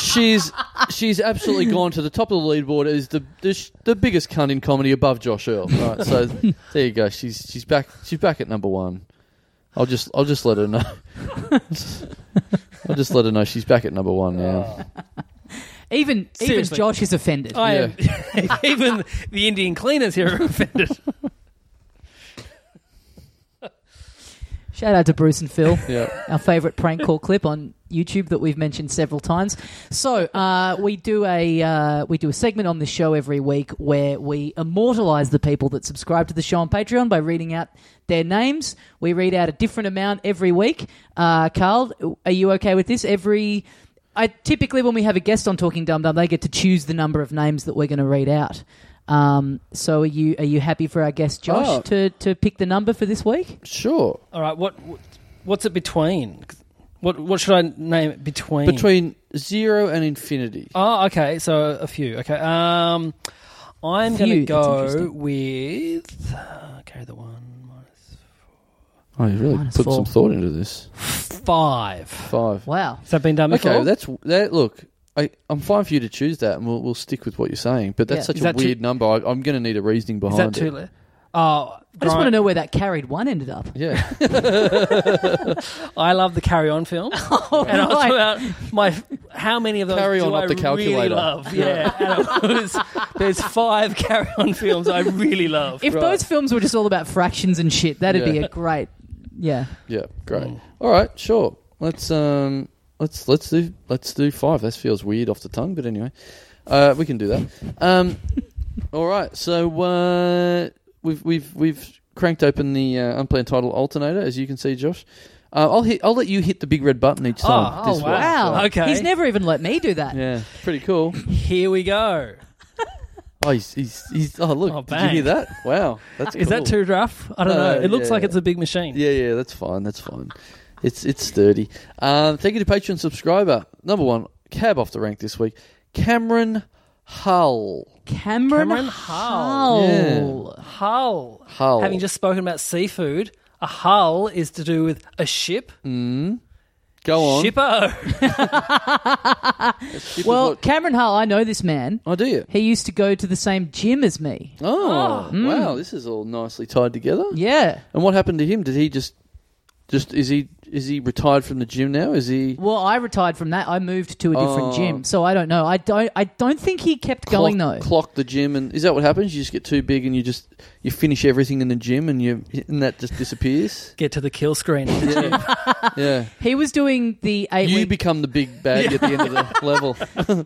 Speaker 2: she's she's absolutely gone to the top of the leaderboard as the the, sh- the biggest cunt in comedy above Josh Earl. Right, so there you go. She's she's back she's back at number one. I'll just I'll just let her know. I'll just let her know she's back at number one now.
Speaker 1: Even even
Speaker 3: Seriously. Oh.
Speaker 1: Josh is offended.
Speaker 3: I am. even the Indian cleaners here are offended.
Speaker 1: Shout out to Bruce and Phil.
Speaker 2: Yeah.
Speaker 1: our favorite prank call clip on YouTube that we've mentioned several times. So uh, we do a uh, we do a segment on this show every week where we immortalize the people that subscribe to the show on Patreon by reading out their names. We read out a different amount every week. Uh, Carl, are you okay with this? Every I typically when we have a guest on Talking Dum Dum, they get to choose the number of names that we're going to read out. Um, so are you are you happy for our guest Josh
Speaker 2: Oh.
Speaker 1: to, to pick the number for this week?
Speaker 2: Sure.
Speaker 3: All right. What, what what's it between? What what should I name it between?
Speaker 2: Between zero and infinity.
Speaker 3: Oh, okay. So a few. Okay. Um, I'm
Speaker 1: Few,
Speaker 3: going to
Speaker 1: that's
Speaker 3: go
Speaker 1: interesting.
Speaker 3: with uh, carry the one minus
Speaker 2: Oh, you really
Speaker 1: Minus
Speaker 2: put
Speaker 1: four.
Speaker 2: some thought into this.
Speaker 3: five.
Speaker 2: Five.
Speaker 1: Wow.
Speaker 3: Has that been done before?
Speaker 2: Okay, that's that. Look, I, I'm fine for you to choose that, and we'll we'll stick with what you're saying. But that's
Speaker 1: Yeah.
Speaker 2: such
Speaker 3: Is
Speaker 2: a
Speaker 3: that too-
Speaker 2: weird number. I, I'm going to need a reasoning
Speaker 3: Is
Speaker 2: behind
Speaker 3: that too
Speaker 2: it.
Speaker 3: late? Oh,
Speaker 1: I just want to
Speaker 3: Brian-
Speaker 1: know where that carried one ended up.
Speaker 2: Yeah,
Speaker 3: I love the Carry On film, and I
Speaker 1: right.
Speaker 3: was about my how many of those
Speaker 2: Carry
Speaker 3: do
Speaker 2: On up
Speaker 3: I
Speaker 2: the
Speaker 3: Really
Speaker 2: calculator.
Speaker 3: love, yeah. and it was, there's five Carry On films I really love.
Speaker 1: If
Speaker 2: Right.
Speaker 1: those films were just all about fractions and shit, that'd be
Speaker 2: Yeah.
Speaker 1: a great. Yeah.
Speaker 2: yeah, great.
Speaker 3: Oh.
Speaker 2: All right, sure. Let's um, let's let's do let's do five. That feels weird off the tongue, but anyway, uh, we can do that. Um, all right. So uh, we've we've we've cranked open the uh, unplanned title alternator, as you can see, Josh. Uh, I'll hit. I'll let you hit the big red button each time.
Speaker 3: Oh,
Speaker 2: this way,
Speaker 3: wow.
Speaker 1: Wow.
Speaker 3: Okay.
Speaker 1: He's never even let me do
Speaker 2: so-
Speaker 1: that.
Speaker 2: Yeah, pretty cool.
Speaker 3: Here we go.
Speaker 2: Oh, he's, he's, he's oh look!
Speaker 3: Oh,
Speaker 2: did you hear
Speaker 3: bang.
Speaker 2: that? Wow, that's
Speaker 3: Is
Speaker 2: cool.
Speaker 3: that too rough? I don't
Speaker 2: No,
Speaker 3: know. It looks
Speaker 2: yeah.
Speaker 3: like it's a big machine.
Speaker 2: Yeah, yeah, that's fine. That's fine. It's it's sturdy. Um, thank you to Patreon subscriber number one cab off the rank this week, Cameron Hull.
Speaker 1: Cameron,
Speaker 3: Cameron Hull.
Speaker 1: Hull.
Speaker 3: Hull.
Speaker 2: Hull.
Speaker 3: Having just spoken about seafood, a hull is to do with a ship.
Speaker 2: Go on.
Speaker 3: Shippo.
Speaker 2: Ship is
Speaker 1: Well,
Speaker 2: what-
Speaker 1: Cameron Hull, I know this man.
Speaker 2: oh, do you?
Speaker 1: He used to go to the same gym as me.
Speaker 2: Oh,
Speaker 1: Hmm.
Speaker 2: wow! This is all nicely tied together.
Speaker 1: Yeah.
Speaker 2: And what happened to him? Did he just just is he is he retired from the gym now? Is he?
Speaker 1: Well, I retired from that. I moved to a different
Speaker 2: Oh.
Speaker 1: gym, so I don't know. I don't. I don't think he kept going
Speaker 2: clock,
Speaker 1: though.
Speaker 2: clock the gym, and is that what happens? You just get too big, and you just you finish everything in the gym, and you and that just disappears.
Speaker 3: Get to the kill screen.
Speaker 2: yeah, yeah.
Speaker 1: He was doing the eight.
Speaker 2: You
Speaker 1: week-
Speaker 2: become the big bag at the end of the level.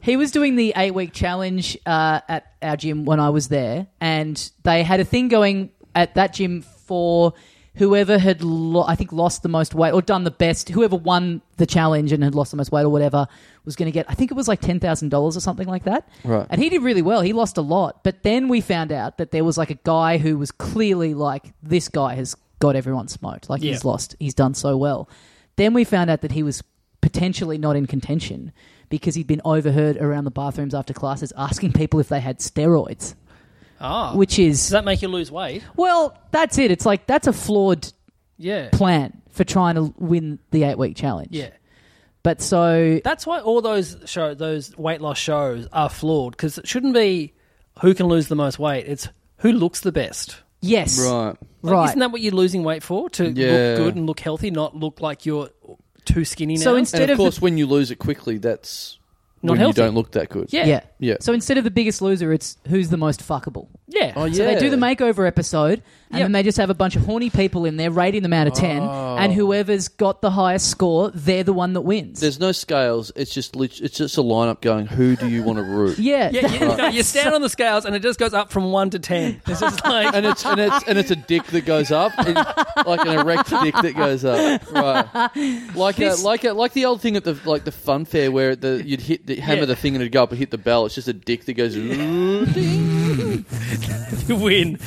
Speaker 1: He was doing the eight week challenge uh, at our gym when I was there, and they had a thing going at that gym for whoever had, lo- I think, lost the most weight or done the best. Whoever won the challenge and had lost the most weight or whatever was going to get, I think it was like $10,000 or something like that.
Speaker 2: Right.
Speaker 1: And he did really well. He lost a lot. But then we found out that there was like a guy who was clearly like, this guy has got everyone smoked. Like he's
Speaker 3: Yeah.
Speaker 1: lost. He's done so well. Then we found out that he was potentially not in contention because he'd been overheard around the bathrooms after classes asking people if they had steroids,
Speaker 3: Ah,
Speaker 1: which
Speaker 3: does
Speaker 1: is
Speaker 3: that make you lose weight?
Speaker 1: well, that's it. It's like that's a flawed
Speaker 3: Yeah,
Speaker 1: plan for trying to win the eight week challenge.
Speaker 3: yeah.
Speaker 1: But so
Speaker 3: That's why all those show those weight loss shows are flawed because it shouldn't be who can lose the most weight. It's who looks the best.
Speaker 1: yes,
Speaker 2: Right.
Speaker 3: Like,
Speaker 1: right.
Speaker 3: Isn't that what you're losing weight for? To
Speaker 2: Yeah.
Speaker 3: look good and look healthy, not look like you're too skinny now.
Speaker 1: So instead-
Speaker 2: And
Speaker 1: of
Speaker 2: of
Speaker 1: the-
Speaker 2: course, when you lose it quickly, that's
Speaker 3: Not
Speaker 2: when
Speaker 3: healthy.
Speaker 2: you don't look that good.
Speaker 1: yeah.
Speaker 3: yeah. Yeah.
Speaker 2: Yeah.
Speaker 1: So instead of the biggest loser, it's who's the most fuckable.
Speaker 2: Oh, yeah.
Speaker 1: So they do the makeover episode, and
Speaker 3: Yep.
Speaker 1: then they just have a bunch of horny people in there rating them out of ten, and whoever's got the highest score, they're the one that wins.
Speaker 2: Oh. There's no scales. It's just lit- it's just a lineup going. Who do you want to root?
Speaker 1: yeah,
Speaker 3: Yeah, you, no, you stand on the scales and it just goes up from one to ten. It's just like
Speaker 2: And it's and it's and it's a dick that goes up, and- like an erect dick that goes up, right? Like
Speaker 1: This-
Speaker 2: a, like a, like the old thing at the like the fun fair where the you'd hit the hammer
Speaker 3: Yeah.
Speaker 2: the thing and it'd go up and hit the bell. It's just a dick that goes. "Ooh."
Speaker 3: you win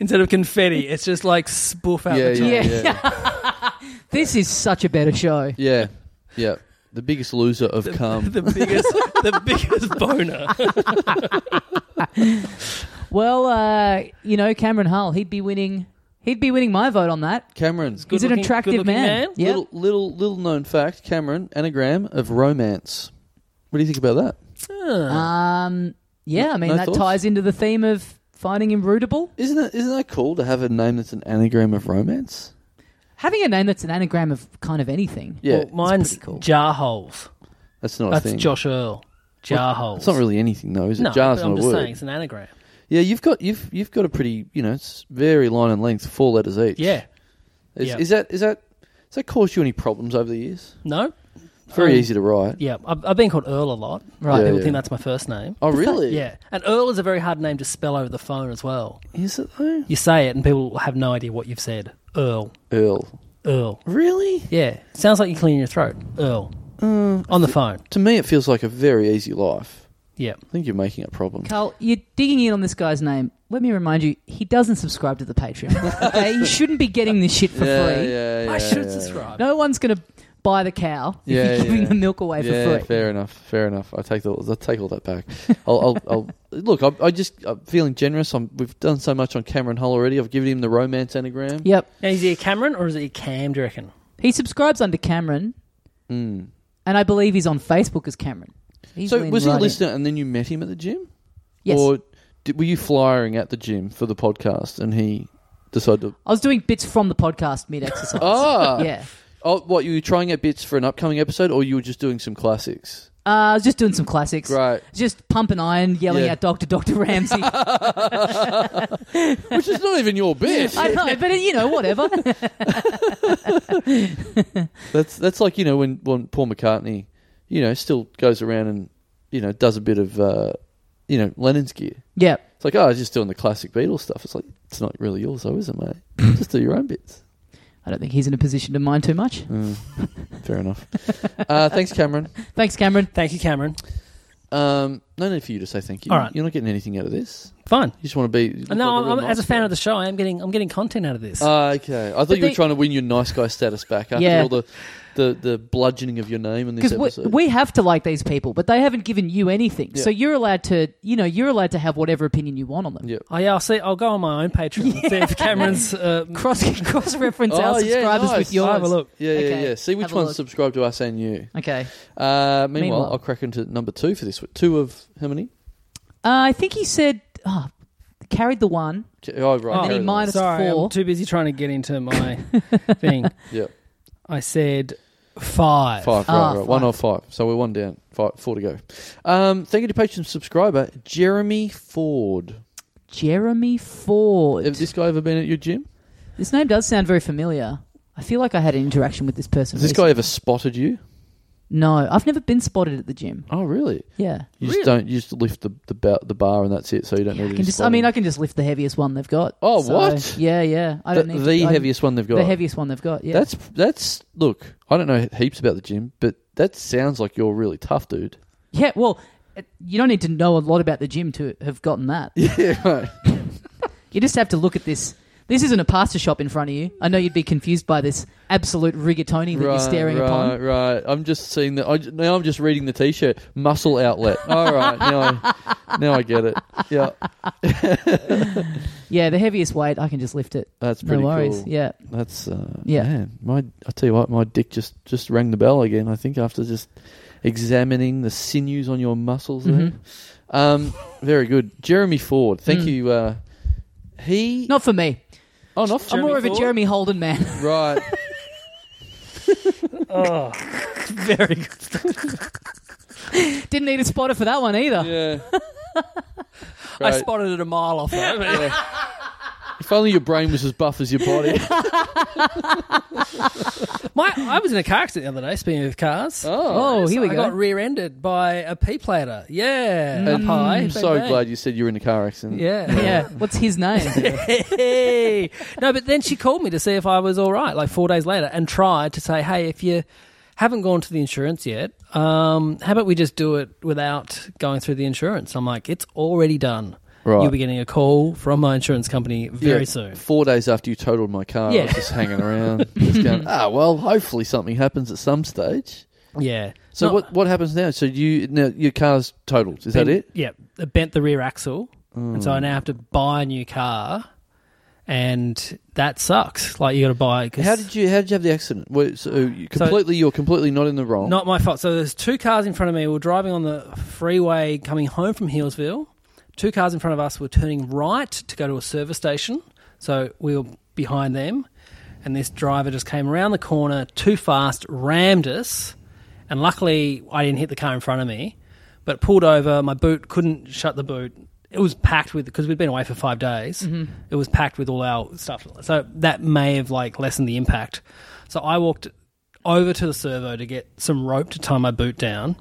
Speaker 3: instead of confetti. It's just like spoof out
Speaker 2: Yeah,
Speaker 3: the top.
Speaker 2: yeah,
Speaker 1: Yeah.
Speaker 2: yeah,
Speaker 1: this is such a better show.
Speaker 2: yeah, yeah. The biggest loser of cum.
Speaker 3: The biggest, the biggest boner.
Speaker 1: Well, uh, you know, Cameron Hull, he'd be winning. He'd be winning my vote on that.
Speaker 2: Cameron's
Speaker 1: He's an
Speaker 3: Good-looking-
Speaker 1: attractive
Speaker 3: good-looking
Speaker 1: man.
Speaker 3: man?
Speaker 1: Yeah.
Speaker 2: Little, little little known fact, Cameron, anagram of romance. What do you think about that?
Speaker 1: Um, yeah, I mean
Speaker 2: No
Speaker 1: that
Speaker 2: thoughts?
Speaker 1: ties into the theme of finding imbruitable.
Speaker 2: Isn't that isn't that cool to have a name that's an anagram of romance?
Speaker 1: Having a name that's an anagram of kind of anything.
Speaker 2: Yeah,
Speaker 3: Well, mine's
Speaker 1: pretty cool.
Speaker 3: jar holes.
Speaker 2: that's not a
Speaker 3: That's
Speaker 2: thing.
Speaker 3: Josh Earl. Jar holes.
Speaker 2: It's not really anything though, is it?
Speaker 3: No,
Speaker 2: Jar's
Speaker 3: but I'm
Speaker 2: not a
Speaker 3: just
Speaker 2: word.
Speaker 3: saying it's an anagram.
Speaker 2: Yeah, you've got you've you've got a pretty you know it's very line and length, four letters each.
Speaker 3: Yeah.
Speaker 2: is,
Speaker 3: yeah.
Speaker 2: is that is that has that caused you any problems over the years?
Speaker 3: No.
Speaker 2: It's very
Speaker 3: Um,
Speaker 2: easy to write.
Speaker 3: Yeah, I've, I've been called Earl a lot.
Speaker 1: Right.
Speaker 2: Yeah,
Speaker 3: People
Speaker 2: yeah.
Speaker 3: think that's my first name.
Speaker 2: Oh really?
Speaker 3: Yeah, and Earl is a very hard name to spell over the phone as well.
Speaker 2: Is it though?
Speaker 3: You say it, and people have no idea what you've said. Earl,
Speaker 2: Earl.
Speaker 3: Earl.
Speaker 2: Really?
Speaker 3: Yeah, sounds like you're cleaning your throat. Earl, on the phone.
Speaker 2: To me, it feels like a very easy life.
Speaker 3: Yeah,
Speaker 2: I think you're making a problem.
Speaker 1: Carl, you're digging in on this guy's name. Let me remind you, he doesn't subscribe to the Patreon. Okay, you shouldn't be getting this shit for
Speaker 2: yeah,
Speaker 1: free.
Speaker 2: yeah, yeah,
Speaker 3: I should
Speaker 2: yeah.
Speaker 3: subscribe.
Speaker 1: No one's going to buy the cow if
Speaker 2: Yeah,
Speaker 1: you're giving
Speaker 2: yeah.
Speaker 1: the milk away for
Speaker 2: yeah,
Speaker 1: free.
Speaker 2: fair enough. Fair enough. I take all. I take all that back. I'll, I'll, I'll look. I'm, I just I'm feeling generous. I'm, we've done so much on Cameron Hull already. I've given him the romance anagram.
Speaker 1: Yep.
Speaker 3: Now, is he a Cameron or is he a Cam? Do you reckon?
Speaker 1: He subscribes under Cameron,
Speaker 2: Mm.
Speaker 1: and I believe he's on Facebook as Cameron. He's
Speaker 2: So
Speaker 1: leaning
Speaker 2: was he
Speaker 1: right
Speaker 2: a
Speaker 1: in.
Speaker 2: listener, and then you met him at the gym,
Speaker 1: Yes.
Speaker 2: or did, were you flyering at the gym for the podcast, and he decided to?
Speaker 1: I was doing bits from the podcast mid exercise.
Speaker 2: Ah,
Speaker 1: Yeah.
Speaker 2: Oh, what you were trying out bits for an upcoming episode, or you were just doing some classics?
Speaker 1: Uh, I was just doing some classics.
Speaker 2: Great.
Speaker 1: Just pump and iron, yelling
Speaker 2: Yeah.
Speaker 1: at Dr. Dr. Ramsey.
Speaker 2: Which is not even your bit.
Speaker 1: I know, but you know, whatever.
Speaker 2: That's that's like you know when, when Paul McCartney, you know, still goes around and you know does a bit of uh, you know Lennon's gear.
Speaker 1: yeah.
Speaker 2: It's like oh, I was just doing the classic Beatles stuff. It's like it's not really yours, though, is it, mate? just do your own bits.
Speaker 1: I don't think he's in a position to mind too much.
Speaker 2: Mm, fair enough. Uh, thanks, Cameron.
Speaker 1: Thanks, Cameron.
Speaker 3: Thank you, Cameron.
Speaker 2: Um, no need for you to say thank you.
Speaker 3: All right.
Speaker 2: You're not getting anything out of this.
Speaker 3: Fine.
Speaker 2: You just want to be.
Speaker 3: No, I'm, I'm- as a fan of the show, I'm getting I'm getting content out of this.
Speaker 2: Ah, okay. I thought you were
Speaker 1: they-
Speaker 2: trying to win your nice guy status back after
Speaker 1: Yeah.
Speaker 2: all the, the, the bludgeoning of your name in this
Speaker 1: Because we,
Speaker 2: episode.
Speaker 1: we have to like these people, but they haven't given you anything.
Speaker 2: Yeah.
Speaker 1: So you're allowed to, you know, you're allowed to have whatever opinion you want on them.
Speaker 2: Yeah.
Speaker 3: oh yeah, I'll see. I'll go on my own Patreon. and See if Cameron's. Uh,
Speaker 1: Cross cross reference
Speaker 2: Oh,
Speaker 1: our
Speaker 2: yeah,
Speaker 1: subscribers
Speaker 2: nice.
Speaker 1: with yours.
Speaker 3: I'll have a look.
Speaker 2: yeah, yeah,
Speaker 1: Okay,
Speaker 2: yeah. See which
Speaker 1: have a
Speaker 2: ones
Speaker 1: look.
Speaker 2: subscribe to us and you.
Speaker 1: Okay,
Speaker 2: Uh, meanwhile,
Speaker 1: Meanwhile.
Speaker 2: I'll crack into number two for this week. Two of how many?
Speaker 1: uh, I think he said oh, carried the one.
Speaker 2: K- Oh, right.
Speaker 3: Oh.
Speaker 2: carry
Speaker 1: Any
Speaker 2: them.
Speaker 1: minus
Speaker 3: sorry,
Speaker 1: four.
Speaker 3: I'm too busy trying to get into my thing.
Speaker 2: Yeah,
Speaker 3: I said five.
Speaker 2: five. Right,
Speaker 1: Ah,
Speaker 2: right. One
Speaker 1: five.
Speaker 2: or five. So we're one down. Five, four to go. Um, thank you to Patreon subscriber Jeremy Ford.
Speaker 1: Jeremy Ford.
Speaker 2: Has this guy ever been at your gym?
Speaker 1: this name does sound very familiar. I feel like I had an interaction with this person.
Speaker 2: Has this
Speaker 1: recently.
Speaker 2: guy ever spotted you?
Speaker 1: No, I've never been spotted at the gym.
Speaker 2: Oh, really?
Speaker 1: Yeah,
Speaker 2: You just don't. You just lift the the, ba- the bar and that's it. So you don't
Speaker 1: Yeah,
Speaker 2: need.
Speaker 1: I
Speaker 2: any
Speaker 1: can just. I
Speaker 2: spotting.
Speaker 1: mean, I can just lift the heaviest one they've got.
Speaker 2: Oh, what?
Speaker 1: Yeah, yeah. I
Speaker 2: the,
Speaker 1: don't need to-
Speaker 2: the
Speaker 1: I-
Speaker 2: heaviest one they've got.
Speaker 1: The heaviest one they've got. Yeah.
Speaker 2: That's that's look. I don't know heaps about the gym, but that sounds like you're really tough, dude.
Speaker 1: Yeah, well, it- you don't need to know a lot about the gym to have gotten that.
Speaker 2: Yeah, right.
Speaker 1: You just have to look at this. This isn't a pasta shop in front of you. I know you'd be confused by this absolute rigatoni that you're staring
Speaker 2: right,
Speaker 1: upon.
Speaker 2: Right, I'm just seeing that. I, j- now I'm just reading the T-shirt. Muscle outlet. All right, now I, now I get it. Yeah,
Speaker 1: Yeah, the heaviest weight, I can just lift it.
Speaker 2: that's
Speaker 1: No
Speaker 2: pretty
Speaker 1: worries.
Speaker 2: cool.
Speaker 1: Yeah.
Speaker 2: That's uh,
Speaker 1: Yeah.
Speaker 2: yeah. Man, my I tell you what, my dick just just rang the bell again. I think after just examining the sinews on your muscles there. Um, very good, Jeremy Ford. Thank
Speaker 1: Mm-hmm. Mm.
Speaker 2: you. Uh, he
Speaker 1: Not for me.
Speaker 2: oh not
Speaker 1: I'm more of a
Speaker 3: Ford?
Speaker 1: Jeremy Holden man.
Speaker 2: right.
Speaker 3: Oh, very good.
Speaker 1: Didn't need a spotter for that one either.
Speaker 2: Yeah.
Speaker 3: I
Speaker 2: Right.
Speaker 3: spotted it a mile off. Though.
Speaker 2: Yeah. If only your brain was as buff as your body.
Speaker 3: My, I was in a car accident the other day. Speaking of cars,
Speaker 2: Oh,
Speaker 1: Oh, here we
Speaker 3: I
Speaker 1: go.
Speaker 3: got rear-ended by a pea plater. Yeah, up high.
Speaker 2: I'm
Speaker 3: Bang,
Speaker 2: so
Speaker 3: bang.
Speaker 2: glad you said you were in a car accident.
Speaker 3: Mm. Yeah,
Speaker 1: yeah. What's his name?
Speaker 3: hey. No, but then she called me to see if I was all right, like four days later, and tried to say, hey, if you haven't gone to the insurance yet, um, how about we just do it without going through the insurance? I'm like, it's already done.
Speaker 2: Right.
Speaker 3: You'll be getting a call from my insurance company very
Speaker 2: Yeah,
Speaker 3: soon.
Speaker 2: Four days after you totaled my car, I
Speaker 3: Yeah.
Speaker 2: was just hanging around, just going, ah, well, hopefully something happens at some stage.
Speaker 3: Yeah.
Speaker 2: So
Speaker 3: Not-
Speaker 2: what what happens now? So you now your car's totaled. Is that
Speaker 3: bent-
Speaker 2: it? Mm.
Speaker 3: Yeah, it bent the rear axle, and so I now have to buy a new car, and that sucks. Like you got to buy. Cause
Speaker 2: How did you how did you have the accident? Well, so you completely, you're completely not in the wrong.
Speaker 3: Not my fault. So there's two cars in front of me. We were driving on the freeway coming home from Hillsville. Two cars in front of us were turning right to go to a service station. So we were behind them. And this driver just came around the corner too fast, rammed us. And luckily, I didn't hit the car in front of me, but pulled over. My boot couldn't shut the boot. It was packed with, because we'd been away for five days, it was packed with all our stuff. So that may have like lessened the impact. So I walked over to the servo to get some rope to tie my boot down.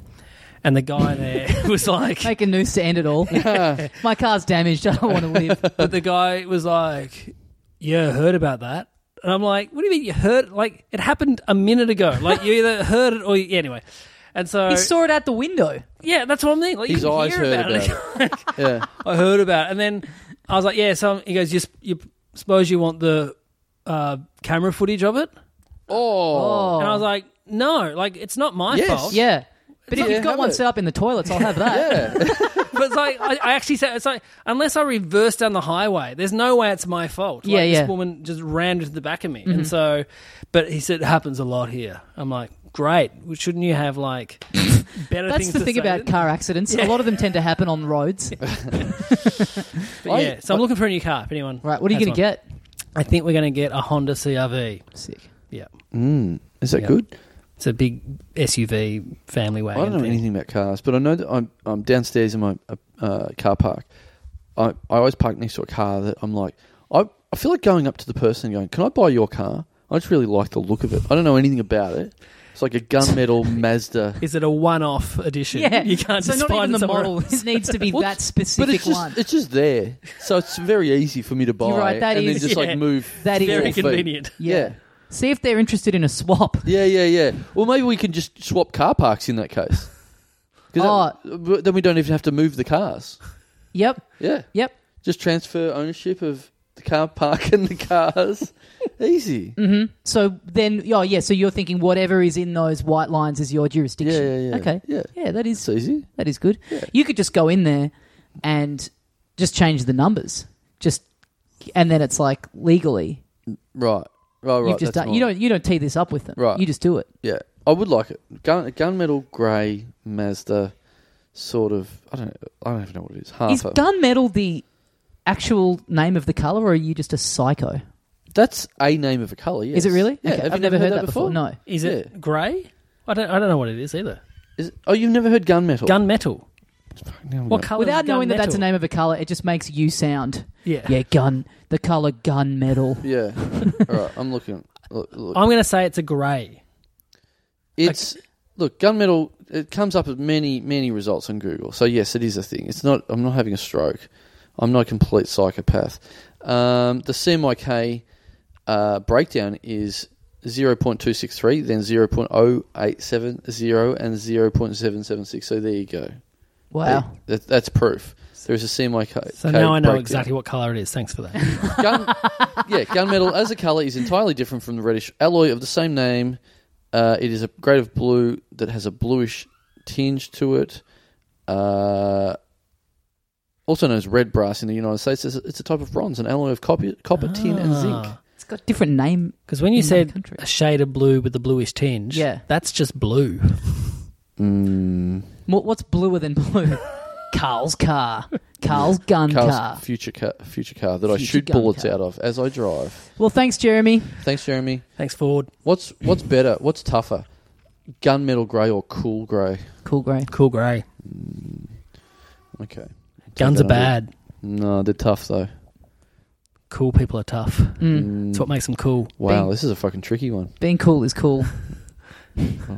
Speaker 3: And the guy there was like,
Speaker 1: Make a noose to end it all. My car's damaged. I don't want to live.
Speaker 3: but the guy was like, "Yeah, I heard about that." And I'm like, "What do you mean you heard? Like it happened a minute ago. Like you either heard it or you, yeah, anyway." And so
Speaker 1: He saw it out the window.
Speaker 3: yeah, that's what I mean. Like
Speaker 2: His
Speaker 3: you can
Speaker 2: eyes
Speaker 3: hear
Speaker 2: heard
Speaker 3: about, it.
Speaker 2: yeah.
Speaker 3: I heard about it, and then I was like, "Yeah." So he goes, "You, s- you suppose you want the uh, camera footage of it?"
Speaker 2: Oh,
Speaker 3: And I was like, "No, like it's not my
Speaker 2: Yes.
Speaker 3: fault."
Speaker 1: Yeah. But if
Speaker 2: Yeah,
Speaker 1: you've got
Speaker 2: have
Speaker 1: one
Speaker 2: it.
Speaker 1: set up in the toilets, I'll have that.
Speaker 2: yeah.
Speaker 3: but it's like I, I actually said it's like unless I reverse down the highway, there's no way it's my fault. Like,
Speaker 1: Yeah, yeah. Mm-hmm.
Speaker 3: This woman just rammed into the back of me, and so, but he said it happens a lot here. I'm like, great. Well, Shouldn't you have like better
Speaker 1: That's
Speaker 3: things
Speaker 1: the
Speaker 3: to
Speaker 1: thing
Speaker 3: say
Speaker 1: about
Speaker 3: than-
Speaker 1: car accidents. A lot of them tend to happen on roads.
Speaker 3: But yeah, so I'm looking for a new car. If anyone,
Speaker 1: Right. What are you
Speaker 3: has
Speaker 1: going
Speaker 3: one.
Speaker 1: to get?
Speaker 3: I think we're going to get a Honda CRV.
Speaker 1: Sick.
Speaker 3: Yeah,
Speaker 2: Mm, is that
Speaker 3: Yeah.
Speaker 2: good?
Speaker 3: it's a big SUV family
Speaker 2: I
Speaker 3: wagon.
Speaker 2: don't know
Speaker 3: thing.
Speaker 2: anything about cars, but I know that I'm, I'm downstairs in my uh, uh, car park. I, I always park next to a car that I'm like, I, I feel like going up to the person and going, Can I buy your car? I just really like the look of it. I don't know anything about it. It's like a gunmetal Mazda.
Speaker 3: Is it a one-off edition?
Speaker 1: Yeah.
Speaker 3: you can't
Speaker 1: so
Speaker 3: just
Speaker 1: not even
Speaker 3: find
Speaker 1: the
Speaker 3: somewhere
Speaker 1: model. It needs to be
Speaker 2: Well,
Speaker 1: that
Speaker 2: But
Speaker 1: specific
Speaker 2: it's just,
Speaker 1: one.
Speaker 2: it's just there. So it's very easy for me to buy
Speaker 1: You're right, that
Speaker 2: and
Speaker 1: is-
Speaker 2: then just
Speaker 3: yeah.
Speaker 2: like move.
Speaker 1: That is-
Speaker 2: four
Speaker 3: Very
Speaker 2: feet.
Speaker 3: convenient.
Speaker 2: Yeah.
Speaker 1: See if they're interested in a swap.
Speaker 2: yeah. Yeah, yeah, Well, maybe we can just swap car parks in that case.
Speaker 1: Oh.
Speaker 2: 'Cause that- but then we don't even have to move the cars.
Speaker 1: Yep.
Speaker 2: Yeah.
Speaker 1: Yep.
Speaker 2: Just transfer ownership of the car park and the cars. Easy.
Speaker 1: Mm-hmm. So then, oh yeah. So you're thinking whatever is in those white lines is your
Speaker 2: Yeah,
Speaker 1: jurisdiction.
Speaker 2: yeah, yeah.
Speaker 1: Okay.
Speaker 2: Yeah,
Speaker 1: Yeah, that
Speaker 2: it's
Speaker 1: is
Speaker 2: easy.
Speaker 1: that is good. You could just go in there and just change the numbers. Just and then it's like legally
Speaker 2: Right. Right, right.
Speaker 1: you've just
Speaker 2: that's
Speaker 1: done. You
Speaker 2: mine.
Speaker 1: don't you don't tee this up with them.
Speaker 2: Right.
Speaker 1: You just do it.
Speaker 2: Yeah. I would like it. Gun gunmetal grey Mazda sort of I don't I don't even know what it is. Half
Speaker 1: Is
Speaker 2: a-
Speaker 1: gunmetal the actual name of the color, or are you just a psycho?
Speaker 2: That's a name of a colour, yes.
Speaker 1: Is it really?
Speaker 2: Yeah.
Speaker 1: okay.
Speaker 2: Have
Speaker 1: I've
Speaker 2: you
Speaker 1: never heard, that before. No.
Speaker 3: Is it grey? I don't. I don't know what it is either.
Speaker 2: Is it- oh you've never heard gunmetal.
Speaker 3: Gunmetal.
Speaker 2: Now I'm
Speaker 3: What
Speaker 2: gonna-
Speaker 3: color?
Speaker 1: Without knowing that that's a name of a color, it just makes you sound.
Speaker 3: Yeah.
Speaker 1: Yeah, gun. The color gun metal.
Speaker 2: Yeah. All right, I'm looking. Look, look.
Speaker 3: I'm going to say it's a grey.
Speaker 2: It's look gunmetal. It comes up with many many results on Google. So yes, it is a thing. It's not. I'm not having a stroke. I'm not a complete psychopath. Um, the CMYK uh, breakdown is 0.263, then 0.0870, and 0.776. So there you go.
Speaker 1: Wow.
Speaker 2: That, that's proof.
Speaker 3: yes.
Speaker 2: There is a CMYK.
Speaker 3: So now I know exactly what colour it is. Thanks for that.
Speaker 2: Gun, yeah, gunmetal as a color is entirely different from the reddish alloy of the same name. Uh, it is a grade of blue that has a bluish tinge to it. Uh, also known as red brass in the United States, it's a, it's a type of bronze, an alloy of copper, copper tin, and
Speaker 3: Ah.
Speaker 2: zinc.
Speaker 1: It's got different name.
Speaker 3: Because when you
Speaker 1: In my
Speaker 3: said
Speaker 1: country.
Speaker 3: a shade of blue with a bluish tinge,
Speaker 1: Yeah.
Speaker 3: that's just blue.
Speaker 2: Mm,
Speaker 1: Mo- What's bluer than blue? Carl's car. Carl's gun
Speaker 2: Carl's
Speaker 1: car.
Speaker 2: future car, future car that I
Speaker 1: Future
Speaker 2: shoot
Speaker 1: gun
Speaker 2: bullets
Speaker 1: car.
Speaker 2: out of as I drive.
Speaker 1: Well, thanks, Jeremy.
Speaker 2: Thanks, Jeremy.
Speaker 3: Thanks, Ford.
Speaker 2: What's what's better? What's tougher? Gunmetal grey or cool grey?
Speaker 1: Cool, Gray.
Speaker 3: Cool grey.
Speaker 2: Mm, Okay.
Speaker 3: Guns
Speaker 2: that
Speaker 3: are
Speaker 2: on
Speaker 3: bad.
Speaker 2: No, they're tough though.
Speaker 3: Cool people are tough.
Speaker 1: Mm.
Speaker 2: Mm.
Speaker 3: It's what makes them cool.
Speaker 2: Wow,
Speaker 1: Bing.
Speaker 2: this is a fucking tricky one.
Speaker 1: Being cool is cool.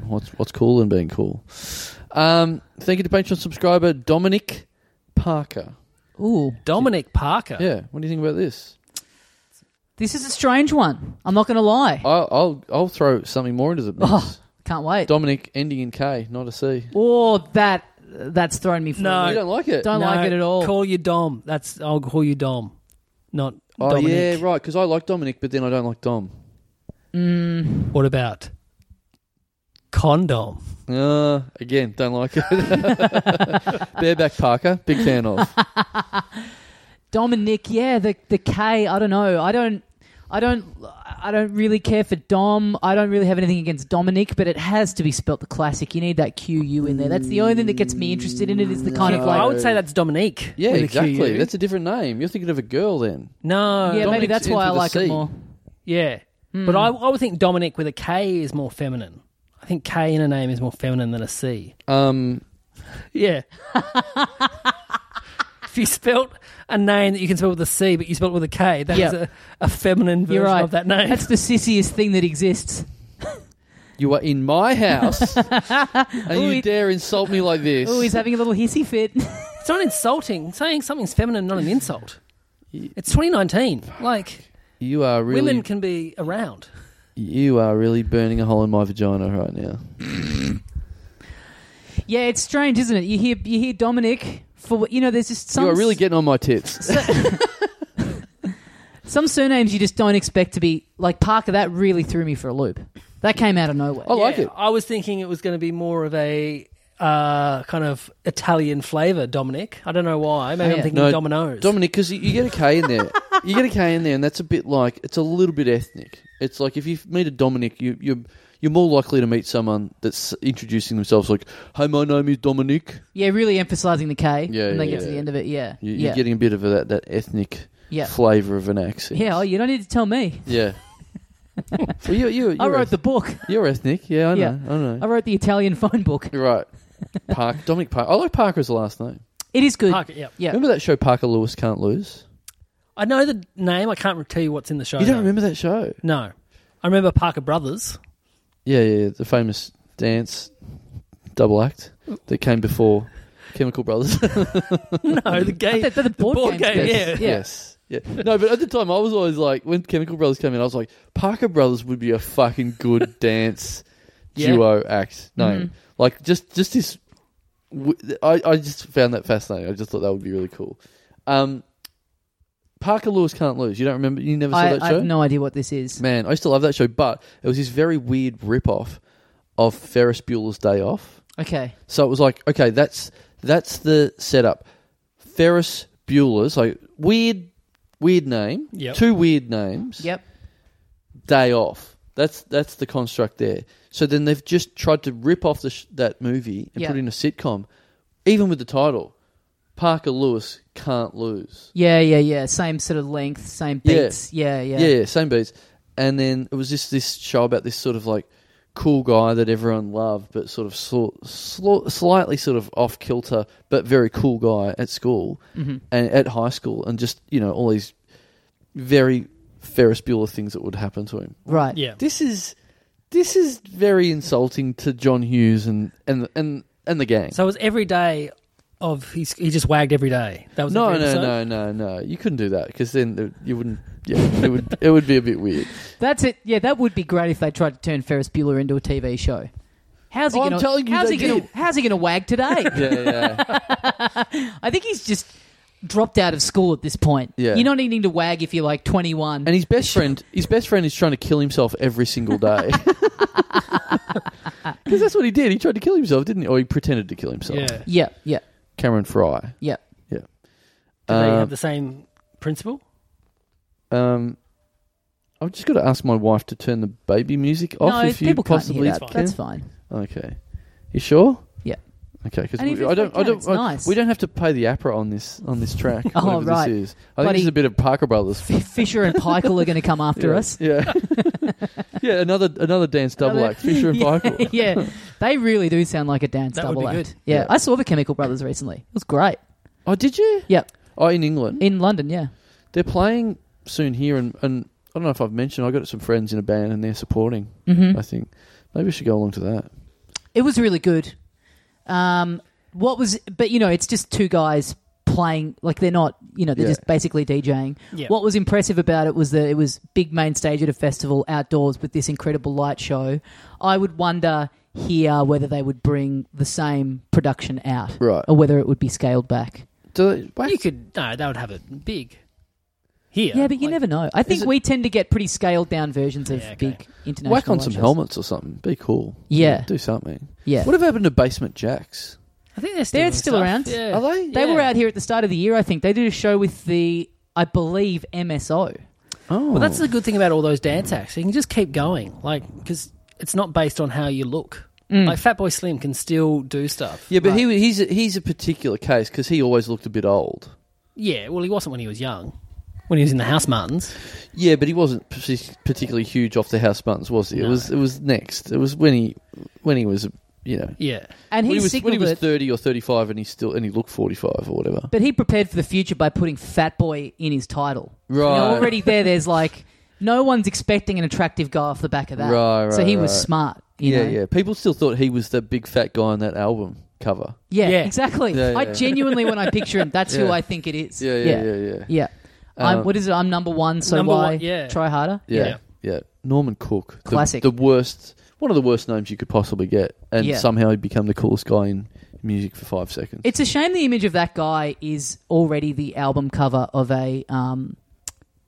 Speaker 2: What's what's cool and being cool? Um, thank you to Patreon subscriber Dominic Parker.
Speaker 1: Ooh,
Speaker 3: Dominic Parker.
Speaker 2: Yeah, what do you think about this?
Speaker 1: this is a strange one. I'm not going to lie.
Speaker 2: I'll I'll, I'll throw something more into the mix.
Speaker 1: Oh. Can't wait.
Speaker 2: Dominic ending in K, not a C. Oh,
Speaker 1: Or that that's thrown me for
Speaker 3: No.
Speaker 1: a
Speaker 2: You
Speaker 1: loop.
Speaker 2: don't like it?
Speaker 1: Don't like it at all.
Speaker 3: Call you Dom. That's I'll call you Dom, not
Speaker 2: oh
Speaker 3: Dominic.
Speaker 2: yeah, right. Because I like Dominic, but then I don't like Dom.
Speaker 1: Mm,
Speaker 3: What about condom?
Speaker 2: Uh, again, don't like it. Bareback Parker, big fan of.
Speaker 1: Dominic, yeah, the the K. I don't know. I don't. I don't. I don't really care for Dom. I don't really have anything against Dominic, but it has to be spelt the classic. You need that Q U in there. That's the only thing that gets me interested in it. Is the kind of
Speaker 2: No.
Speaker 1: like
Speaker 3: I would say that's Dominique.
Speaker 2: Yeah,
Speaker 3: with a
Speaker 2: exactly.
Speaker 3: QU.
Speaker 2: That's a different name. You're thinking of a girl then.
Speaker 3: no.
Speaker 1: yeah, maybe
Speaker 2: Dominic's
Speaker 1: that's why I
Speaker 2: into the
Speaker 1: like
Speaker 2: C.
Speaker 1: it more.
Speaker 3: Yeah. But I, I would think Dominic with a K is more feminine. I think K in a name is more feminine than a C.
Speaker 2: Um,
Speaker 3: Yeah. if you spelt a name that you can spell with a C, but you spell it with a K, that is
Speaker 1: Yeah.
Speaker 3: a, a feminine version
Speaker 1: You're right.
Speaker 3: of that name.
Speaker 1: That's the sissiest thing that exists.
Speaker 2: you are in my house, and
Speaker 1: Ooh,
Speaker 2: you
Speaker 1: he-
Speaker 2: dare insult me like this.
Speaker 1: Oh, he's having a little hissy fit.
Speaker 3: It's not insulting. Saying something's feminine, not an insult. It's 2019. Like,
Speaker 2: You are really
Speaker 3: women can be around.
Speaker 2: You are really burning a hole in my vagina right now.
Speaker 1: yeah, it's strange, isn't it? You hear you hear Dominic for what you know. There's just some
Speaker 2: you are really getting on my tits.
Speaker 1: Some surnames you just don't expect to be like Parker. That really threw me for a loop. That came out of nowhere.
Speaker 2: I like
Speaker 3: Yeah,
Speaker 2: it.
Speaker 3: I was thinking it was going to be more of a uh, kind of Italian flavour, Dominic. I don't know why. Maybe
Speaker 1: Oh, yeah.
Speaker 3: I'm thinking
Speaker 2: No,
Speaker 3: Domino's.
Speaker 2: Dominic, because you, you get a K in there. you get a K in there, and that's a bit like, it's a little bit ethnic. It's like if you meet a Dominic, you, you're, you're more likely to meet someone that's introducing themselves like, hey, my name is Dominic.
Speaker 1: Yeah, really emphasizing the K.
Speaker 2: Yeah,
Speaker 1: and they
Speaker 2: yeah,
Speaker 1: get to
Speaker 2: yeah.
Speaker 1: the end of it. Yeah,
Speaker 2: You,
Speaker 1: yeah,
Speaker 2: You're getting a bit of a, that, that ethnic
Speaker 1: yeah,
Speaker 2: flavour of an accent.
Speaker 1: yeah. Oh, you don't need to tell me.
Speaker 2: Yeah. well, you, you, you're,
Speaker 1: I wrote
Speaker 2: eth-
Speaker 1: the book.
Speaker 2: you're ethnic. Yeah, I know.
Speaker 1: Yeah.
Speaker 2: I know.
Speaker 1: I wrote the Italian phone book.
Speaker 2: You're right. Park, Dominic Parker. I like Parker as the last name.
Speaker 1: It is good.
Speaker 2: Ah,
Speaker 3: Parker, yeah.
Speaker 1: Yeah,
Speaker 2: Remember that show Parker Lewis Can't Lose?
Speaker 3: I know the name. I can't tell you what's in the show.
Speaker 2: You don't
Speaker 3: though.
Speaker 2: remember that show?
Speaker 3: No. I remember Parker Brothers.
Speaker 2: Yeah, yeah, yeah, the famous dance double act that came before Chemical Brothers.
Speaker 3: No, the game.
Speaker 1: They're- they're the board,
Speaker 3: board
Speaker 1: games.
Speaker 3: game,
Speaker 1: Yes.
Speaker 3: yeah.
Speaker 2: Yes. Yeah. No, but at the time I was always like when Chemical Brothers came in, I was like, Parker Brothers would be a fucking good dance
Speaker 3: Yeah. Mm-hmm.
Speaker 2: duo act name.
Speaker 1: Mhm.
Speaker 2: Like just just this w- I, I just found that fascinating. I just thought that would be really cool. Um Parker Lewis can't lose. You don't remember you never saw
Speaker 1: I,
Speaker 2: that show?
Speaker 1: I have no idea what this is.
Speaker 2: Man, I used to love that show, but it was this very weird rip-off of Ferris Bueller's Day Off.
Speaker 1: Okay.
Speaker 2: So it was like, okay, that's that's the setup. Ferris Bueller's like weird, weird name.
Speaker 3: Yep.
Speaker 2: Two weird names.
Speaker 1: Yep.
Speaker 2: Day off. That's that's the construct there. So then they've just tried to rip off the sh- that movie and
Speaker 1: Yeah.
Speaker 2: put in a sitcom, even with the title, Parker Lewis can't lose.
Speaker 1: Yeah, yeah, yeah. Same sort of length, same
Speaker 2: Yeah.
Speaker 1: beats. Yeah, yeah.
Speaker 2: Yeah, yeah, same beats. And then it was just this show about this sort of like cool guy that everyone loved, but sort of sl- sl- slightly sort of off kilter, but very cool guy at school
Speaker 3: Mm-hmm.
Speaker 1: Mhm.
Speaker 2: and at high school, and just you know all these very Ferris Bueller things that would happen to him.
Speaker 1: Right.
Speaker 3: Yeah.
Speaker 2: This is this is very insulting to John Hughes and and and and the gang.
Speaker 3: So it was every day of he's, he just wagged every day. That was
Speaker 2: no,
Speaker 3: every
Speaker 2: no,
Speaker 3: episode?
Speaker 2: no, no, no. You couldn't do that because then it- you wouldn't. Yeah, it would. It would be a bit weird.
Speaker 1: That's it. Yeah, that would be great if they tried to turn Ferris Bueller into a TV show. How's he
Speaker 2: Oh, I'm
Speaker 1: gonna?
Speaker 2: telling you
Speaker 1: how's
Speaker 2: they
Speaker 1: he gonna?
Speaker 2: did.
Speaker 1: How's he gonna wag today?
Speaker 2: Yeah, yeah.
Speaker 1: I think he's just. dropped out of school at this point.
Speaker 2: Yeah.
Speaker 1: You're not needing to wag if you're like 21.
Speaker 2: And his best friend, his best friend is trying to kill himself every single day. Because that's what he did. He tried to kill himself, didn't he? Or he pretended to kill himself.
Speaker 3: Yeah. Do
Speaker 1: yeah, yeah,
Speaker 2: Cameron Fry.
Speaker 1: yeah.
Speaker 3: they
Speaker 2: Um,
Speaker 3: have the same principle?
Speaker 2: Um, I've just got to ask my wife to turn the baby music off
Speaker 1: no,
Speaker 2: if you
Speaker 1: people can't
Speaker 2: possibly
Speaker 1: hear that.
Speaker 2: can.
Speaker 1: That's fine.
Speaker 2: Okay. You sure?
Speaker 1: Yeah.
Speaker 2: Okay, because
Speaker 1: And if
Speaker 2: I
Speaker 1: it's
Speaker 2: don't,
Speaker 1: like
Speaker 2: I
Speaker 1: that,
Speaker 2: don't,
Speaker 1: it's
Speaker 2: I-
Speaker 1: nice.
Speaker 2: we don't have to pay the APRA on this on this track.
Speaker 1: Oh,
Speaker 2: whatever
Speaker 1: right.
Speaker 2: This is. I think
Speaker 1: Bloody-
Speaker 2: this is a bit of Parker Brothers.
Speaker 1: F- Fisher and Pikel are going to come after
Speaker 2: yeah.
Speaker 1: us.
Speaker 2: Yeah. yeah. Another another dance double
Speaker 1: Another-
Speaker 2: act. Fisher and
Speaker 1: yeah,
Speaker 2: Michael.
Speaker 1: yeah, they really do sound like a dance
Speaker 3: That would
Speaker 1: double
Speaker 3: be
Speaker 1: act.
Speaker 3: good.
Speaker 1: Yeah.
Speaker 2: Yeah.
Speaker 1: I saw the Chemical Brothers recently. It was great.
Speaker 2: Oh, did you?
Speaker 1: Yep,
Speaker 2: Oh, in England.
Speaker 1: in London. Yeah,
Speaker 2: They're playing soon here, and, and I don't know if I've mentioned. I got some friends in a band, and they're supporting.
Speaker 1: hmm
Speaker 2: I think maybe I should go along to that.
Speaker 1: it was really good. Um, what was? But you know, it's just two guys playing. Like they're not. You know, they're
Speaker 2: Yeah.
Speaker 1: just basically DJing.
Speaker 3: Yeah.
Speaker 1: What was impressive about it was that it was big main stage at a festival outdoors with this incredible light show. I would wonder here whether they would bring the same production out,
Speaker 2: Right.
Speaker 1: or whether it would be scaled back.
Speaker 2: Do they, whack-
Speaker 3: You could no, they would have it big. Here.
Speaker 1: Yeah, but you
Speaker 3: like-
Speaker 1: never know. I think
Speaker 2: it-
Speaker 1: we tend to get pretty scaled down versions of
Speaker 3: Yeah, okay.
Speaker 1: big international.
Speaker 2: whack on
Speaker 1: live
Speaker 2: some
Speaker 1: shows.
Speaker 2: helmets or something. Be cool.
Speaker 1: Yeah.
Speaker 2: Do something.
Speaker 1: Yeah,
Speaker 2: What have happened to Basement Jacks?
Speaker 3: I think they're still,
Speaker 1: They're
Speaker 3: doing
Speaker 1: still
Speaker 3: stuff.
Speaker 1: around.
Speaker 3: Yeah.
Speaker 2: Are they?
Speaker 1: they were
Speaker 3: Yeah.
Speaker 1: out here at the start of the year. I think they did a show with the, I believe, MSO.
Speaker 2: Oh,
Speaker 3: Well, that's the good thing about all those dance acts. You can just keep going, like because it's not based on how you look. Like Fatboy Slim can still do stuff.
Speaker 2: Mm. yeah, but
Speaker 3: Like-
Speaker 2: he he's a, he's a particular case because he always looked a bit old.
Speaker 3: yeah, well, he wasn't when he was young. When he was in the House Martins,
Speaker 2: Yeah, but he wasn't partic- particularly huge off the house buttons, was he? It
Speaker 3: No.
Speaker 2: was it was next. It was when he when he was you know
Speaker 3: yeah,
Speaker 1: And
Speaker 2: when
Speaker 1: he
Speaker 2: he was when he
Speaker 1: signalled
Speaker 2: was
Speaker 1: it,
Speaker 2: thirty or thirty five, and he still and he looked forty five or whatever.
Speaker 1: but he prepared for the future by putting Fat Boy in his title. You know,
Speaker 2: Right.
Speaker 1: already there, there's like no one's expecting an attractive guy off the back of that.
Speaker 2: Right,
Speaker 1: so he
Speaker 2: right,
Speaker 1: was
Speaker 2: right.
Speaker 1: smart. You
Speaker 2: Yeah,
Speaker 1: know?
Speaker 2: yeah. People still thought he was the big fat guy on that album cover.
Speaker 1: yeah,
Speaker 3: Yeah.
Speaker 1: exactly.
Speaker 2: Yeah,
Speaker 1: I
Speaker 2: yeah.
Speaker 1: genuinely, when I picture him, that's who
Speaker 2: Yeah.
Speaker 1: I think it is.
Speaker 2: Yeah, yeah, yeah, yeah.
Speaker 1: yeah. I'm,
Speaker 2: Um,
Speaker 1: what is it? I'm number one, so
Speaker 3: Number
Speaker 1: why
Speaker 3: one, yeah.
Speaker 1: try harder?
Speaker 2: Yeah,
Speaker 3: Yeah.
Speaker 2: yeah. Norman Cook, the-
Speaker 1: Classic.
Speaker 2: The, worst, one of the worst names you could possibly get, and
Speaker 1: Yeah.
Speaker 2: somehow he'd become the coolest guy in music for five seconds.
Speaker 1: It's a shame the image of that guy is already the album cover of a um,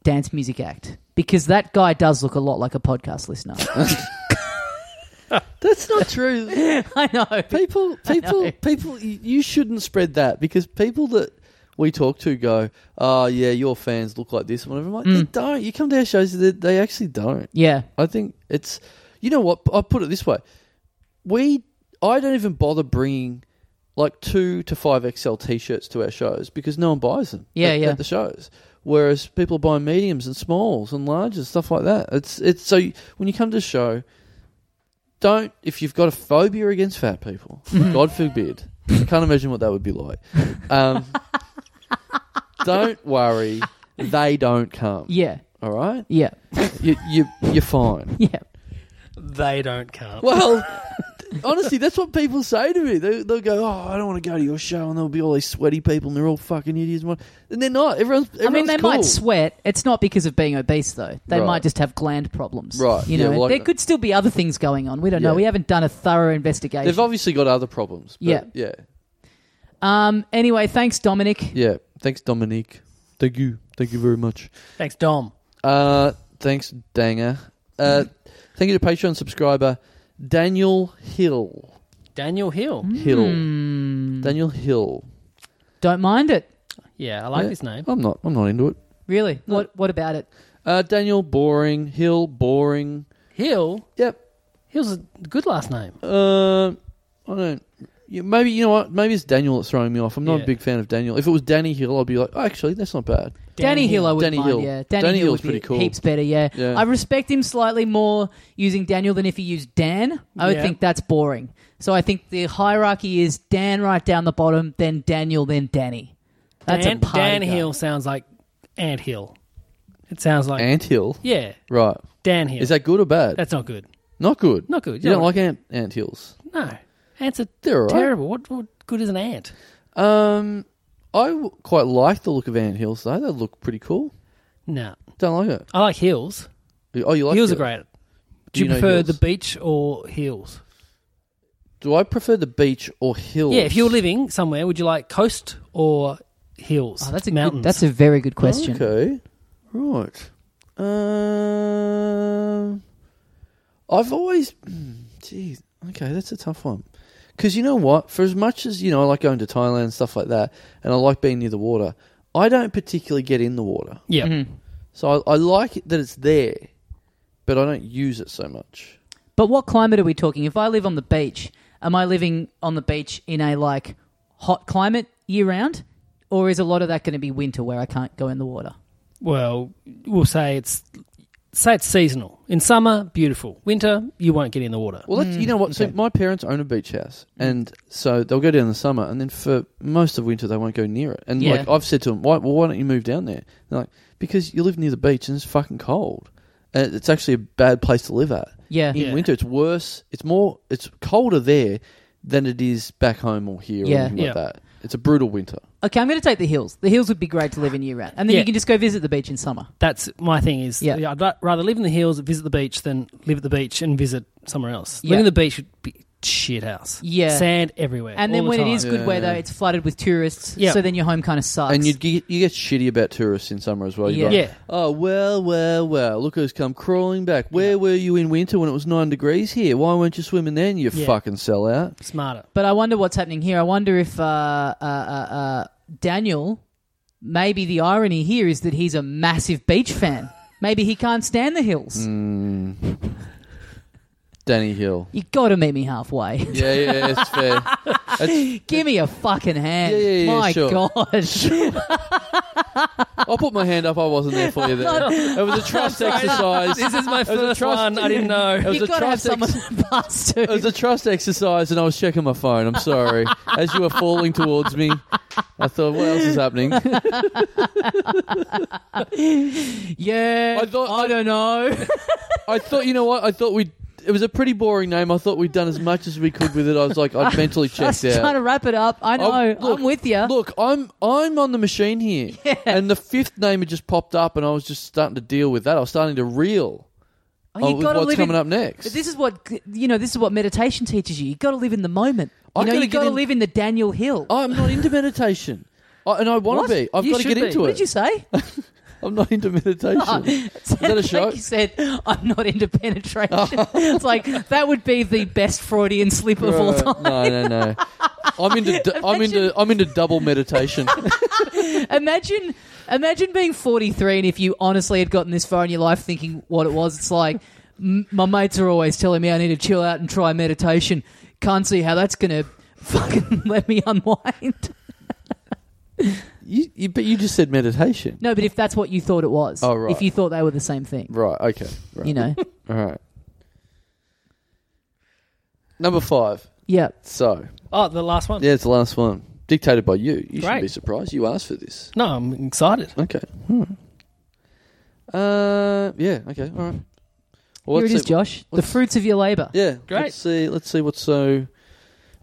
Speaker 1: dance music act because that guy does look a lot like a podcast listener.
Speaker 2: That's not true.
Speaker 1: I know.
Speaker 2: people, people, people. y- You shouldn't spread that because people that we talk to go, "Oh yeah, your fans look like this." and Whatever. I'm like, they
Speaker 1: Mm.
Speaker 2: don't. You come to our shows, they, they actually don't.
Speaker 1: Yeah.
Speaker 2: I think it's. You know what? I'll put it this way: we, I don't even bother bringing like two to five XL T-shirts to our shows because no one buys them.
Speaker 1: Yeah,
Speaker 2: at,
Speaker 1: yeah.
Speaker 2: At the shows, whereas people buy mediums and smalls and larges stuff like that. It's it's so you- when you come to a show, don't if you've got a phobia against fat people, God forbid. I can't imagine what that would be like. Um, don't worry, they don't come.
Speaker 1: Yeah.
Speaker 2: All right,
Speaker 1: Yeah.
Speaker 2: you you you're fine.
Speaker 1: Yeah.
Speaker 3: they don't come.
Speaker 2: Well, honestly, that's what people say to me. They, they'll go, "Oh, I don't want to go to your show," and there'll be all these sweaty people, and they're all fucking idiots. And what- and they're not. Everyone's.
Speaker 1: I mean,
Speaker 2: everyone's
Speaker 1: they
Speaker 2: cool.
Speaker 1: might sweat. It's not because of being obese, though. They
Speaker 2: Right.
Speaker 1: might just have gland problems.
Speaker 2: Right.
Speaker 1: You
Speaker 2: Yeah,
Speaker 1: know,
Speaker 2: well, I-
Speaker 1: there could still be other things going on. We don't know.
Speaker 2: Yeah.
Speaker 1: We haven't done a thorough investigation.
Speaker 2: They've obviously got other problems. but
Speaker 1: Yeah.
Speaker 2: yeah,
Speaker 1: um. Anyway, thanks, Dominic.
Speaker 2: yeah. Thanks, Dominique. Thank you. Thank you very much.
Speaker 3: Thanks, Dom.
Speaker 2: Uh, thanks, Danger. Uh, thank you to Patreon subscriber Daniel Hill.
Speaker 3: Daniel Hill.
Speaker 2: Hill.
Speaker 1: Hmm.
Speaker 2: Daniel Hill.
Speaker 1: Don't mind it.
Speaker 3: Yeah, I like
Speaker 2: Yeah.
Speaker 3: his name.
Speaker 2: I'm not. I'm not into it.
Speaker 1: Really. What? What about it?
Speaker 2: Uh, Daniel boring. Hill boring.
Speaker 3: Hill.
Speaker 2: Yep.
Speaker 3: Hill's a good last name.
Speaker 2: Um, I don't. Yeah, maybe you know what? Maybe it's Daniel that's throwing me off. I'm not
Speaker 3: Yeah.
Speaker 2: a big fan of Daniel. If it was Danny Hill, I'd be like, oh, actually, that's not bad.
Speaker 1: Danny, Hill, I would
Speaker 2: Danny
Speaker 1: mind.
Speaker 2: Hill.
Speaker 1: Yeah, Danny,
Speaker 2: Danny
Speaker 1: Hill
Speaker 2: Hill's
Speaker 1: would be
Speaker 2: pretty cool.
Speaker 1: heaps better. Yeah.
Speaker 2: Yeah.
Speaker 1: I respect him slightly more using Daniel than if he used Dan. I would
Speaker 3: Yeah.
Speaker 1: think that's boring. So I think the hierarchy is Dan right down the bottom, then Daniel, then Danny. That's
Speaker 3: Dan,
Speaker 1: a party
Speaker 3: Dan
Speaker 1: guy.
Speaker 3: Hill sounds like Ant Hill. It sounds like
Speaker 2: Ant Hill,
Speaker 3: yeah,
Speaker 2: right?
Speaker 3: Dan Hill.
Speaker 2: Is that good or bad?
Speaker 3: That's not good.
Speaker 2: not good.
Speaker 3: Not good.
Speaker 2: You
Speaker 3: No.
Speaker 2: don't like ant ant hills?
Speaker 3: No, ants are
Speaker 2: They're all right.
Speaker 3: terrible. What, what good is an ant?
Speaker 2: Um, I w- quite like the look of ant hills though. They look pretty cool.
Speaker 3: No,
Speaker 2: Don't like it.
Speaker 3: I like hills.
Speaker 2: Oh, you like
Speaker 3: hills
Speaker 2: it?
Speaker 3: are great.
Speaker 2: Do
Speaker 3: Do you,
Speaker 2: you know
Speaker 3: prefer
Speaker 2: hills?
Speaker 3: the beach or hills?
Speaker 2: Do I prefer the beach or hills?
Speaker 3: Yeah, if you're living somewhere, would you like coast or hills?
Speaker 1: Oh, that's a
Speaker 3: mountains.
Speaker 1: good, that's a very good question.
Speaker 2: Okay, right. Um, I've always, geez, okay, that's a tough one. Because you know what? For as much as you know, I like going to Thailand and stuff like that, and I like being near the water. I don't particularly get in the water,
Speaker 3: yeah.
Speaker 1: Mhm.
Speaker 2: so I, I like it that it's there, but I don't use it so much.
Speaker 1: But what climate are we talking? If I live on the beach, am I living on the beach in a like hot climate year round, or is a lot of that going to be winter where I can't go in the water?
Speaker 3: Well, we'll say it's say it's seasonal. In summer, beautiful. Winter, you won't get in the water.
Speaker 2: Well,
Speaker 1: Mm,
Speaker 2: that's, you know what? So my parents own a beach house, and so they'll go down in the summer, and then for most of winter they won't go near it. And
Speaker 1: Yeah.
Speaker 2: like I've said to them, why, well, why don't you move down there? They're like, because you live near the beach and it's fucking cold. And it's actually a bad place to live at
Speaker 1: Yeah.
Speaker 2: in winter. It's worse. It's more. It's colder there than it is back home or here
Speaker 1: Yeah.
Speaker 2: or anything
Speaker 3: Yeah.
Speaker 2: like that. It's a brutal winter.
Speaker 1: Okay, I'm going to take the hills. The hills would be great to live in year round, and then
Speaker 3: Yeah.
Speaker 1: you can just go visit the beach in summer.
Speaker 3: That's my thing. Is
Speaker 1: Yeah.
Speaker 3: yeah. I'd ra- rather live in the hills, visit the beach, than live at the beach and visit somewhere else.
Speaker 1: Yeah.
Speaker 3: Living in the beach would be shit house.
Speaker 1: Yeah.
Speaker 3: sand everywhere.
Speaker 1: And then
Speaker 3: all the
Speaker 1: when it
Speaker 3: time.
Speaker 1: is good
Speaker 2: Yeah.
Speaker 1: weather, it's flooded with tourists.
Speaker 3: Yeah.
Speaker 1: So then your home kind of sucks.
Speaker 2: And you get, you get shitty about tourists in summer as well. You're
Speaker 1: Yeah.
Speaker 2: like,
Speaker 3: Yeah.
Speaker 2: Oh well, well, well! Look who's come crawling back. Where were you in winter when it was nine degrees here? Why weren't you swimming then? You
Speaker 3: Yeah.
Speaker 2: fucking sellout.
Speaker 3: smarter.
Speaker 1: But I wonder what's happening here. I wonder if uh, uh, uh, uh, Daniel, maybe the irony here is that he's a massive beach fan. Maybe he can't stand the hills.
Speaker 2: Danny Hill.
Speaker 1: You got to meet me halfway.
Speaker 2: Yeah, yeah, it's fair. That's-
Speaker 1: Give me a fucking hand.
Speaker 2: Yeah, yeah, yeah,
Speaker 1: My
Speaker 2: sure.
Speaker 1: God.
Speaker 2: I'll put my hand up. I wasn't there for you there. It was a trust exercise.
Speaker 3: This is my
Speaker 2: was a
Speaker 3: first
Speaker 2: trust-
Speaker 3: one. I didn't know.
Speaker 2: was
Speaker 1: you
Speaker 2: a
Speaker 1: got to have
Speaker 2: trust ex-
Speaker 1: someone to pass to.
Speaker 2: It was a trust exercise, and I was checking my phone. I'm sorry. As you were falling towards me, I thought, what else is happening?
Speaker 1: yeah.
Speaker 2: I thought-
Speaker 1: I don't know.
Speaker 2: I thought, you know what? I thought we. It was a pretty boring name. I thought we'd done as much as we could with it. I was like, I'd mentally
Speaker 1: I was
Speaker 2: checked out.
Speaker 1: trying to wrap it up. I know.
Speaker 2: I'll- Oh, look,
Speaker 1: I'm with you.
Speaker 2: Look, I'm I'm on the machine here, and the fifth name had just popped up, and I was just starting to deal with that. I was starting to reel
Speaker 1: Oh,
Speaker 2: on
Speaker 1: you
Speaker 2: with
Speaker 1: got to
Speaker 2: what's
Speaker 1: live in-
Speaker 2: coming up next.
Speaker 1: But this is what you know. This is what meditation teaches you. You got to live in the moment. You know,
Speaker 2: I gotta
Speaker 1: you
Speaker 2: get
Speaker 1: got to
Speaker 2: in-
Speaker 1: live in the Daniel Hill.
Speaker 2: I'm not into meditation, I, and I want
Speaker 1: What?
Speaker 2: to be. I've
Speaker 3: You
Speaker 2: got to
Speaker 3: should
Speaker 2: get
Speaker 3: be.
Speaker 2: into
Speaker 1: what
Speaker 2: it.
Speaker 1: did you say?
Speaker 2: I'm not into meditation.
Speaker 1: Is
Speaker 2: that a shock?
Speaker 1: You said I'm not into penetration. it's like that would be the best Freudian slip of all time.
Speaker 2: Uh, no, no, no. I'm into d- I'm into I'm into double meditation.
Speaker 1: Imagine, imagine being 43 and if you honestly had gotten this far in your life thinking what it was. It's like m- my mates are always telling me I need to chill out and try meditation. Can't see how that's gonna fucking let me unwind.
Speaker 2: you, you, but you just said meditation,
Speaker 1: No, but if that's what you thought it was,
Speaker 2: Oh, right.
Speaker 1: if you thought they were the same thing,
Speaker 2: right? Okay, right.
Speaker 1: you know,
Speaker 2: All right. Number five.
Speaker 1: yeah.
Speaker 2: So
Speaker 3: Oh, the last one.
Speaker 2: Yeah, it's the last one. Dictated by you. You
Speaker 3: Great.
Speaker 2: shouldn't be surprised. You asked for this.
Speaker 3: No, I'm excited.
Speaker 2: Okay. Hmm. Uh, yeah. Okay. All right. Well,
Speaker 1: Here it
Speaker 2: let's
Speaker 1: is,
Speaker 2: see-
Speaker 1: Josh. The fruits of your labor.
Speaker 2: Yeah.
Speaker 3: Great.
Speaker 2: Let's see. Let's see what's so.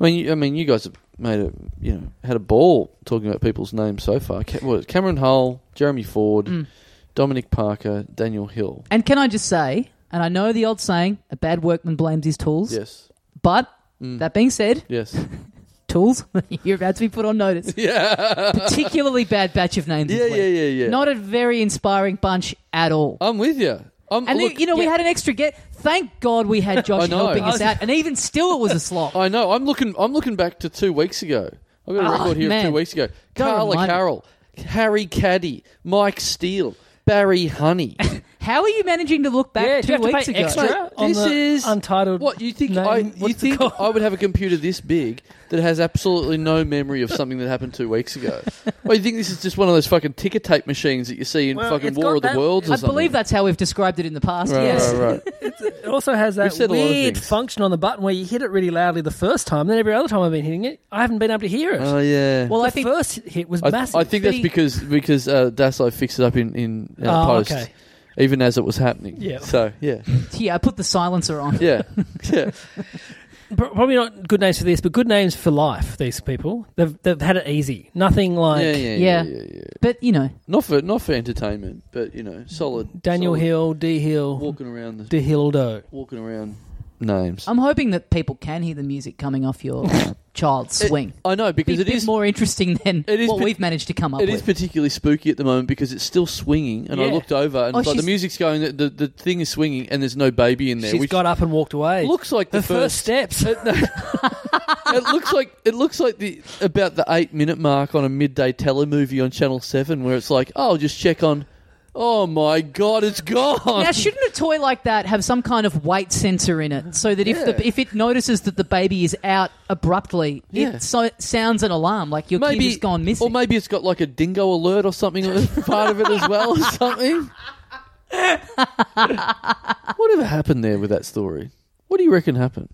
Speaker 2: I mean, you, I mean, you guys have made a you know had a ball talking about people's names so far. Ca- what, Cameron Hull, Jeremy Ford,
Speaker 1: Mm.
Speaker 2: Dominic Parker, Daniel Hill.
Speaker 1: And can I just say, and I know the old saying, a bad workman blames his tools,
Speaker 2: Yes.
Speaker 1: but
Speaker 2: Mm.
Speaker 1: that being said,
Speaker 2: Yes.
Speaker 1: tools, you're about to be put on notice.
Speaker 2: yeah.
Speaker 1: Particularly bad batch of names. this
Speaker 2: Yeah. Yeah.
Speaker 1: week.
Speaker 2: Yeah. Yeah.
Speaker 1: Not a very inspiring bunch at all.
Speaker 2: I'm with you. I'm,
Speaker 1: and
Speaker 2: look,
Speaker 1: then, you know, we
Speaker 3: yeah.
Speaker 1: had an extra get. Thank God we had
Speaker 2: I
Speaker 1: Josh
Speaker 2: know.
Speaker 1: helping us
Speaker 3: I-
Speaker 1: out, and even still, it was a slog.
Speaker 2: I know. I'm looking. I'm looking back to two weeks ago. I've got a
Speaker 1: Oh,
Speaker 2: record here
Speaker 1: man.
Speaker 2: of two weeks ago.
Speaker 1: Don't
Speaker 2: Carla
Speaker 1: remind me.
Speaker 2: Carroll, Harry Caddy, Mike Steele, Barry Honey.
Speaker 1: How are you managing to look back
Speaker 3: yeah,
Speaker 1: two
Speaker 3: do you have to
Speaker 1: weeks
Speaker 3: pay
Speaker 1: ago?
Speaker 3: extra
Speaker 2: Mate,
Speaker 3: on
Speaker 2: this
Speaker 3: the
Speaker 2: is-
Speaker 3: untitled.
Speaker 2: what you think?
Speaker 3: Name,
Speaker 2: I you
Speaker 3: what's it
Speaker 2: think
Speaker 3: called?
Speaker 2: I would have a computer this big that has absolutely no memory of something that happened two weeks ago? Well, you think this is just one of those fucking ticker tape machines that you see in
Speaker 3: Well,
Speaker 2: fucking
Speaker 3: it's
Speaker 2: War
Speaker 3: got
Speaker 2: of the
Speaker 3: that-
Speaker 2: Worlds? Or
Speaker 1: I
Speaker 2: something?
Speaker 1: believe that's how we've described it in the past.
Speaker 2: Right,
Speaker 1: yes.
Speaker 2: right, right.
Speaker 3: It also has
Speaker 2: We've
Speaker 3: that
Speaker 2: said a lot of
Speaker 3: weird
Speaker 2: things.
Speaker 3: function on the button where you hit it really loudly the first time, then every other time I've been hitting it, I haven't been able to hear it.
Speaker 2: oh yeah.
Speaker 1: Well,
Speaker 3: the
Speaker 1: I think
Speaker 3: first hit was
Speaker 2: I,
Speaker 3: massive.
Speaker 2: I think
Speaker 1: but
Speaker 2: that's
Speaker 1: he-
Speaker 2: because because uh, Daslo fixed it up in in uh,
Speaker 3: Oh,
Speaker 2: post,
Speaker 3: okay.
Speaker 2: even as it was happening.
Speaker 3: Yeah.
Speaker 2: So yeah,
Speaker 1: yeah, I put the silencer on.
Speaker 2: yeah, yeah.
Speaker 3: Pro- Probably not good names for this, but good names for life. These people, they've they've had it easy. Nothing like
Speaker 2: yeah, yeah, yeah,
Speaker 1: Yeah.
Speaker 2: yeah, yeah.
Speaker 1: But, you know,
Speaker 2: Not for not for entertainment, but you know, solid.
Speaker 3: Daniel
Speaker 2: solid
Speaker 3: Hill, D Hill,
Speaker 2: walking around the
Speaker 3: De Hildo.
Speaker 2: walking around names.
Speaker 1: I'm hoping that people can hear the music coming off your child's
Speaker 2: It-
Speaker 1: swing.
Speaker 2: I know because
Speaker 1: bit,
Speaker 2: it
Speaker 1: bit
Speaker 2: is
Speaker 1: more interesting than
Speaker 2: It is
Speaker 1: what
Speaker 2: bit-
Speaker 1: we've managed to come up
Speaker 2: It
Speaker 1: with.
Speaker 2: is particularly spooky at the moment because it's still swinging, and I
Speaker 3: Yeah.
Speaker 2: looked over and
Speaker 1: Oh,
Speaker 2: it's like the
Speaker 1: she's-
Speaker 2: music's going, the, the the thing is swinging, and there's no baby in there,
Speaker 3: She's
Speaker 2: which
Speaker 3: got up and walked away.
Speaker 2: looks like the,
Speaker 3: the first steps.
Speaker 2: it looks like it looks like the about the eight minute mark on a midday telemovie on Channel Seven, where it's like, oh, just check on. Oh my God, it's gone.
Speaker 1: now, shouldn't a toy like that have some kind of weight sensor in it, so that if the,
Speaker 2: Yeah.
Speaker 1: if it notices that the baby is out abruptly,
Speaker 2: Yeah.
Speaker 1: it so, sounds an alarm, like your kid has gone missing.
Speaker 2: or maybe it's got like a dingo alert or something as part of it as well, or something. Whatever happened there with that story? What do you reckon happened?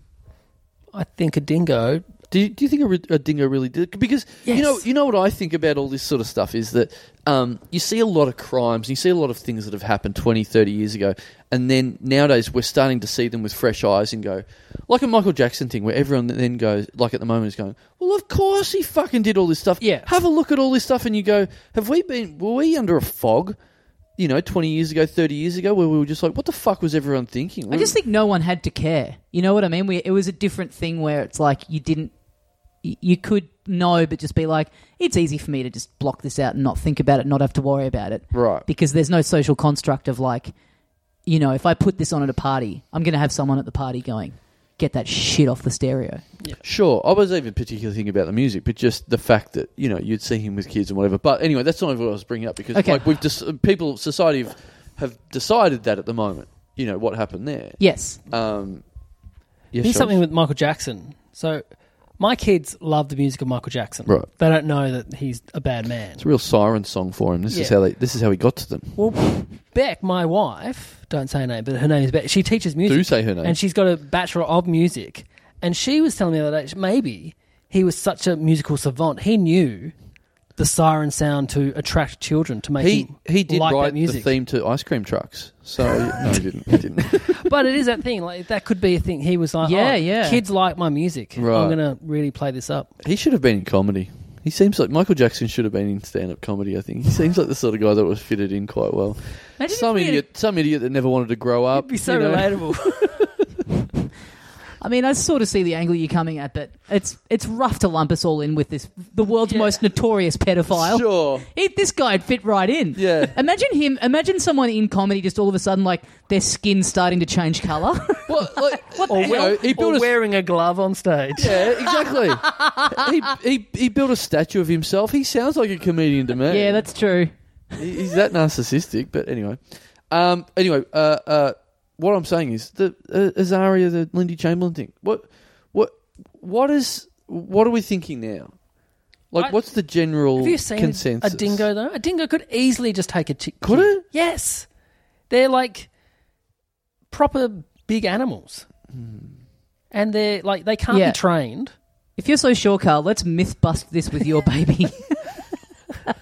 Speaker 3: I think a dingo.
Speaker 2: Do you, do you think a, re- a dingo really did? Because you know,
Speaker 1: Yes.
Speaker 2: you know what I think about all this sort of stuff is that um, you see a lot of crimes, and you see a lot of things that have happened 20, 30 years ago, and then nowadays we're starting to see them with fresh eyes and go, like a Michael Jackson thing, where everyone then goes, like at the moment is going, well, of course he fucking did all this stuff.
Speaker 3: Yeah.
Speaker 2: have a look at all this stuff, and you go, have we been? Were we under a fog? You know, twenty years ago, thirty years ago, where we were just like, what the fuck was everyone thinking?
Speaker 1: I just think no one had to care. You know what I mean? We, it was a different thing where it's like you didn't, y- you could know, but just be like, it's easy for me to just block this out and not think about it, not have to worry about it.
Speaker 2: right.
Speaker 1: Because there's no social construct of like, you know, if I put this on at a party, I'm going to have someone at the party going, get that shit off the stereo.
Speaker 2: Sure, I was even particularly thinking about the music, but just the fact that you know you'd see him with kids and whatever. But anyway, that's not even what I was bringing up because
Speaker 1: Okay.
Speaker 2: like we've just people society have, have decided that at the moment. You know what happened there.
Speaker 1: Yes.
Speaker 2: Um, yeah,
Speaker 3: Here's
Speaker 2: sure.
Speaker 3: something with Michael Jackson. So, my kids love the music of Michael Jackson.
Speaker 2: Right.
Speaker 3: They don't know that he's a bad man.
Speaker 2: It's a real siren song for him. This is
Speaker 3: Yeah.
Speaker 2: how they. This is how he got to them.
Speaker 3: Well, Beck, my wife, don't say her name, but her name is Beck. She teaches music.
Speaker 2: Do say her name.
Speaker 3: and she's got a bachelor of music and she was telling me the other day maybe he was such a musical savant he knew the siren sound to attract children to make
Speaker 2: he
Speaker 3: him
Speaker 2: he did
Speaker 3: like
Speaker 2: write
Speaker 3: that music
Speaker 2: the theme to ice cream trucks. So no, he didn't. He didn't.
Speaker 3: but it is that thing like that could be a thing he was like
Speaker 1: Yeah,
Speaker 3: oh,
Speaker 1: yeah.
Speaker 3: kids like my music
Speaker 2: Right.
Speaker 3: i'm gonna really play this up
Speaker 2: He should have been in comedy. He seems like Michael Jackson should have been in stand-up comedy. I think he seems like the sort of guy that was fitted in quite well.
Speaker 1: Imagine if
Speaker 2: some
Speaker 1: we had a-
Speaker 2: idiot, some idiot that never wanted to grow up.
Speaker 3: It'd be so
Speaker 2: you know?
Speaker 3: relatable
Speaker 1: I mean, I sort of see the angle you're coming at, but it's it's rough to lump us all in with this the world's
Speaker 3: Yeah.
Speaker 1: most notorious pedophile.
Speaker 2: Sure.
Speaker 1: He, this guy'd fit right in.
Speaker 2: Yeah.
Speaker 1: Imagine him. Imagine someone in comedy just all of a sudden like their skin starting to change color.
Speaker 2: Well, like,
Speaker 3: or,
Speaker 2: you know, he built a,
Speaker 3: wearing a glove on stage
Speaker 2: yeah, exactly. he, he he built a statue of himself. He sounds like a comedian to me.
Speaker 1: yeah, that's true.
Speaker 2: He- he's that narcissistic. But anyway, um, anyway, uh, uh, what I'm saying is the uh, Azaria, the Lindy Chamberlain thing. What, what, what is? What are we thinking now? Like,
Speaker 3: I-
Speaker 2: what's the general
Speaker 3: have you seen
Speaker 2: consensus?
Speaker 3: a dingo though a dingo could easily just take a chick
Speaker 2: Could it?
Speaker 3: Yes. They're like proper big animals. And they're like they can't
Speaker 1: Yeah.
Speaker 3: be trained.
Speaker 1: If you're so sure, Carl, let's myth bust this with your baby.
Speaker 2: Uh,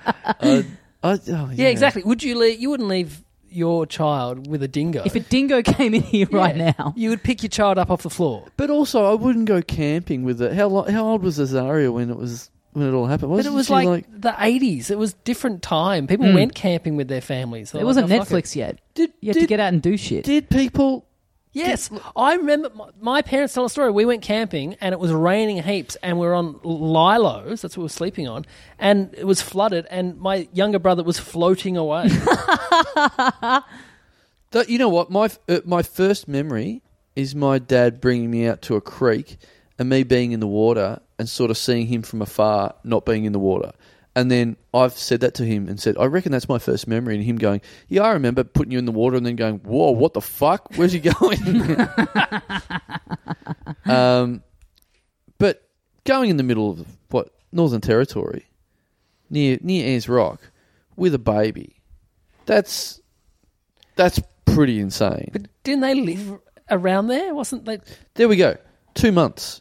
Speaker 2: I, oh, yeah.
Speaker 3: Yeah, exactly. Would you leave you wouldn't leave your child with a dingo.
Speaker 1: if a dingo came in here right
Speaker 3: Yeah.
Speaker 1: now,
Speaker 3: You would pick your child up off the floor.
Speaker 2: But also, I wouldn't go camping with it. How lo- how old was Azaria when it was when it all happened?
Speaker 3: But
Speaker 2: Wasn't
Speaker 3: it was
Speaker 2: she
Speaker 3: like, the eighties. It was different time. People
Speaker 1: Mm.
Speaker 3: went camping with their families. They're
Speaker 1: it
Speaker 3: like,
Speaker 1: wasn't
Speaker 3: "Oh, fuck it."
Speaker 1: Netflix yet.
Speaker 2: did
Speaker 1: You had
Speaker 2: did,
Speaker 1: to get out and do shit.
Speaker 2: did people
Speaker 3: Yes, I remember my, my parents tell a story. We went camping and it was raining heaps, and we were on lilos. That's what we were sleeping on, and it was flooded. And my younger brother was floating away.
Speaker 2: That, you know what? My f- uh, my first memory is my dad bringing me out to a creek and me being in the water and sort of seeing him from afar, not being in the water. And then I've said that to him and said, I reckon that's my first memory. And him going, Yeah, I remember putting you in the water and then going, Whoa, what the fuck? Where's he going? um, but going in the middle of what Northern Territory, near near Ayers Rock, with a baby, that's that's pretty insane.
Speaker 3: but didn't they live around there? Wasn't they?
Speaker 2: There we go. Two months.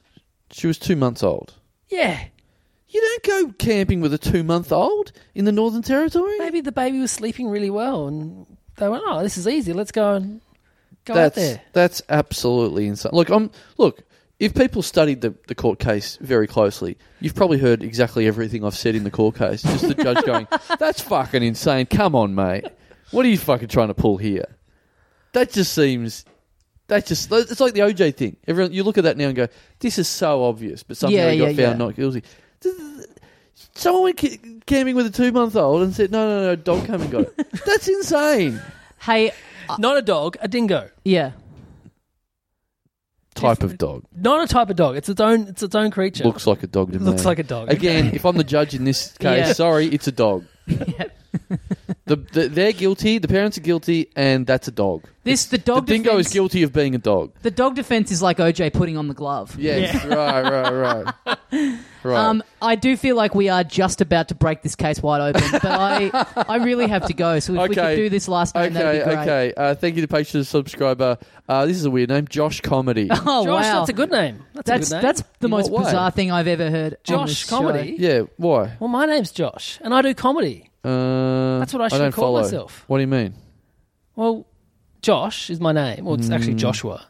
Speaker 2: She was two months old.
Speaker 3: Yeah,
Speaker 2: You don't go camping with a two month old in the Northern Territory.
Speaker 3: maybe the baby was sleeping really well, and they went, "Oh, this is easy. Let's go and go
Speaker 2: that's,
Speaker 3: out there."
Speaker 2: That's absolutely insane. Look, I'm look. If people studied the, the court case very closely, you've probably heard exactly everything I've said in the court case. Just the judge going, "That's fucking insane. Come on, mate. What are you fucking trying to pull here? That just seems That just it's like the OJ thing. Everyone, you look at that now and go, "This is so obvious," but somehow
Speaker 1: Yeah,
Speaker 2: he got
Speaker 1: yeah,
Speaker 2: found
Speaker 1: yeah.
Speaker 2: not guilty. Someone went ca- camping with a two-month-old and said, "No, no, no, dog came and got it." That's insane.
Speaker 1: Hey,
Speaker 3: Not a dog, a dingo.
Speaker 1: yeah.
Speaker 2: Type of dog
Speaker 3: Not a type of dog. It's its own. It's its own creature.
Speaker 2: looks like a dog to
Speaker 3: It
Speaker 2: me.
Speaker 3: looks like a dog.
Speaker 2: Again, if I'm the judge in this case,
Speaker 1: Yeah.
Speaker 2: sorry, it's a dog. the, the, they're guilty. The parents are guilty, and that's a dog.
Speaker 1: This the
Speaker 2: The
Speaker 1: dog
Speaker 2: dingo
Speaker 1: defense,
Speaker 2: is guilty of being a dog.
Speaker 1: The dog defense is like OJ putting on the glove.
Speaker 2: Yes, right, right, right, right.
Speaker 1: Um, I do feel like we are just about to break this case wide open, but I, I really have to go. So if we
Speaker 2: Okay.
Speaker 1: could do this last night,
Speaker 2: okay,
Speaker 1: oh, that'd be great.
Speaker 2: okay. Uh, thank you to Patreon subscriber. Uh, this is a weird name, Josh Comedy.
Speaker 1: Oh
Speaker 3: Josh,
Speaker 1: wow,
Speaker 3: that's a good name.
Speaker 1: That's
Speaker 3: That's, a good name.
Speaker 1: that's the
Speaker 2: In
Speaker 1: most
Speaker 2: what way?
Speaker 1: bizarre thing I've ever heard. on this
Speaker 3: Josh
Speaker 1: show.
Speaker 3: comedy.
Speaker 2: yeah, why?
Speaker 3: Well, my name's Josh, and I do comedy.
Speaker 2: Uh,
Speaker 3: That's what I should
Speaker 2: don't
Speaker 3: call
Speaker 2: follow.
Speaker 3: myself.
Speaker 2: What do you mean?
Speaker 3: Well, Josh is my name. Well, it's
Speaker 2: Mm.
Speaker 3: actually Joshua,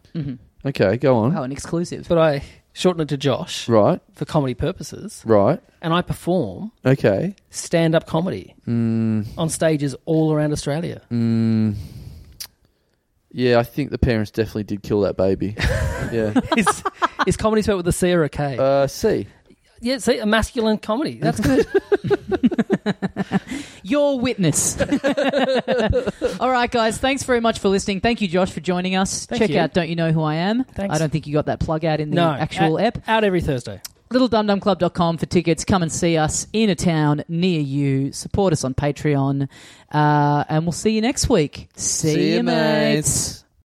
Speaker 2: Okay, go on.
Speaker 1: Mm-hmm. Wow, an exclusive.
Speaker 3: but I shorten it to Josh
Speaker 2: Right,
Speaker 3: for comedy purposes,
Speaker 2: right.
Speaker 3: and I perform
Speaker 2: Okay.
Speaker 3: stand-up comedy on stages all around Australia.
Speaker 2: Mm. Yeah, I think the parents definitely did kill that baby. yeah.
Speaker 3: is, is comedy spelled with a C or a K?
Speaker 2: Uh, C.
Speaker 3: yeah, see, a masculine comedy. That's good.
Speaker 1: Your witness. All right, guys. Thanks very much for listening. Thank you, Josh, for joining us.
Speaker 3: Thank
Speaker 1: Check
Speaker 3: you.
Speaker 1: out "Don't You Know Who I Am."
Speaker 3: Thanks.
Speaker 1: I don't think you got that plug out in the
Speaker 3: no,
Speaker 1: actual
Speaker 3: out,
Speaker 1: app.
Speaker 3: out every Thursday.
Speaker 1: littledumdumclub.com for tickets. Come and see us in a town near you. Support us on Patreon. Uh, and we'll see you next week. See, you, mates.